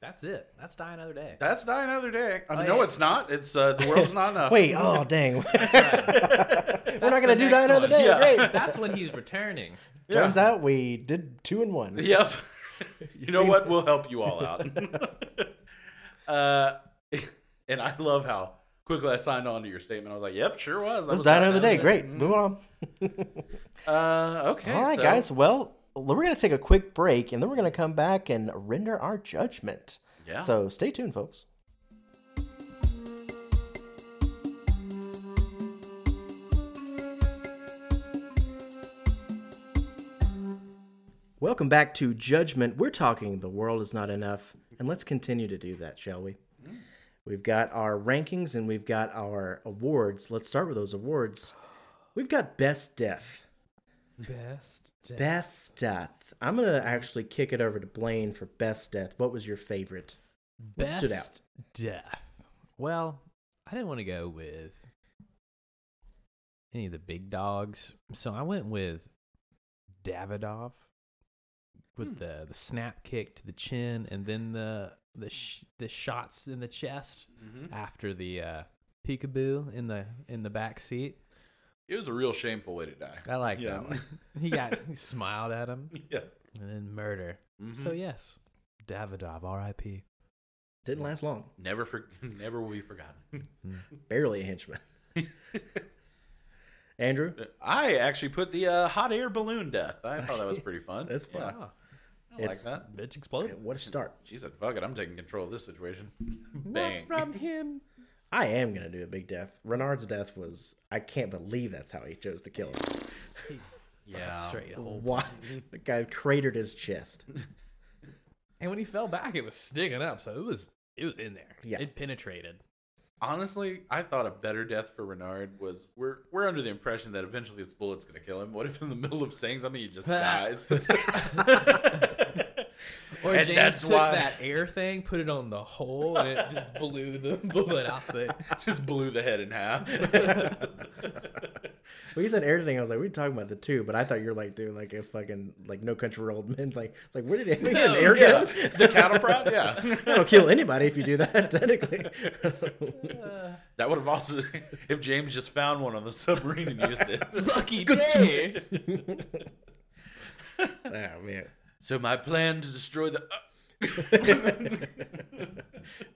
E: That's it. That's Die Another Day.
C: That's Die Another Day. I
E: Oh,
C: mean, no,
E: yeah.
C: it's not. It's uh, The
B: *laughs*
C: World's Not Enough.
B: Wait, oh, dang. *laughs* We're
E: the
B: not going to
E: next
B: do that another
E: one.
B: day.
C: *laughs* Yeah.
B: Great.
E: That's when he's returning.
C: Yeah.
B: Turns out we did two and one.
C: Yep. you know
B: see-
C: what? We'll help you all out. *laughs* uh, *laughs* and I love how quickly I signed on to your statement. I was like, yep, sure was. That
B: Let's
C: was
B: die
C: Die
B: another day.
C: Another
B: Great. Move on.
C: Uh, okay.
B: All right,
C: so-
B: guys. Well, we're going to take a quick break and then we're going to come back and render our judgment.
C: Yeah.
B: So stay tuned, folks. Welcome back to Judgment. We're talking The World Is Not Enough, and let's continue to do that, shall we?
C: Mm.
B: We've got our rankings and we've got our awards. Let's start with those awards. We've got Best Death.
E: Best day.
B: Best death. I'm gonna actually kick it over to Blaine for best death. What was your favorite? What stood out?
D: death. Well, I didn't want to go with any of the big dogs, so I went with Davidoff with the the snap kick to the chin, and then the the sh- the shots in the chest
C: mm-hmm.
D: after the uh, peekaboo in the in the back seat.
C: It was a real shameful way to die.
D: I like
C: Yeah.
D: that one. He got he smiled at him,
C: *laughs* yeah. Mm-hmm.
D: and then murder. So yes, Davidoff, R.I.P.
B: Didn't last long.
C: Never for, *laughs* never will be forgotten. *laughs*
B: Barely a henchman. Andrew,
C: I actually put the uh, hot air balloon death. I thought that was pretty fun.
B: That's fun.
C: Yeah, I like
B: It's-
C: that.
D: Bitch exploded.
B: what a start.
C: She said, "Fuck it, I'm taking control of this situation." *laughs* Bang.
D: from him.
B: I am gonna do a big death. Renard's death was I can't believe that's how he chose to kill him.
C: Yeah.
E: Straight hole.
B: Why the guy cratered his chest. *laughs*
E: And when he fell back, it was sticking up, so it was it was in there.
B: Yeah.
E: It penetrated.
C: Honestly, I thought a better death for Renard was we're we're under the impression that eventually this
B: *laughs*
C: bullet's gonna kill him. What if in the middle of saying something he just dies?
E: Or
C: and
E: James
C: that's
E: took
C: why
E: that air thing, put it on the hole, and it just blew the bullet out of it.
C: *laughs* just blew the head
B: *laughs*
C: in half.
B: When you said air thing, I was like, we were talking about the two, but I thought you were like doing like a fucking like no country for old men. Like it's like where did
C: *laughs*
B: it we had an air
C: *laughs* yeah,
B: gun?
C: *laughs* the cattle prod. Yeah,
B: That'll kill anybody if you do that, *laughs* technically.
C: that would have also if James just found one on the submarine and used it. *laughs*
E: Lucky day.
B: oh man.
C: So my plan to destroy the. uh,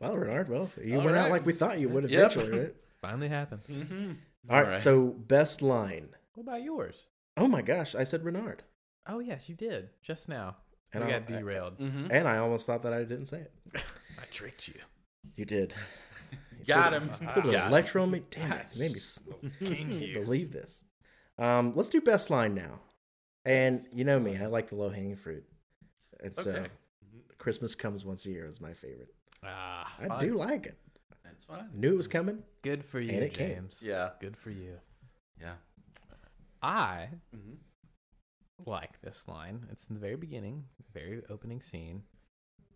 B: Well, Renard, well, you
C: All
B: went out
C: right.
B: like we thought you would
C: Yep.
B: eventually,
C: *laughs*
B: right?
D: Finally happened.
B: All right,
C: All right.
B: so best line.
E: What about yours?
B: Oh my gosh, I said Renard.
E: Oh yes, you did just now.
B: And
E: we
B: I-
E: got derailed.
C: Hmm?
B: And I almost thought that I didn't say it.
C: *laughs*
E: I tricked you.
B: You did.
C: Got
B: *laughs*
C: him.
B: Put an
C: Got him.
B: electro me. Damn it. It made me s- *laughs*
C: Oh,
B: can't believe this. Um, let's do best line now. And you know me, I like the low hanging fruit. It's uh,
C: Okay.
B: Christmas comes once a year is my favorite.
E: Ah,
B: I do like it.
C: That's fine.
B: Knew it was coming.
D: Good for
B: And
D: you,
B: it came.
D: James.
C: Yeah,
D: Good for you.
C: yeah.
D: I
C: Mhm.
D: like this line. It's in the very beginning, very opening scene.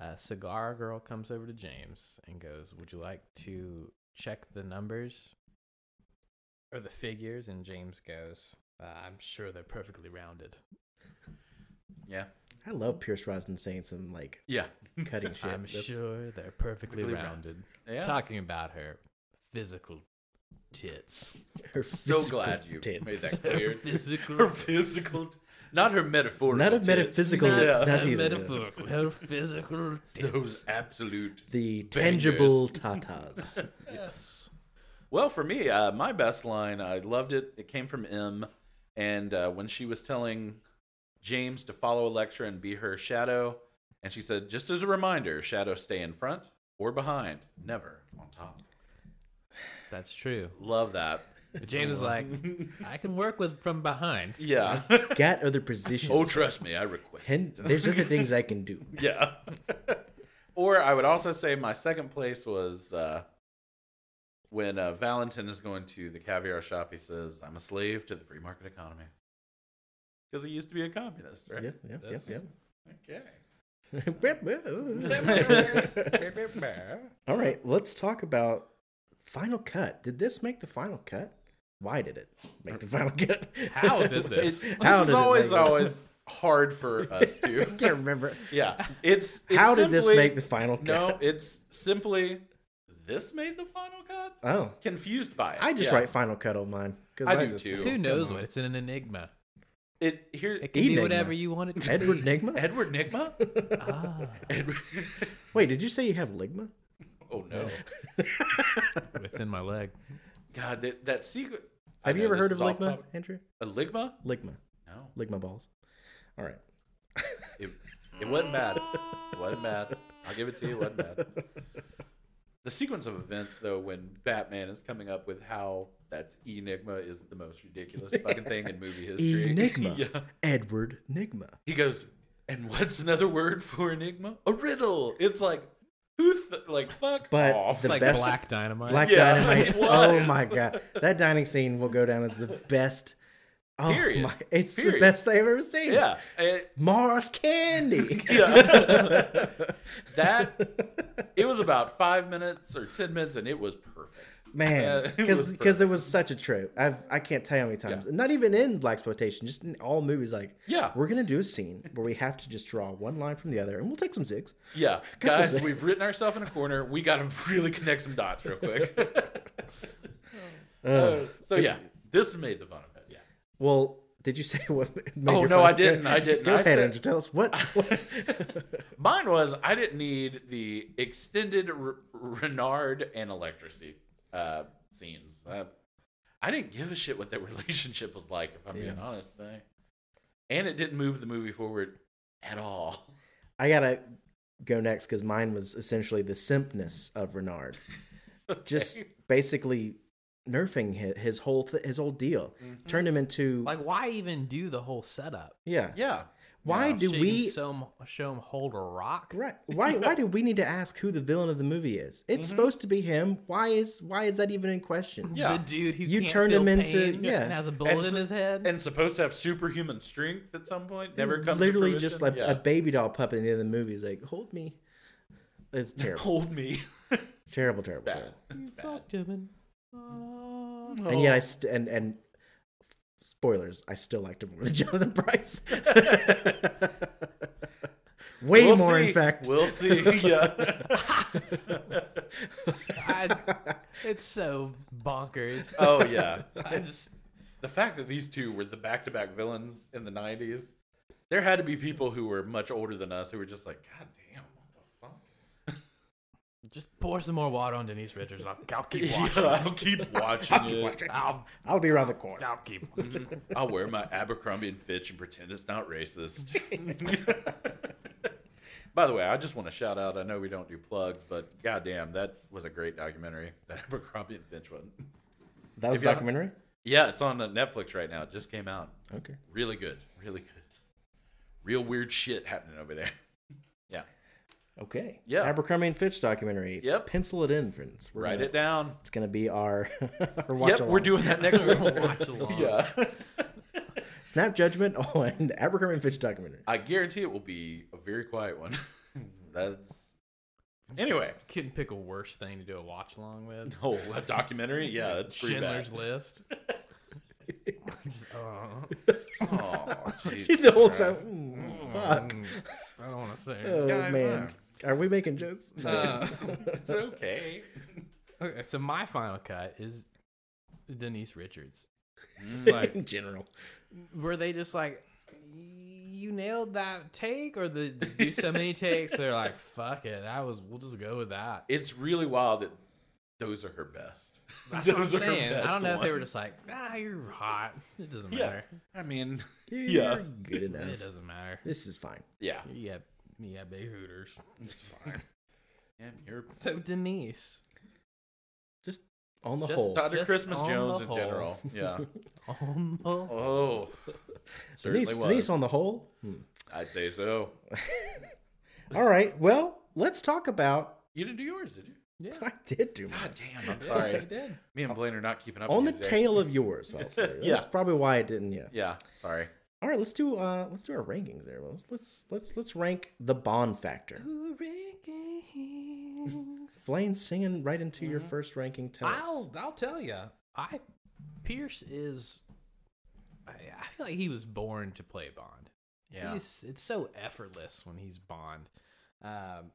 D: A cigar girl comes over to James and goes, "Would you like to check the numbers or the figures?" And James goes, uh, "I'm sure they're perfectly rounded."
C: Yeah.
B: I love Pierce Brosnan saying some like *laughs*
C: Yeah.
B: cutting shit.
D: I'm
B: That's-
D: sure they're perfectly,
C: Perfectly
D: rounded.
C: Yeah.
D: Talking about her physical tits.
B: her
C: So
B: physical
C: glad you
B: tits.
C: made that clear. her
D: Physical.
C: physical, not her metaphorical.
B: Not a
C: tits.
B: metaphysical.
C: Yeah.
B: *laughs* Not either.
D: Metaphorical. Her physical tits.
C: Those absolute.
B: The tangible tatas.
D: Yes.
C: Well, for me, uh, my best line, I loved it. It came from M, and uh, when she was telling James to follow Electra and be her shadow, and she said, "Just as a reminder, shadows stay in front or behind, never on top."
D: That's true.
C: Love that.
D: James
B: *laughs*
D: is like, I can work with from
C: *laughs*
D: behind. *laughs*
C: Yeah.
B: Got other positions.
C: oh, trust me, I request.
B: And there's other things I can
C: *laughs*
B: do.
C: yeah. or I would also say my second place was uh, when uh, Valentin is going to the caviar shop. He says, "I'm a slave to the free market economy," because he used to be a communist, right?
B: Yeah, yeah, yeah, yeah.
C: Okay.
B: *laughs* All right, let's talk about Final Cut. Did this make the final cut? Why did it make the final cut?
D: How
B: *laughs*
D: did this?
B: How
C: this
B: did
C: is
B: it
C: always
B: make it?
C: always hard for us
B: *laughs*
C: to.
B: Can't remember.
C: Yeah, it's, it's
B: How did this
C: simply-
B: make the final cut?
C: No, it's simply this made the final cut.
B: Oh,
C: Confused by it.
B: I just
C: yeah.
B: write final cut on mine because
C: I do
B: just,
C: too.
D: Who knows what? It's an enigma.
C: It here.
D: It can be
B: Enigma.
D: whatever you want it to
B: Edward
D: be. *laughs*
B: Nigma. *laughs*
C: Edward Nigma.
D: Ah,
C: Edward.
B: Wait, did you say you have ligma?
C: oh no.
B: *laughs*
D: it's in my leg.
C: God, that, that secret. I
B: Have you
C: know
B: ever
C: this
B: heard
C: is
B: of
C: off
B: ligma,
C: topic.
B: Andrew?
C: A ligma?
B: Ligma,
C: No,
B: ligma balls. All right.
C: it, it wasn't bad. It wasn't bad. I'll give it to you. It wasn't bad. The sequence of events, though, when Batman is coming up with how that's Enigma is the most ridiculous fucking thing in movie history.
B: Enigma.
C: *laughs* yeah.
B: Edward Nigma.
C: He goes, and what's another word for enigma? A riddle. It's like, who, th- like, fuck
B: But
C: off.
B: the
D: Like
B: best
D: black dynamite.
B: Black
C: Yeah,
B: Dynamite.
C: it
B: Oh
C: was.
B: my god, that dining scene will go down as the best. Oh
C: Period.
B: my, it's the
C: Period.
B: best I've ever seen.
C: yeah. it-
B: Mars
C: *laughs*
B: candy. *laughs*
C: yeah. that, it was about five minutes or 10 minutes, and it was perfect. Yeah,
B: Man,
C: it
B: because
C: was
B: it, was such a trope. I've I can't tell you how many times. Not even in black exploitation, just in all movies. Like,
C: Yeah.
B: we're gonna do a scene where we have to just draw one line from the other, and we'll take some zigs.
C: Yeah. Guys,
B: damn.
C: we've written ourselves in a corner. We got to *laughs* really connect some dots real quick. Uh, so, yeah, this made the fun of it. Yeah.
B: Well, did you say *laughs* what? Made
C: Oh,
B: your
C: no,
B: final
C: I
B: cut?
C: didn't. I
B: *laughs*
C: didn't.
B: Go
C: I
B: ahead,
C: said-
B: Andrew. Tell us
C: *laughs*
B: what. what
C: Mine was I didn't need the extended R- Renard and electricity uh, scenes. Uh, I didn't give a shit what their *laughs* relationship was like, if I'm being honest. I- and it didn't move the movie forward at all.
B: I gotta go next because mine was essentially the simpness of Renard,
C: *laughs*
B: just basically nerfing his, his
C: Mm-hmm.
B: whole th- his whole deal, turned him into
D: Like, why even do the whole setup?
B: yeah.
C: Yeah.
B: Why do
D: She
B: we
D: can show 'em- show 'em hold a rock?
B: Right. Why why do we need to ask who the villain of the movie is? It's supposed to be him. Why is why is that even in question?
C: Mm-hmm. Yeah.
D: The dude who
B: You
D: can't
B: turned
D: feel
B: him into-
D: pain
B: yeah.
D: and has a bullet in
C: so-
D: his head.
C: and supposed to have superhuman strength at some point. Never
B: It's
C: comes. to
B: literally just like
C: fruition?
B: a baby doll puppet in the end of the movie. He's like, hold me.
C: *laughs*
B: It's
C: Yeah.
B: terrible.
C: hold me.
B: terrible, terrible,
C: Bad.
B: terrible.
C: It's bad.
D: Fucked him and-
B: And
C: Oh.
B: yet I st- and and spoilers, I still liked him more than *laughs* Jonathan
C: *laughs*
B: Price. Way
C: We'll
B: more
C: see.
B: in fact.
C: We'll see.
B: *laughs*
C: Yeah.
B: *laughs*
D: I- it's so bonkers.
B: Uh,
C: oh *laughs* yeah.
D: *laughs* I just
C: The fact that these two were the back-to-back villains in the '90s, there had to be people who were much older than us who were just like, "God damn, what
D: just pour some more water on Denise Richards. I'll, I'll
C: the
D: keep
C: fuck?"
D: watching.
C: *laughs* Yeah, I'll *laughs* keep watching it.
D: I'll,
B: I'll be around the corner.
D: I'll keep.
C: I'll wear my Abercrombie and Fitch and pretend it's not *laughs* racist. By the way, I just want to shout out. I know we don't do plugs, but goddamn, that was a great documentary. That Abercrombie and Fitch one.
B: That was
C: If
B: a
C: y'all-
B: documentary?
C: Yeah, it's on uh, Netflix right now. It just came out.
B: Okay.
C: Really good. Really good. Real weird shit happening over there. *laughs* Yeah.
B: Okay.
C: Yeah.
B: Abercrombie and Fitch documentary.
C: Yep.
B: Pencil it in, friends. We're
C: Write
B: gonna-
C: it down.
B: It's gonna be our, *laughs* our watch
C: yep, we're
B: along.
C: doing that next
B: *laughs*
C: week.
D: watch along.
C: yeah.
B: Snap Judgment *laughs* on Abercrombie and Fitch documentary. *laughs*
C: I guarantee it will be a very quiet one. *laughs* That's anyway.
D: Couldn't pick a worse thing to do a watch
C: *laughs*
D: along with.
C: Oh, a documentary? Yeah, that's pretty
D: Schindler's
C: bad.
D: List. Just, uh,
C: Oh, Jesus
B: the whole
C: Christ.
B: time. mm, fuck.
D: mm, I don't want to say.
B: Oh
C: Guys,
B: man, are we making jokes? No. *laughs*
D: Uh, *laughs*
C: It's okay.
D: okay, so my final cut is Denise Richards. Just like,
B: In general,
D: were they just like you nailed that take or the they do so many takes they're like fuck it that was we'll just go with that
C: It's really wild that those are her best.
D: that's
C: those
D: what i'm
C: are her
D: saying i
C: best
D: don't know if they were
C: ones.
D: just like nah you're hot it doesn't
C: Yeah.
D: matter
C: I mean, *laughs*
B: yeah,
C: yeah,
B: good enough.
D: it doesn't matter
B: This is fine.
C: yeah.
D: you got you got big hooters *laughs*
C: It's fine. And you're
D: so denise
B: Just on the
D: Just
B: whole,
C: Dr.
D: Just
C: Christmas
D: on the
C: Jones in
B: *laughs*
D: whole.
C: general. Yeah.
D: um,
C: Oh, certainly
B: Denise,
C: was.
B: Denise on the whole. Hmm.
C: I'd say so.
B: All right, well, let's talk about. *laughs*
C: You didn't do yours, did you? *laughs*
B: I did do mine.
C: God damn! I'm sorry.
D: did.
C: Me and Blaine are not keeping up.
B: on the
C: with you today.
B: tail of yours. I'll
D: *laughs*
B: say.
C: Yeah.
B: That's probably why I didn't. Yeah.
C: Yeah. Sorry.
B: All right, let's do uh let's do our rankings there. Let's let's let's let's rank the Bond factor. Blaine singing right into your
D: Mm-hmm.
B: first ranking tell us.
D: I'll I'll tell you, I Pierce is. I, I feel like he was born to play Bond.
C: Yeah.
D: He's, it's so effortless when he's Bond. Um,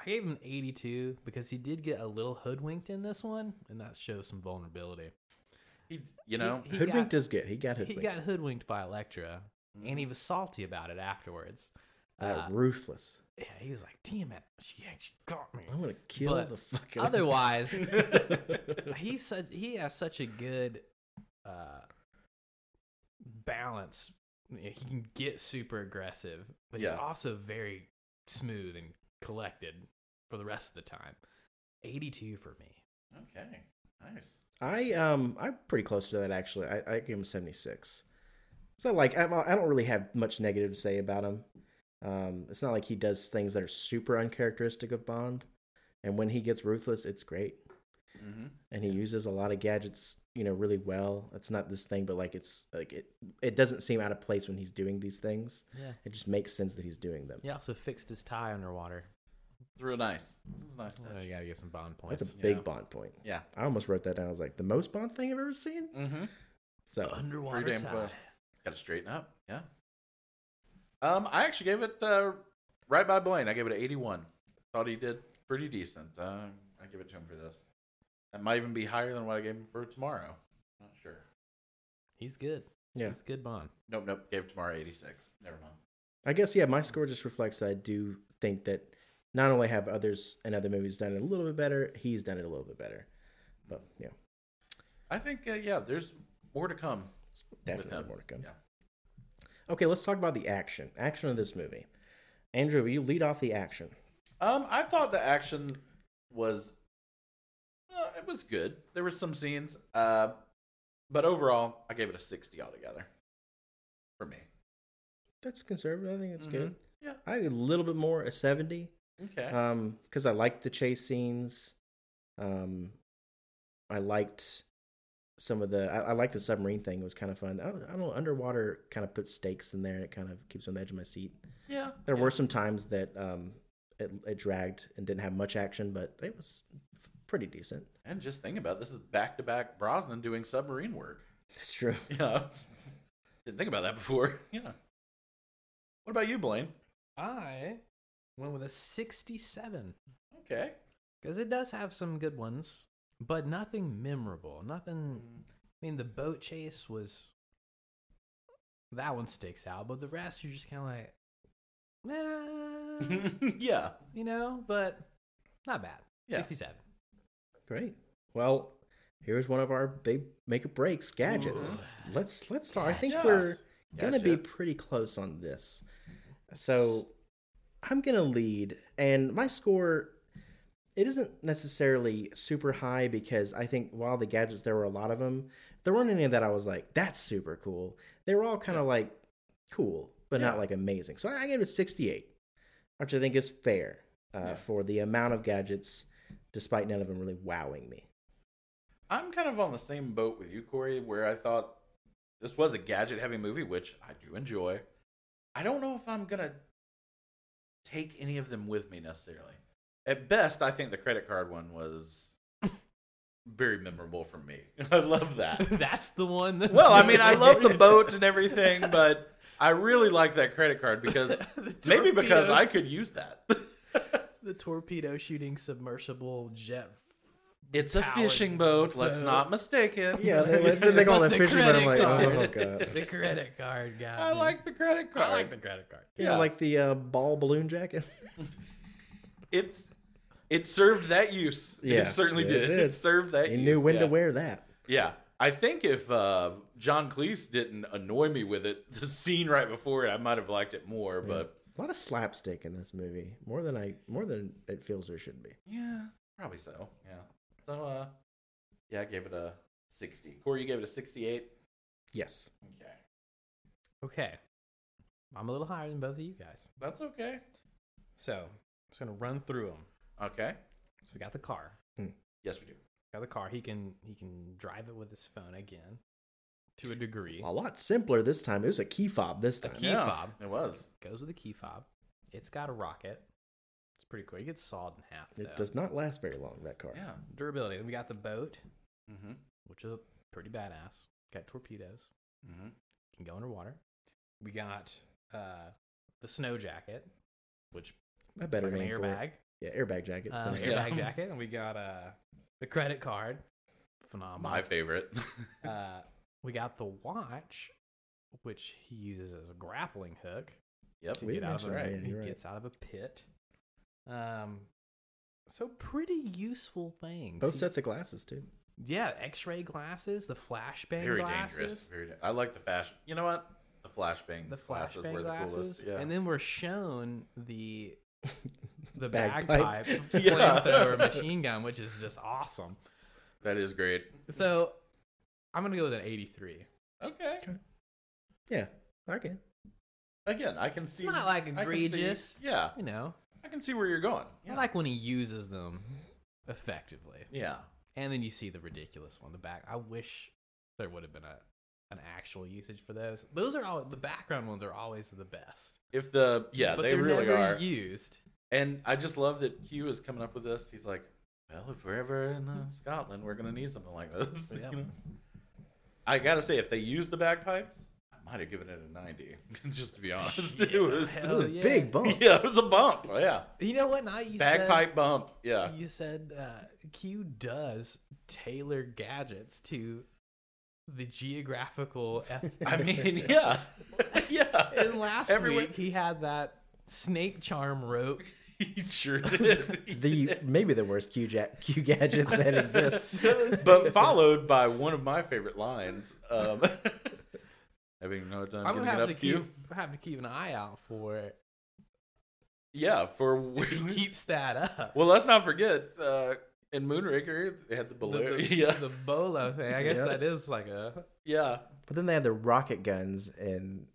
D: I gave him an 82 because he did get a little hoodwinked in this one, and that shows some vulnerability.
C: He, you know.
D: He
B: hoodwinked
D: got,
B: is good. He got
D: he
B: hoodwinked.
D: got hoodwinked by Electra, and he was salty about it afterwards.
B: uh,
D: Uh,
B: ruthless.
D: yeah, he was like, "Damn it, she actually got me."
B: I'm gonna kill
D: but
B: the fuck out of this- *laughs*
D: Otherwise, he's such he has such a good uh balance. He can get super aggressive, but
C: Yeah.
D: he's also very smooth and collected for the rest of the time. 82 for me.
C: Okay. Nice.
B: I um I'm pretty close to that actually. I, I gave him 76. So like I'm, I don't really have much negative to say about him. Um, it's not like he does things that are super uncharacteristic of Bond. And when he gets ruthless, it's great.
C: Mm-hmm.
B: and he uses a lot of gadgets you know really well it's not this thing but like it's like it it doesn't seem out of place when he's doing these things
D: Yeah.
B: it just makes sense that he's doing them
D: He also fixed his tie underwater.
C: It's real nice. It's nice.
D: Oh,
C: Touch.
D: you gotta get some bond points.
B: that's a big
C: Yeah.
B: bond point
C: Yeah.
B: i almost wrote that down i was like the most bond thing i've ever seen
C: Mm-hmm.
D: *laughs*
B: so
D: underwater
C: pretty
D: tie.
C: damn cool. Got to straighten up. Yeah. Um, I actually gave it uh, right by Blaine. I gave it an 81. Thought he did pretty decent. Uh, I give it to him for this. That might even be higher than what I gave him for tomorrow. Not sure.
D: He's good.
B: Yeah.
D: He's good bond.
C: Nope, nope. Gave tomorrow 86. Never mind.
B: i guess yeah my score just reflects that i do think that not only have others and other movies done it a little bit better he's done it a little bit better but yeah
C: I think uh, yeah, there's more to come.
B: definitely
C: him.
B: more to come
C: um, Yeah.
B: okay let's talk about the action action of this movie andrew will you lead off the action
C: Um, I thought the action was uh, it was good. There were some scenes, uh, but overall, I gave it a 60 altogether for me.
B: that's conservative. I think it's good.
C: Yeah.
B: I a little bit more a seventy.
C: Mm-hmm. Okay.
B: um because i liked the chase scenes um i liked some of the i, I liked the submarine thing it was kind of fun i, don't- I don't know underwater kind of puts stakes in there and it kind of keeps me on the edge of my seat
C: yeah.
B: there
C: yeah.
B: were some times that um it, it dragged and didn't have much action but it was f- pretty decent
C: And just think about it, this is back to back Brosnan doing submarine work. *laughs*
B: that's true
C: Yeah. I was- didn't think about that before. Yeah. What about you, Blaine?
D: I went with a 67
C: Okay. *laughs*
D: because it does have some good ones, but nothing memorable. Nothing.
C: Mm.
D: I mean, the boat chase was that one sticks out, but the rest you're just kind of like, nah,
C: *laughs* yeah.
D: you know, but not bad.
C: Yeah.
D: 67.
B: great well here's one of our big make or breaks gadgets let's let's talk i think
C: Gadgets.
B: we're gonna be
C: Gadgets.
B: pretty close on this. So I'm gonna lead, and my score it isn't necessarily super high because I think while the gadgets there were a lot of them, there weren't any that I was like that's super cool. They were all kind of like cool, but not like amazing. So I I gave it a 68, which I think is fair uh,
C: Yeah.
B: for the amount of gadgets, despite none of them really wowing me.
C: I'm kind of on the same boat with you, Corey, where I thought this was a gadget heavy movie, which I do enjoy. I don't know if I'm going to take any of them with me necessarily. At best, I think the credit card one *laughs* was very memorable for me. *laughs* I love *laughs* that.
D: *laughs* That's the one. That
C: Well, I mean, I love the
D: *laughs*
C: boat and everything, but I really like that credit card *laughs* because maybe because I could use *laughs* that.
D: the torpedo shooting submersible jet.
C: It's a fishing boat. Let's not mistake it.
B: Yeah, they, they, they call
D: But
B: that
D: the
B: fishing, but I'm like,
D: credit
B: oh
D: card.
B: god.
D: *laughs* The credit card guy.
C: *laughs* I like the credit card.
D: I like the credit card.
B: You know, like the uh, ball balloon jacket.
C: it's it served that use.
B: Yeah,
C: it certainly
B: it
C: did.
B: did.
C: It served that
B: He
C: use.
B: knew when
C: yeah.
B: to wear that.
C: Yeah. I think if uh, John Cleese didn't annoy me with it, *laughs* the scene right before it, I might have liked it more. But
B: A lot of slapstick in this movie, more than I, more than it feels there should be.
C: yeah, probably so. Yeah. So uh, yeah, I gave it a sixty. Corey, you gave it a sixty-eight.
B: Yes,
C: Okay,
D: Okay. I'm a little higher than both of you guys.
C: that's okay.
D: So I'm just going to run through them.
C: Okay.
D: So we got the car.
C: Yes, we do.
D: Got the car. He can he can drive it with his phone again, to a degree.
B: a lot simpler this time. It was a key fob this time.
D: key
C: yeah,
D: fob.
C: It was.
D: Goes with a key fob. It's got a rocket. It's pretty cool. It gets sawed in half.
B: It
D: though.
B: does not last very long. That car.
C: Yeah.
D: durability. We got the boat,
C: Mm-hmm.
D: which is pretty badass. Got torpedoes.
C: Mm-hmm.
D: Can go underwater. We got uh, the snow jacket, which
B: I better
D: like an
B: name for it.
D: airbag.
B: Yeah, airbag jacket.
D: um,
B: so- *laughs*
C: yeah.
D: airbag jacket, and we got uh, the credit card. Phenomenal.
C: My favorite. *laughs*
D: uh, we got the watch, which he uses as a grappling hook.
C: yep.
D: to
B: We
D: get out of
B: mentioned
D: a,
B: that, yeah,
D: he
B: you're right.
D: gets out of a pit. Um, so pretty useful things.
B: Both
D: He-
B: sets of glasses too.
D: yeah, X-ray glasses, the flashbang
C: Very
D: glasses,
C: dangerous. Very. da- I like the fashion. You know what? The flashbang.
D: the
C: glasses
D: flashbang
C: were the
D: glasses,
C: coolest. Yeah.
D: and then we're shown
B: *laughs*
D: the the
B: Bagpipe. *laughs*
D: bagpipe
C: Yeah.
D: flamethrower machine gun, which is just awesome.
C: that is great.
D: So I'm gonna go with an 83.
C: Okay.
B: Yeah, okay.
C: Again, I can see.
D: not, like,
C: I can see-
D: egregious.
C: yeah,
D: You know,
C: I can see where you're going. Yeah.
D: I like when he uses them effectively.
C: Yeah.
D: And then you see the ridiculous one, the back. I wish there would have been a an actual usage for those. Those are all the background ones are always the best.
C: If the yeah,
D: but
C: they
D: they're
C: really
D: never
C: are.
D: used.
C: and I just love that Q is coming up with this. He's like, well, if we're ever in uh, Scotland, we're gonna need something like this. *laughs* you
D: Yep.
C: know? I gotta say, if they used the bagpipes, I might have given it a ninety. *laughs* just to be
D: *laughs*
C: honest, it was
D: Hell
B: Ooh,
D: yeah.
B: Big bump.
C: yeah, it was *laughs* a bump. Yeah,
D: You know what? Now you
C: bagpipe bump. Yeah,
D: Said, you said uh, Q does tailor gadgets to the *laughs* geographical. F-
B: *laughs*
C: I mean, yeah, *laughs* yeah.
D: and last
C: Everywhere-
D: week he had that snake charm rope.
C: *laughs* he sure did.
B: *laughs* The maybe the worst Q ja- Q gadget
C: *laughs*
B: that exists.
C: but followed by one of my favorite lines. Um, *laughs* having no time
D: I'm
C: getting
D: gonna
C: it
D: have
C: up
D: to
C: cue.
D: keep have to keep an eye out
C: *laughs*
D: for it.
C: Yeah, for
D: He keeps that up.
C: well, let's not forget uh, in Moonraker they had the
B: *laughs*
C: balloon.
D: the,
C: *laughs* yeah,
D: the bolo thing. I guess
B: Yeah.
D: that is like a
C: yeah,
B: But then they had the rocket guns in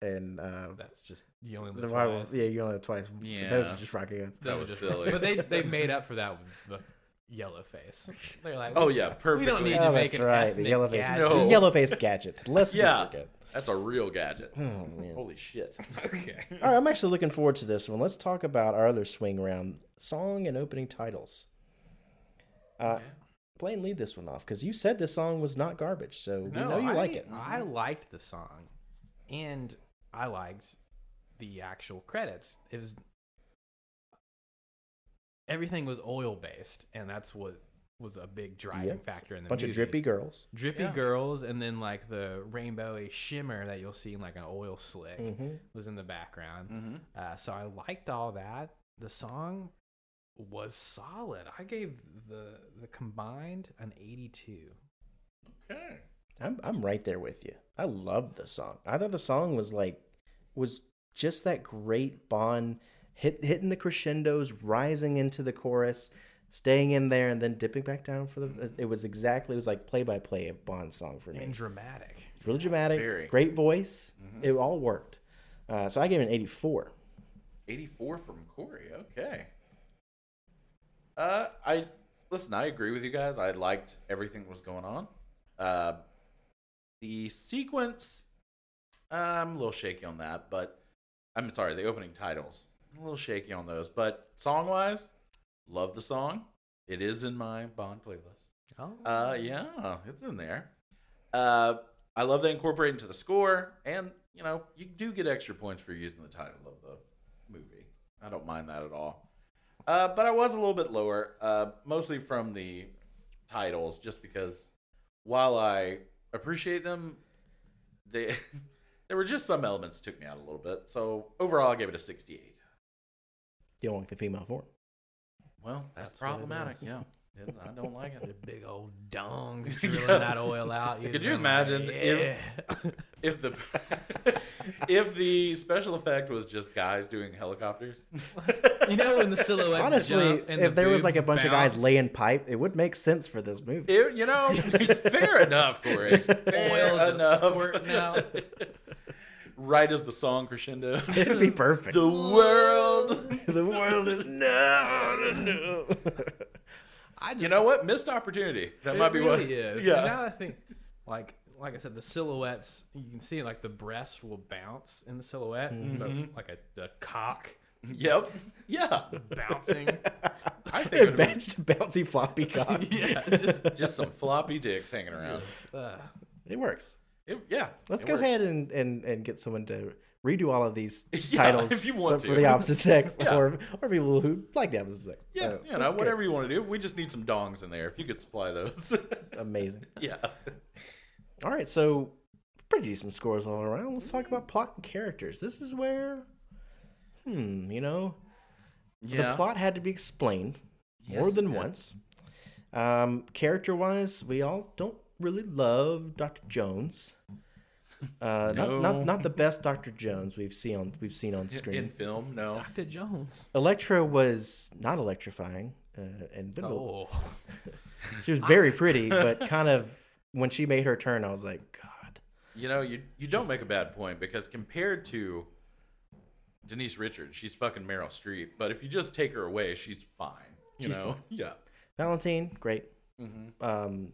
B: and uh,
D: That's just you only
B: the
D: live
B: Marvel.
D: twice.
B: Yeah, you only have twice.
C: Yeah.
B: those are just rock hands.
C: That was
D: Just-
C: silly.
D: *laughs* But they they made up for that with the yellow *laughs* face. They're like,
C: Oh
D: we-
C: yeah,
D: we
C: perfectly.
D: don't need
B: Oh,
D: to make
B: that's
D: an
B: right. The
D: ethnic
B: yellow face.
D: gadget.
C: No.
B: The yellow face *laughs* gadget. Let's
C: Yeah.
B: not forget.
C: That's a real gadget.
B: Oh man.
C: Holy shit.
B: *laughs*
D: Okay.
B: All right, I'm actually looking forward to this one. Let's talk about our other swing round song and opening titles. Uh, Blaine, lead this one off because you said this song was not garbage, so we know you
D: I,
B: like it.
D: I liked the song, and I liked the actual credits. It was everything was oil based, and that's what was a big driving
B: Yep.
D: factor in the
B: Bunch of
D: movie.
B: drippy girls.
D: drippy
C: Yeah.
D: girls, and then like the rainbowy shimmer that you'll see in like an oil slick
B: Mhm.
D: was in the background.
C: Mm-hmm.
D: Uh, so I liked all that. The song was solid. I gave the the combined an eighty two.
C: Okay.
B: I'm I'm right there with you. I love the song. I thought the song was like was just that great Bond hit hitting the crescendos, rising into the chorus, staying in there, and then dipping back down for the. It was exactly it was like play by play of Bond song for me.
D: and dramatic.
B: It's really dramatic.
C: Very.
B: Great voice. It all worked. Uh, so I gave it an 84.
C: 84 from Corey. Okay. Uh, I listen. I agree with you guys. I liked everything that was going on. Uh, the sequence. uh, I'm a little shaky on that, but I'm sorry. The opening titles. I'm a little shaky on those, but song wise, love the song. It is in my Bond playlist.
D: Oh,
C: Uh, yeah, it's in there. Uh, I love they incorporate into the score, and you know, you do get extra points for using the title of the movie. I don't mind that at all. Uh, but I was a little bit lower, uh, mostly from the titles, just because while I appreciate them, they *laughs* there were just some elements that took me out a little bit. So overall, I gave it a sixty-eight.
B: You don't like the female form.
C: Well, that's,
D: That's what it
C: problematic.
D: is.
C: Yeah, It- I don't like it.
D: the big old
B: *laughs*
D: dongs
C: Yeah.
D: drilling that oil out.
C: Could
D: You'd
C: you
D: been like,
C: imagine if-
B: *laughs*
D: "Yeah."
C: if the *laughs* if the special effect was just guys doing
D: *laughs*
C: helicopters.
D: you know when the silhouette
B: Honestly, if there was like a bunch of guys laying pipe, it would make sense for this *laughs* movie.
C: It- you know, fair enough, Corey. Fair
D: oil just
C: enough.
D: squirting out.
B: *laughs*
C: Right as the song
D: *laughs*
C: crescendo,
B: It'd be perfect.
C: the world.
B: *laughs* the world is no, no, no.
D: I just,
C: You know what? Missed opportunity. That
D: it
C: might be
D: really
C: what.
D: is.
C: Yeah.
D: Now I think, like like I said, the silhouettes you can see like the breast will bounce in the silhouette, but
B: Mm-hmm.
D: like a, a cock
C: Yep. Yeah.
D: bouncing.
C: I think
B: it
C: it'd have
B: bounced bouncy
C: *laughs*
B: floppy cock.
D: yeah, just,
C: been just some floppy dicks hanging around.
D: uh,
B: *laughs* It works.
C: It- yeah.
B: Let's
C: it
B: go
C: works.
B: ahead and, and, and get someone to redo all of these
C: *laughs* Yeah,
B: titles
C: if you want
B: but
C: to.
B: for the
C: *laughs*
B: opposite sex
C: Yeah.
B: or or people who like the opposite sex.
C: Yeah,
B: Uh,
C: you know,
B: that's good.
C: whatever you want to do. We just need some dongs in there. If you could supply those. *laughs*
B: Amazing.
C: yeah.
B: All right, so pretty decent scores all around. Let's talk about plot and characters. This is where, hmm, you know,
C: Yeah.
B: the plot had to be explained more
C: Yes,
B: than
C: it did.
B: once. Um, character wise, we all don't really love Doctor Jones. Uh,
C: No.
B: not, not not the best Doctor Jones we've seen on we've seen on
C: In-
B: screen.
C: In film, no.
D: Dr. Jones.
B: Electra was not electrifying, uh, and Bindle-
D: Oh, *laughs*
B: she was very pretty, but kind of when she made her turn, I was like, God,
C: You know, you you don't make a bad point because compared to Denise Richards, she's fucking Meryl Streep. But if you just take her away, she's fine. You
B: She's
C: know? Yeah.
B: Valentine, great.
C: Mm-hmm.
B: Um,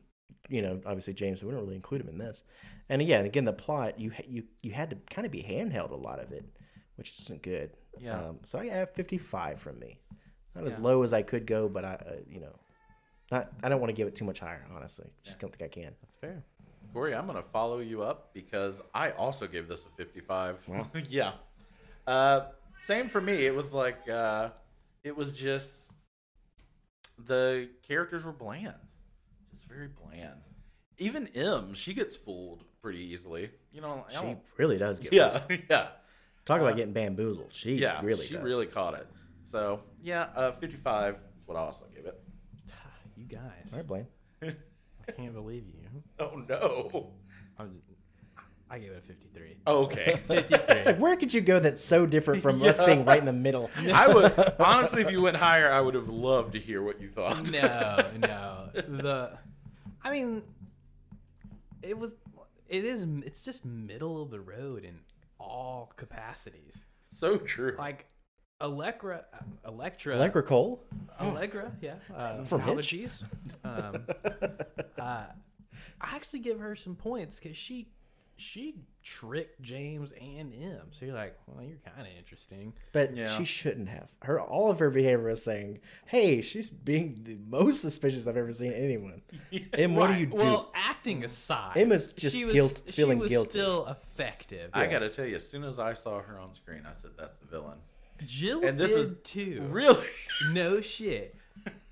B: you know, obviously James, we don't really include him in this. And yeah, again, the plot you ha- you you had to kind of be handheld a lot of it, which isn't good.
C: Yeah.
B: Um, so I have 55 from me, not as low as I could go, but I uh, you know, not I don't want to give it too much higher. Honestly, just don't think I can.
D: that's fair.
C: Corey, I'm gonna follow you up because I also gave this a 55. *laughs* yeah. Uh, same for me. It was like uh, it was just the characters were bland, just very bland. Even M, she gets fooled pretty easily. You know, I
B: She
C: don't-
B: really does get.
C: *laughs* yeah, yeah,
B: Talk about getting bamboozled. She
C: yeah.
B: really
C: she
B: does.
C: really caught it. So yeah, uh, 55 is what I also gave it.
D: You guys,
B: All right, Blaine.
D: I can't believe you.
C: Oh no. *laughs*
D: I, I gave it a *laughs* fifty-three.
C: Okay.
B: It's like where could you go that's so different
C: *laughs*
B: from us
C: Yeah.
B: being right in the middle?
C: I would honestly, if you went higher, I would have loved to hear what you thought.
D: *laughs* no, no. The, I mean, it was, it is, it's just middle of the road in all capacities.
C: So true.
D: Like Electra, Electra,
B: Electra Cole?
C: Oh.
D: Allegra, yeah. Uh,
B: From Hitch?
D: apologies.
C: *laughs*
D: Um, uh, I actually give her some points because she she tricked James and M. So you're like, well, you're kind of interesting.
B: But
F: Yeah.
B: she shouldn't have. Her all of her behavior is saying, "Hey, she's being the most suspicious I've ever seen
C: *laughs*
B: anyone." and what do you do? *laughs*
D: Well, acting aside,
B: Emma's just guilt- feeling
D: she was
B: guilty.
D: Still effective.
C: I gotta tell you, as soon as I saw her on screen, I said, "That's the villain."
D: Jill
C: And this
D: did
C: is
D: too.
C: Really?
D: no shit.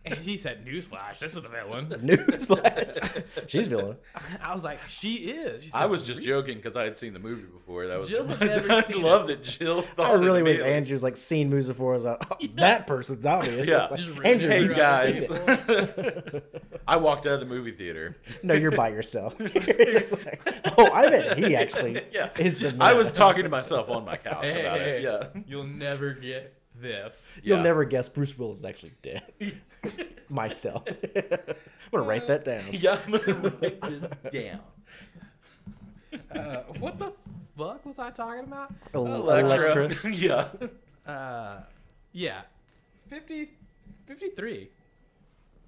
D: And she said, "Newsflash, this is
C: *laughs*
D: the villain."
B: Newsflash: she's villain.
D: I was like, "She is." She
C: I
D: said,
C: was just joking because I had seen the movie before. That was *laughs*
D: Jill had never
C: I
D: seen it.
C: love that Jill. Thought
B: I really
C: it
B: wish
C: immediately.
B: Andrew's like seen moves before. I was like, oh, that person's obvious.
C: Yeah.
B: It's like,
D: Just ran
B: Andrew,
D: her
C: Hey
B: you've
D: eyes.
B: seen it.
C: guys, *laughs* I walked out of the movie theater.
B: no, you're by
C: *laughs*
B: yourself. *laughs* It's like, oh, I bet he actually
C: Yeah,
B: is the.
C: I
B: man.
C: was talking to myself on my couch
D: Hey,
C: about
D: *laughs* hey,
C: it. Yeah,
D: You'll never get this.
B: You'll
C: Yeah.
B: never guess Bruce Willis is actually dead.
C: *laughs*
B: Myself. *laughs* I'm gonna write that down.
C: yeah. I'm gonna write this down.
D: Uh, what the fuck was I talking about?
B: Ele-
C: Electra. *laughs*
B: Electra.
D: *laughs*
C: yeah.
D: Uh, yeah, 50, 53.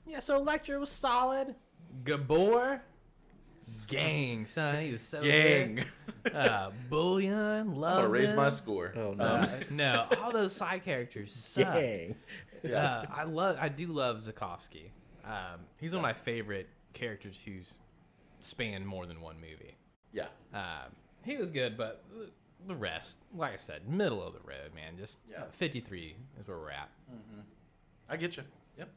D: Yeah, so Electra was solid. Gabor, gang, son, he was so good.
C: Gang. *laughs*
D: Uh, Bullion, love.
C: I'm gonna raise
D: him.
C: my score. Um,
B: Oh, no.
D: Uh, no, all those side characters suck.
B: Dang.
C: Yeah.
D: Uh, I love, I do love Zakovsky. Um, he's one of my favorite characters who's spanned more than one movie.
C: *laughs* yeah.
D: Um, he was good, but th- the rest, like I said, middle of the road, man. Just
C: Yeah.
D: uh, 53 is where we're at.
C: I get you. Yep.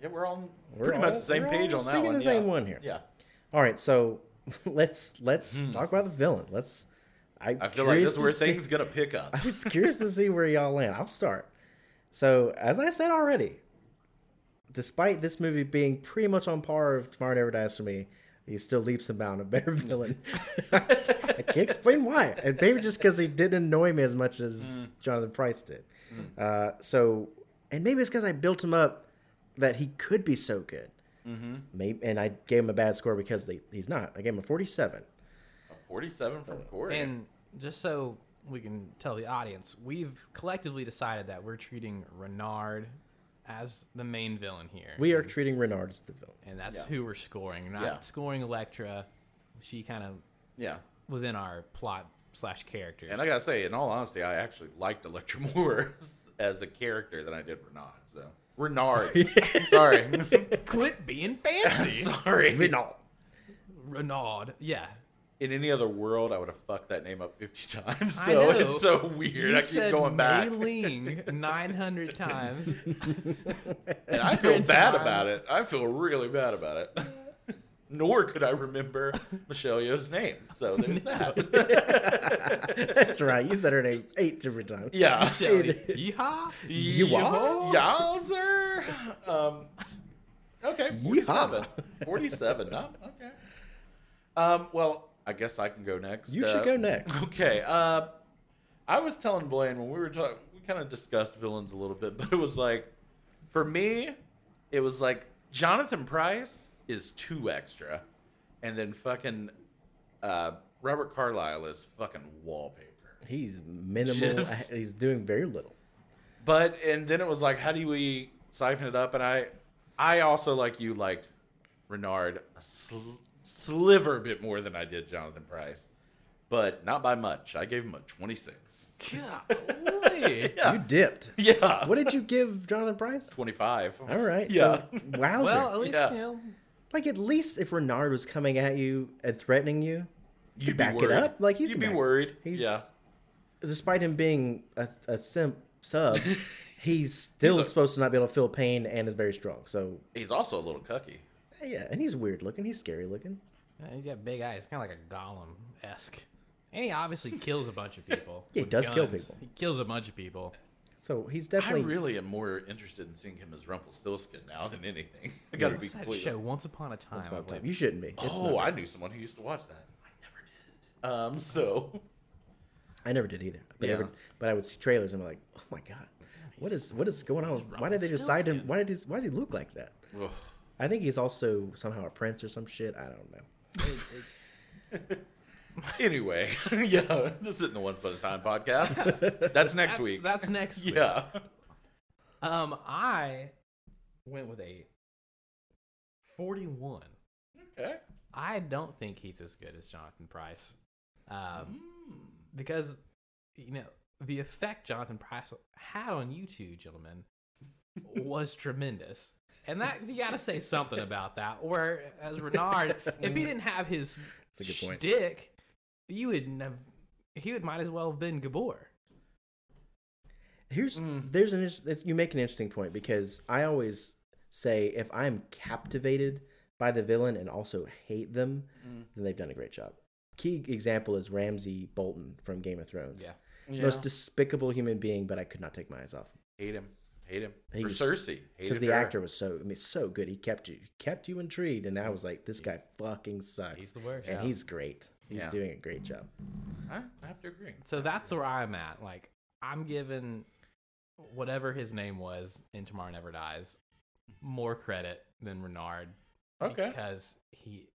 C: Yeah, we're on
B: We're
C: pretty much
B: all-
C: the same
B: we're all
C: page on that
B: speaking
C: one.
B: the same
C: yeah.
B: one here.
C: Yeah.
B: All right, so *laughs* let's let's talk about the villain. Let's. I,
C: Hmm. I feel like this is where
B: see,
C: things gonna
B: *laughs*
C: pick up.
B: I was curious to see where y'all land. I'll start. So as I said already, despite this movie being pretty much on par with Tomorrow Never Dies for me, he's still leaps and bounds a better *laughs* villain. I can't explain why. And maybe just because he didn't annoy me as much as Jonathan Price did. Uh, so, and maybe it's because I built him up that he could be so good. Maybe, and I gave him a bad score because they, he's not. I gave him a 47.
C: Forty-seven from Corey.
D: And just so we can tell the audience, we've collectively decided that we're treating Renard as the main villain here.
B: We are treating Renard as the villain.
D: and that's
C: Yeah.
D: who we're scoring, not
C: Yeah.
D: scoring Electra. She kind of
C: yeah.
D: was in our plot slash characters.
C: And I gotta say, in all honesty, I actually liked Electra *laughs* more as a character than I did Renard. So
B: *laughs*
C: Renard. sorry. *laughs*
D: quit being fancy. *laughs*
C: sorry. Renard.
D: Renard, yeah.
C: In any other world, I would have fucked that name up fifty *laughs* times.
D: I
C: So
D: know.
C: it's so weird.
D: You
C: I keep
D: said
C: going back,
D: Mei-Ling
C: *laughs*
D: 900 times.
C: and I feel
D: every
C: bad
D: time.
C: about it. I feel really bad about it. *laughs* Nor could I remember Michelle Yeoh's name. So there's that. *laughs*
B: That's right. You said her name eight different times.
C: Yeah.
D: Shelly, yeehaw.
B: You are?
C: Y'all, sir. Um, okay, 47.
B: Yeehaw.
C: 47. No, okay. Um, well, I guess I can go next. uh,
B: You should go next.
C: Okay. Uh, I was telling Blaine when we were talking, we kind of discussed villains a little bit, *laughs* but it was like, for me, it was like Jonathan Price is too extra, and then fucking uh, Robert Carlyle is fucking wallpaper.
B: He's minimal.
C: Just-
B: He's doing very little.
C: But and then it was like, how do we siphon it up? And I, I also like you liked Renard a sl- sliver bit more than I did Jonathan Price, but not by much. I gave him a twenty
D: *laughs*
C: six.
B: *laughs*
D: Golly.
C: Yeah.
B: You dipped.
C: Yeah,
B: What did you give Jonathan Price?
C: twenty five?
B: All right.
C: Yeah.
B: So, wowzer.
D: Well, at least
C: Yeah.
D: you know.
B: like at least if Renard was coming at you and threatening you,
C: You'd
B: back it
C: worried.
B: up, like, you
C: would
B: can
C: be
B: back-
C: worried.
B: he's
C: yeah,
B: despite him being a, a simp
C: *laughs*
B: sub, he's still
C: He's a-
B: supposed to not be able to feel pain and is very strong. So
C: he's also a little cucky.
B: yeah, and he's weird looking. He's scary looking.
D: uh, He's got big eyes, kind of like a golem esque. And he obviously kills a bunch of people.
B: Yeah, *laughs* he
D: with
B: does kill
D: guns.
B: people.
D: He kills a bunch of people.
B: So he's
C: I
B: definitely
C: really am more interested in seeing him as Rumpelstiltskin now than anything. *laughs* I gotta
D: What's
C: be
D: that
C: completely
D: show, Once Upon a Time?
B: It's about
D: I
B: time.
D: believe.
B: You shouldn't be. It's
C: Oh,
B: not
C: I
B: good.
C: knew someone who used to watch that. I never did. Um,
D: *laughs*
C: so
B: I never did either. But,
C: Yeah.
B: every- but I would see trailers and I'm like, oh my god, what is what is going on? Why did they decide him?
D: Rumpelstiltskin.
B: Why did he, why does he look like that?
C: Ugh.
B: I think he's also somehow a prince or some shit. I don't know.
C: Anyway, *laughs* yeah, this isn't the Once Upon a Time podcast. That's next
D: that's,
C: week.
D: That's next week.
C: *laughs* yeah.
D: Um, I went with a 41.
C: Okay.
D: I don't think he's as good as Jonathan Price. Um, because, you know, the effect Jonathan Price had on you two gentlemen was tremendous. And that, you got to say something about that. Where, as Renard, if he didn't have his
B: That's a good point.
D: shtick, you would have, he would might as well have been Gabor.
B: Here's
D: Hmm.
B: there's an inter- it's, you make an interesting point because I always say if I'm captivated by the villain and also hate them,
D: Hmm.
B: then they've done a great job. Key example is Ramsey Bolton from Game of Thrones.
D: Yeah.
B: Most despicable human being, but I could not take my eyes off him
C: Hate him. Hate him.
B: He
C: For
B: was-
C: Cersei.
B: because
C: Hated
B: the
C: her.
B: actor was so I mean so good. He kept you kept you intrigued, and I was like, this guy fucking sucks.
D: He's the worst.
B: and he's great. He's
C: Yeah.
B: doing a great job.
C: I I have to agree.
D: So that's where I'm at. Like I'm giving whatever his name was in Tomorrow Never Dies more credit than Renard
C: Okay.
D: because he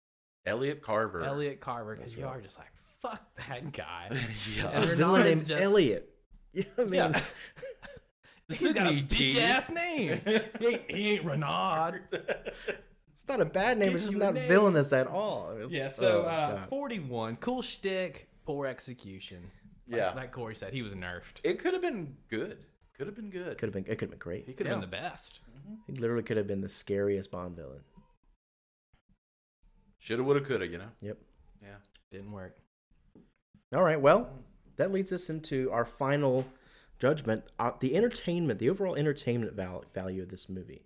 C: Elliot Carver.
D: Elliot Carver because
B: That's
D: you
B: right.
D: are just like fuck that *laughs* guy.
C: *laughs* yeah.
B: So a
D: Renard
B: villain
D: is
B: named
D: just-
B: Elliot. *laughs* Yeah, I mean,
D: *laughs* Yeah. He's got a
C: Sydney T.
D: bitch ass *laughs* name. he, ain't, he ain't Renard.
B: it's not a bad name.
D: Give
B: It's just
D: you a
B: not
D: name.
B: villainous at all.
D: *laughs* Yeah. So
B: Oh,
D: uh,
B: God.
D: 41, cool shtick, poor execution. Like-
C: Yeah.
D: Like, Corey said, he was nerfed.
C: It could have been good. Could have been good.
B: could have been. It could have been great.
D: He could have
C: Yeah.
D: been the best.
B: He literally could have been the scariest Bond villain.
C: Shoulda, woulda, coulda. You know.
B: Yep.
C: Yeah.
D: Didn't work.
B: All right. Well, that leads us into our final judgment: uh, the entertainment, the overall entertainment val- value of this movie.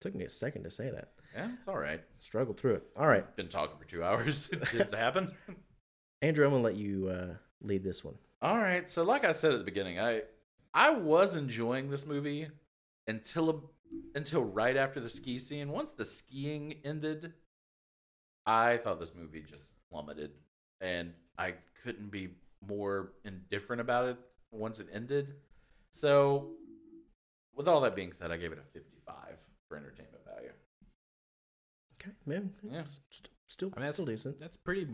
B: Took me a second to say that.
C: Yeah. It's all right.
B: Struggled through it. All right,
C: Been talking for two *laughs* hours. Did it happen?
B: Andrew, I'm gonna let you uh, lead this one.
C: All right. So, like I said at the beginning, I I was enjoying this movie until until right after the ski scene. Once the skiing ended, I thought this movie just plummeted, and I couldn't be more indifferent about it once it ended. So, with all that being said, I gave it a 55 for entertainment value.
B: Okay, man.
C: Yeah.
B: St- still,
D: I mean, that's-
B: still decent.
D: That's pretty.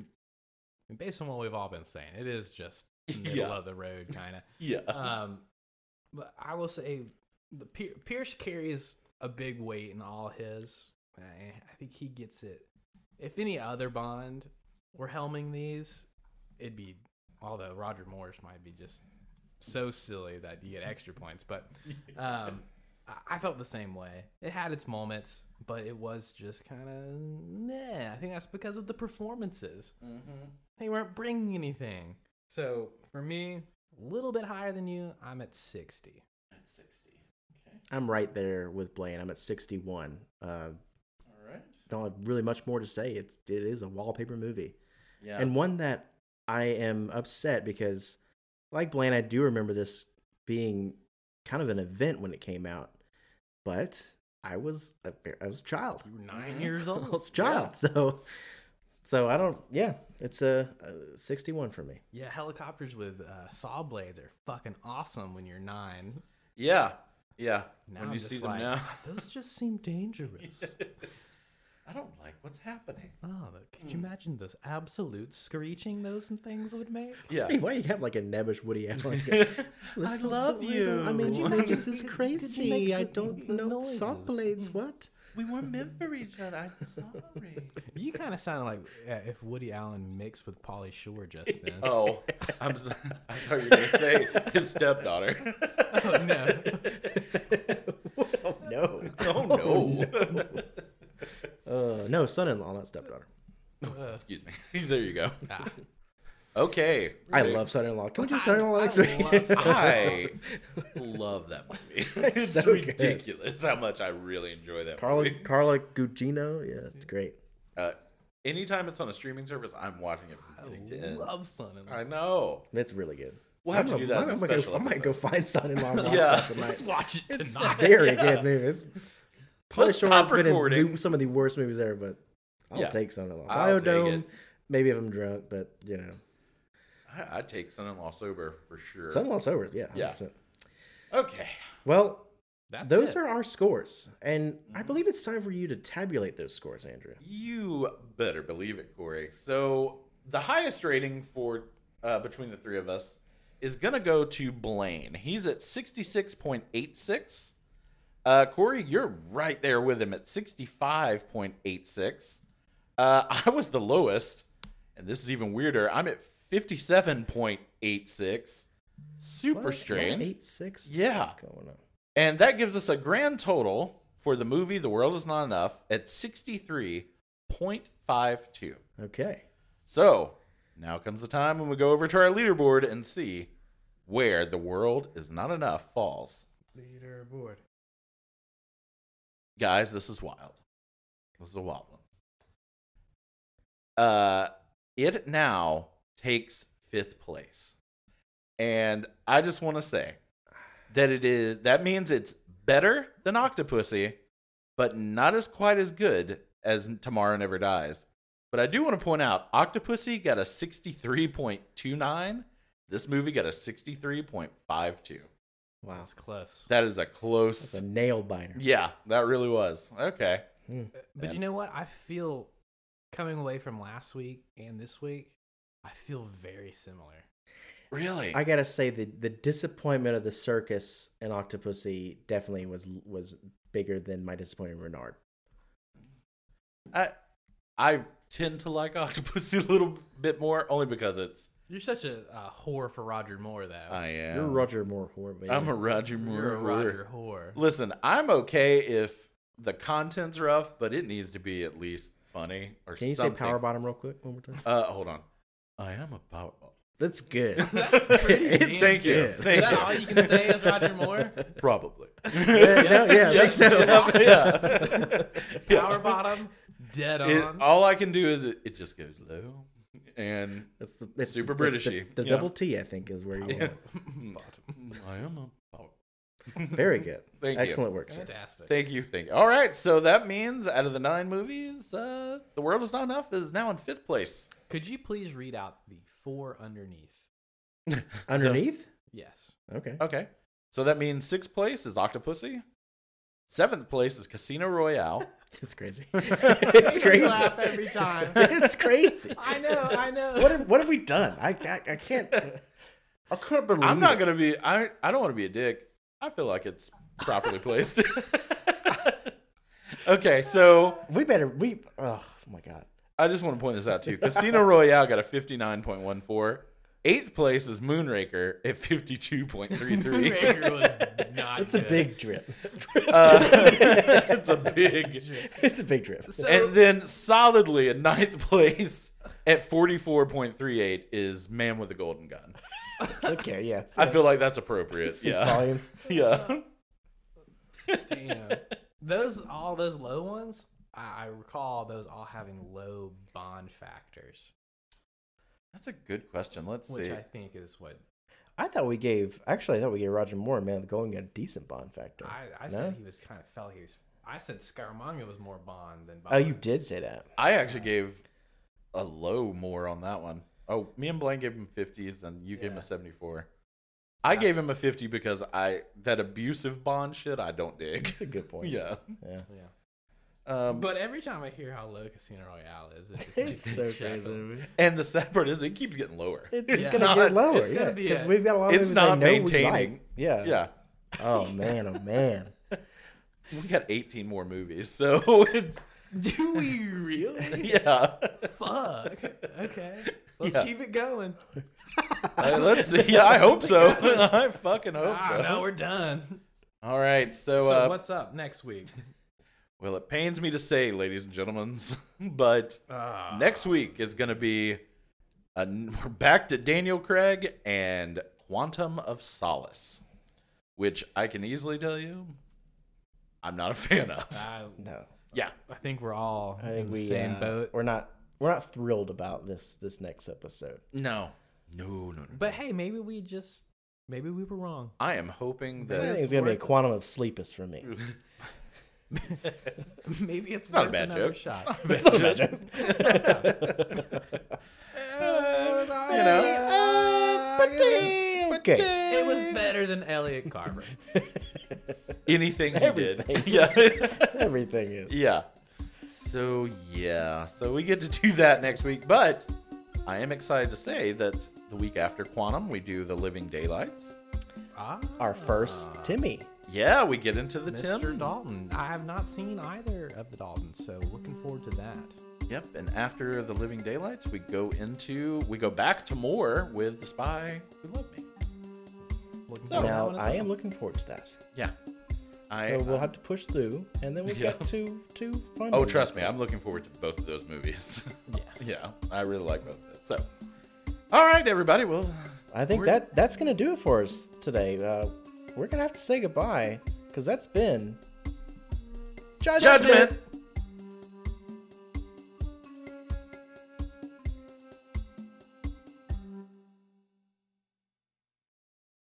D: Based on what we've all been saying, it
C: *laughs*
D: is just middle
C: Yeah.
D: of the road kind of.
C: Yeah.
D: Um, but I will say the Pier- Pierce carries a big weight in all his. I I think he gets it. If any other Bond were helming these, it'd be although Roger Morris might be just so silly that you get extra points. But um, I- I felt the same way. It had its moments, but it was just kind of meh. I think that's because of the performances. They weren't bringing anything. So for me, a little bit higher than you. I'm at 60.
C: At 60. Okay.
B: I'm right there with Blaine. I'm at 61. Uh,
C: All right.
B: don't have really much more to say. It's it is a wallpaper movie.
C: Yeah.
B: and one that I am upset because, like Blaine, I do remember this being kind of an event when it came out, but I was a, I was a child,
D: You were nine
C: Mm-hmm. *laughs*
D: years
B: *laughs*
D: old.
B: I was a child, so so I don't. Yeah, it's a, a sixty-one for me.
D: Yeah, helicopters with uh, saw blades are fucking awesome when you're nine.
C: Yeah. Yeah.
D: Now
C: when
D: I'm
C: you
D: just
C: see them
D: like,
C: now,
D: *laughs* Those just seem
C: *laughs*
D: dangerous.
C: I don't like what's happening.
D: Oh, could
C: Hmm.
D: you imagine this absolute screeching those and things would make?
C: Yeah.
B: Hey, why do you have like a nebbish Woody Allen? I
C: love you.
B: I mean,
C: Could you
B: like,
C: make-
B: this is
D: make
B: crazy. I
D: the-
B: don't
D: the
B: know. Saw
D: noises?
B: blades, what?
C: We were meant for each other. I'm sorry.
D: You kind of sound like uh, if Woody Allen mixed with Polly Shore just
C: *laughs*
D: then.
C: *laughs* Oh, I'm. So, I thought you were gonna say his *laughs* stepdaughter.
D: Oh, no.
B: *laughs* oh no!
C: Oh no.
B: Uh, no, son-in-law, not stepdaughter.
C: Excuse me. *laughs* There you go.
D: Ah.
C: Okay.
B: I love son-in-law. Can we do
D: I-
B: son-in-law
D: I
B: next week?
D: love
C: I love that
B: *laughs*
C: movie. It's,
B: so good.
C: ridiculous how much I really enjoy
B: *laughs*
C: that
B: Carla
C: movie.
B: Carla Gugino. Yeah, it's great.
C: Uh, anytime it's on a streaming service, I'm watching it from beginning to end.
D: Love son in law.
C: I know.
B: That's really good.
C: We'll have to
B: I'm
C: do
B: a-
C: that
B: I'm
C: as a
B: gonna go-
C: special
B: I might go
C: episode.
B: find
C: *laughs*
B: son-in-law and watch
C: Yeah.
B: that tonight.
D: Let's watch it
B: *laughs* It's
D: tonight.
B: very good movie. It's probably
C: Let's
B: sure
C: stop
B: I've been in
C: recording.
B: new- some of the worst movies ever, but I'll
C: Yeah.
B: take son-in-law.
C: I'll take
B: Biodome,
C: it.
B: maybe if I'm drunk, but you know,
C: I, I'd take son-in-law sober for sure.
B: son-in-law sober. Yeah,
C: Yeah.
B: 100%.
C: Okay.
B: Well,
D: That's
B: those
D: it.
B: are our scores, and
C: Mm-hmm.
B: I believe it's time for you to tabulate those scores, Andrew.
C: You better believe it, Corey. So the highest rating for uh, between the three of us is gonna go to Blaine. He's at sixty six point eight six. Uh, Corey, you're right there with him at sixty five point eight six. Uh, I was the lowest, and this is even weirder. I'm at fifty seven point eight six. Super strange.
B: Eight six.
C: Yeah.
B: Going on.
C: And that gives us a grand total for the movie The World Is Not Enough at 63.52.
B: Okay.
C: So now comes the time when we go over to our leaderboard and see where The World Is Not Enough falls.
D: Leaderboard.
C: Guys, this is wild. This is a wild one. Uh, it now takes fifth place. And I just want to say that it is that means it's better than Octopussy, but not as quite as good as Tomorrow Never Dies. But I do want to point out Octopussy got a 63.29. This movie got a 63.52.
B: Wow.
D: That's close.
C: That is a
B: That's a
C: close.
B: nail biter.
C: Yeah, that really was. Okay.
B: Mm.
D: But
C: And-
D: you know what? I feel coming away from last week and this week, I feel very similar.
C: Really?
B: I gotta say the the disappointment of the circus and Octopussy definitely was was bigger than my disappointment in Renard.
C: I I tend to like *laughs* Octopussy a little bit more, only because it's
D: You're such a, a whore for Roger Moore, though.
C: I am.
B: You're Roger Moore whore, baby.
C: I'm a Roger Moore.
D: You're a
C: whore.
D: Roger whore.
C: Listen, I'm okay if the content's rough, but it needs to be at least funny or
B: Can you
C: something.
B: say power bottom real quick one more
C: *laughs*
B: time?
C: Uh, hold on. I am a *laughs* power bottom.
B: That's good.
D: *laughs* That's pretty
C: It's-
D: damn
C: thank you.
B: good.
D: Is
C: Thank
D: that
C: you.
D: all you can say is Roger Moore?
C: *laughs*
D: *laughs*
C: Probably.
B: *laughs*
C: *laughs*
B: yeah, no, *laughs* yeah, I
C: Yeah,
B: think so.
C: yeah, yeah. *laughs* *laughs* Yeah.
D: Power bottom, dead on.
C: It- all I can do is it, it just goes low and
B: That's the that's
C: Super
B: that's the-
C: Britishy.
B: The,
C: Yeah.
B: double T, I think, is where you
C: *laughs*
B: want. it.
C: I am a power.
B: *laughs* Very good.
C: *laughs* Thank you.
B: Excellent work, sir.
D: Fantastic.
C: Thank you, thank you. All right, so that means out of the nine movies, uh, The World Is Not Enough is now in fifth place.
D: Could you please read out the four underneath?
B: Underneath.
D: Yes.
C: *laughs*
B: Okay.
C: Okay, so that means sixth place is Octopussy. Seventh place is
B: *laughs*
C: Casino Royale.
B: It's crazy. It's crazy. *laughs*
D: laugh every time.
B: it's crazy.
D: *laughs* I know, I know.
B: What have, what have we done? I I, I can't. I couldn't believe.
C: I'm not
B: it.
C: gonna be. I I don't want to be a dick. I feel like it's
B: *laughs*
C: properly placed. *laughs* okay, so
B: We better. We. Oh my god.
C: I just want to point this out to you. Casino Royale got a 59.14. Eighth place is Moonraker at
D: *laughs*
C: 52.33.
D: Rager was not
B: It's a
D: good.
B: big drip.
C: Uh, *laughs* it's a big.
B: *laughs* It's a big drip.
D: So,
C: and then solidly in ninth place at 44.38 is Man with a Golden Gun.
B: Okay. Yeah. It's,
C: I feel like that's appropriate.
B: it's
C: yeah.
B: volumes.
C: Yeah.
D: damn. Those all those low ones, I, I recall those all having low bond factors,
C: That's a good question. Let's
D: which
C: see.
D: I think is what
B: I thought we gave. Actually, I thought we gave Roger Moore Man with Golden Gun a decent bond factor.
D: I, I
B: No?
D: said. He was kind of felt he was. I said Scaramanga was more bond than bond.
B: Oh, you did say that.
C: I actually gave a low more on that one. Oh, me and Blaine gave him 50s and you gave him a
D: Yeah.
C: 74. I gave him a 50 because I that abusive bond shit I don't dig. *laughs*
B: It's a good point.
C: yeah.
B: Yeah.
D: *laughs* Yeah.
C: Um,
D: But every time I hear how low Casino Royale is, it
B: *laughs*
D: just
B: It's
D: makes me *laughs*
B: so
D: chuckle.
B: crazy. to me.
C: and the sad part is it keeps getting lower.
B: It's, it's
D: Yeah.
B: gonna
C: not-
B: get lower.
D: it's gonna be
B: because
D: a-
B: we've got a lot of
C: It's
B: movies
C: not
B: I know we like.
C: maintaining.
B: Yeah.
C: Yeah.
B: Oh man. Oh man.
C: We got 18 more movies, so *laughs*
D: *laughs*
C: it's
D: Do we really?
C: yeah.
D: Fuck. Okay. Let's
C: Yeah.
D: keep it going.
C: Uh, let's see. Yeah, I hope so. *laughs* I fucking hope
D: Ah,
C: so.
D: no, we're done.
C: All right, so,
D: So,
C: uh,
D: what's up next week?
C: well, it pains me to say, ladies and gentlemen, *laughs* but
D: Uh,
C: next week is going to be a, *laughs* we're back to Daniel Craig and Quantum of Solace, which I can easily tell you, I'm not a fan of.
D: I,
B: *laughs* No.
C: yeah,
D: I think we're all
B: I think
D: in the
B: we
D: same
B: uh,
D: boat.
B: We're not. We're not thrilled about this. This next episode.
C: no, no, no, no.
D: But hey, maybe we just maybe we were wrong.
C: I am hoping
B: I
C: that
B: think
C: *laughs*
D: is
B: it's gonna be a
D: worth it.
B: quantum of sleepus for me.
D: *laughs*
B: *laughs*
D: maybe it's
C: not a
D: worth
C: bad
D: another
C: joke.
D: *laughs* shot.
B: It's not a bad joke.
C: you
D: *laughs*
C: know,
B: okay.
D: Uh, It was better than Elliot *laughs* Carver.
C: anything he did.
B: Everything.
C: *laughs* Yeah.
B: Everything is.
C: Yeah. So yeah. So we get to do that next week, but I am excited to say that the week after Quantum, we do the Living Daylights.
E: Ah,
B: Our first Timmy.
C: Yeah, we get into the
E: Mr.
C: Tim.
E: Dalton. I have not seen either of the Daltons, so looking forward to that.
C: Yep, and after the Living Daylights, we go into we go back to more with the Spy Who Loved Me.
E: Looking
C: So-
E: forward to that
D: Oh,
B: now
E: one as
B: I
E: well.
B: am looking forward to that.
C: Yeah, I.
B: So we'll
C: uh,
B: have to push through, and then we've
C: Yeah.
B: got two two fun.
C: oh,
B: movies.
C: trust me, I'm looking forward to both of those movies.
E: Yes.
C: *laughs* yeah, I really like both of those. So, all right, everybody, we'll
B: I think
C: We're-
B: that that's gonna do it for us today. Uh, we're gonna have to say goodbye because that's been
C: judgment.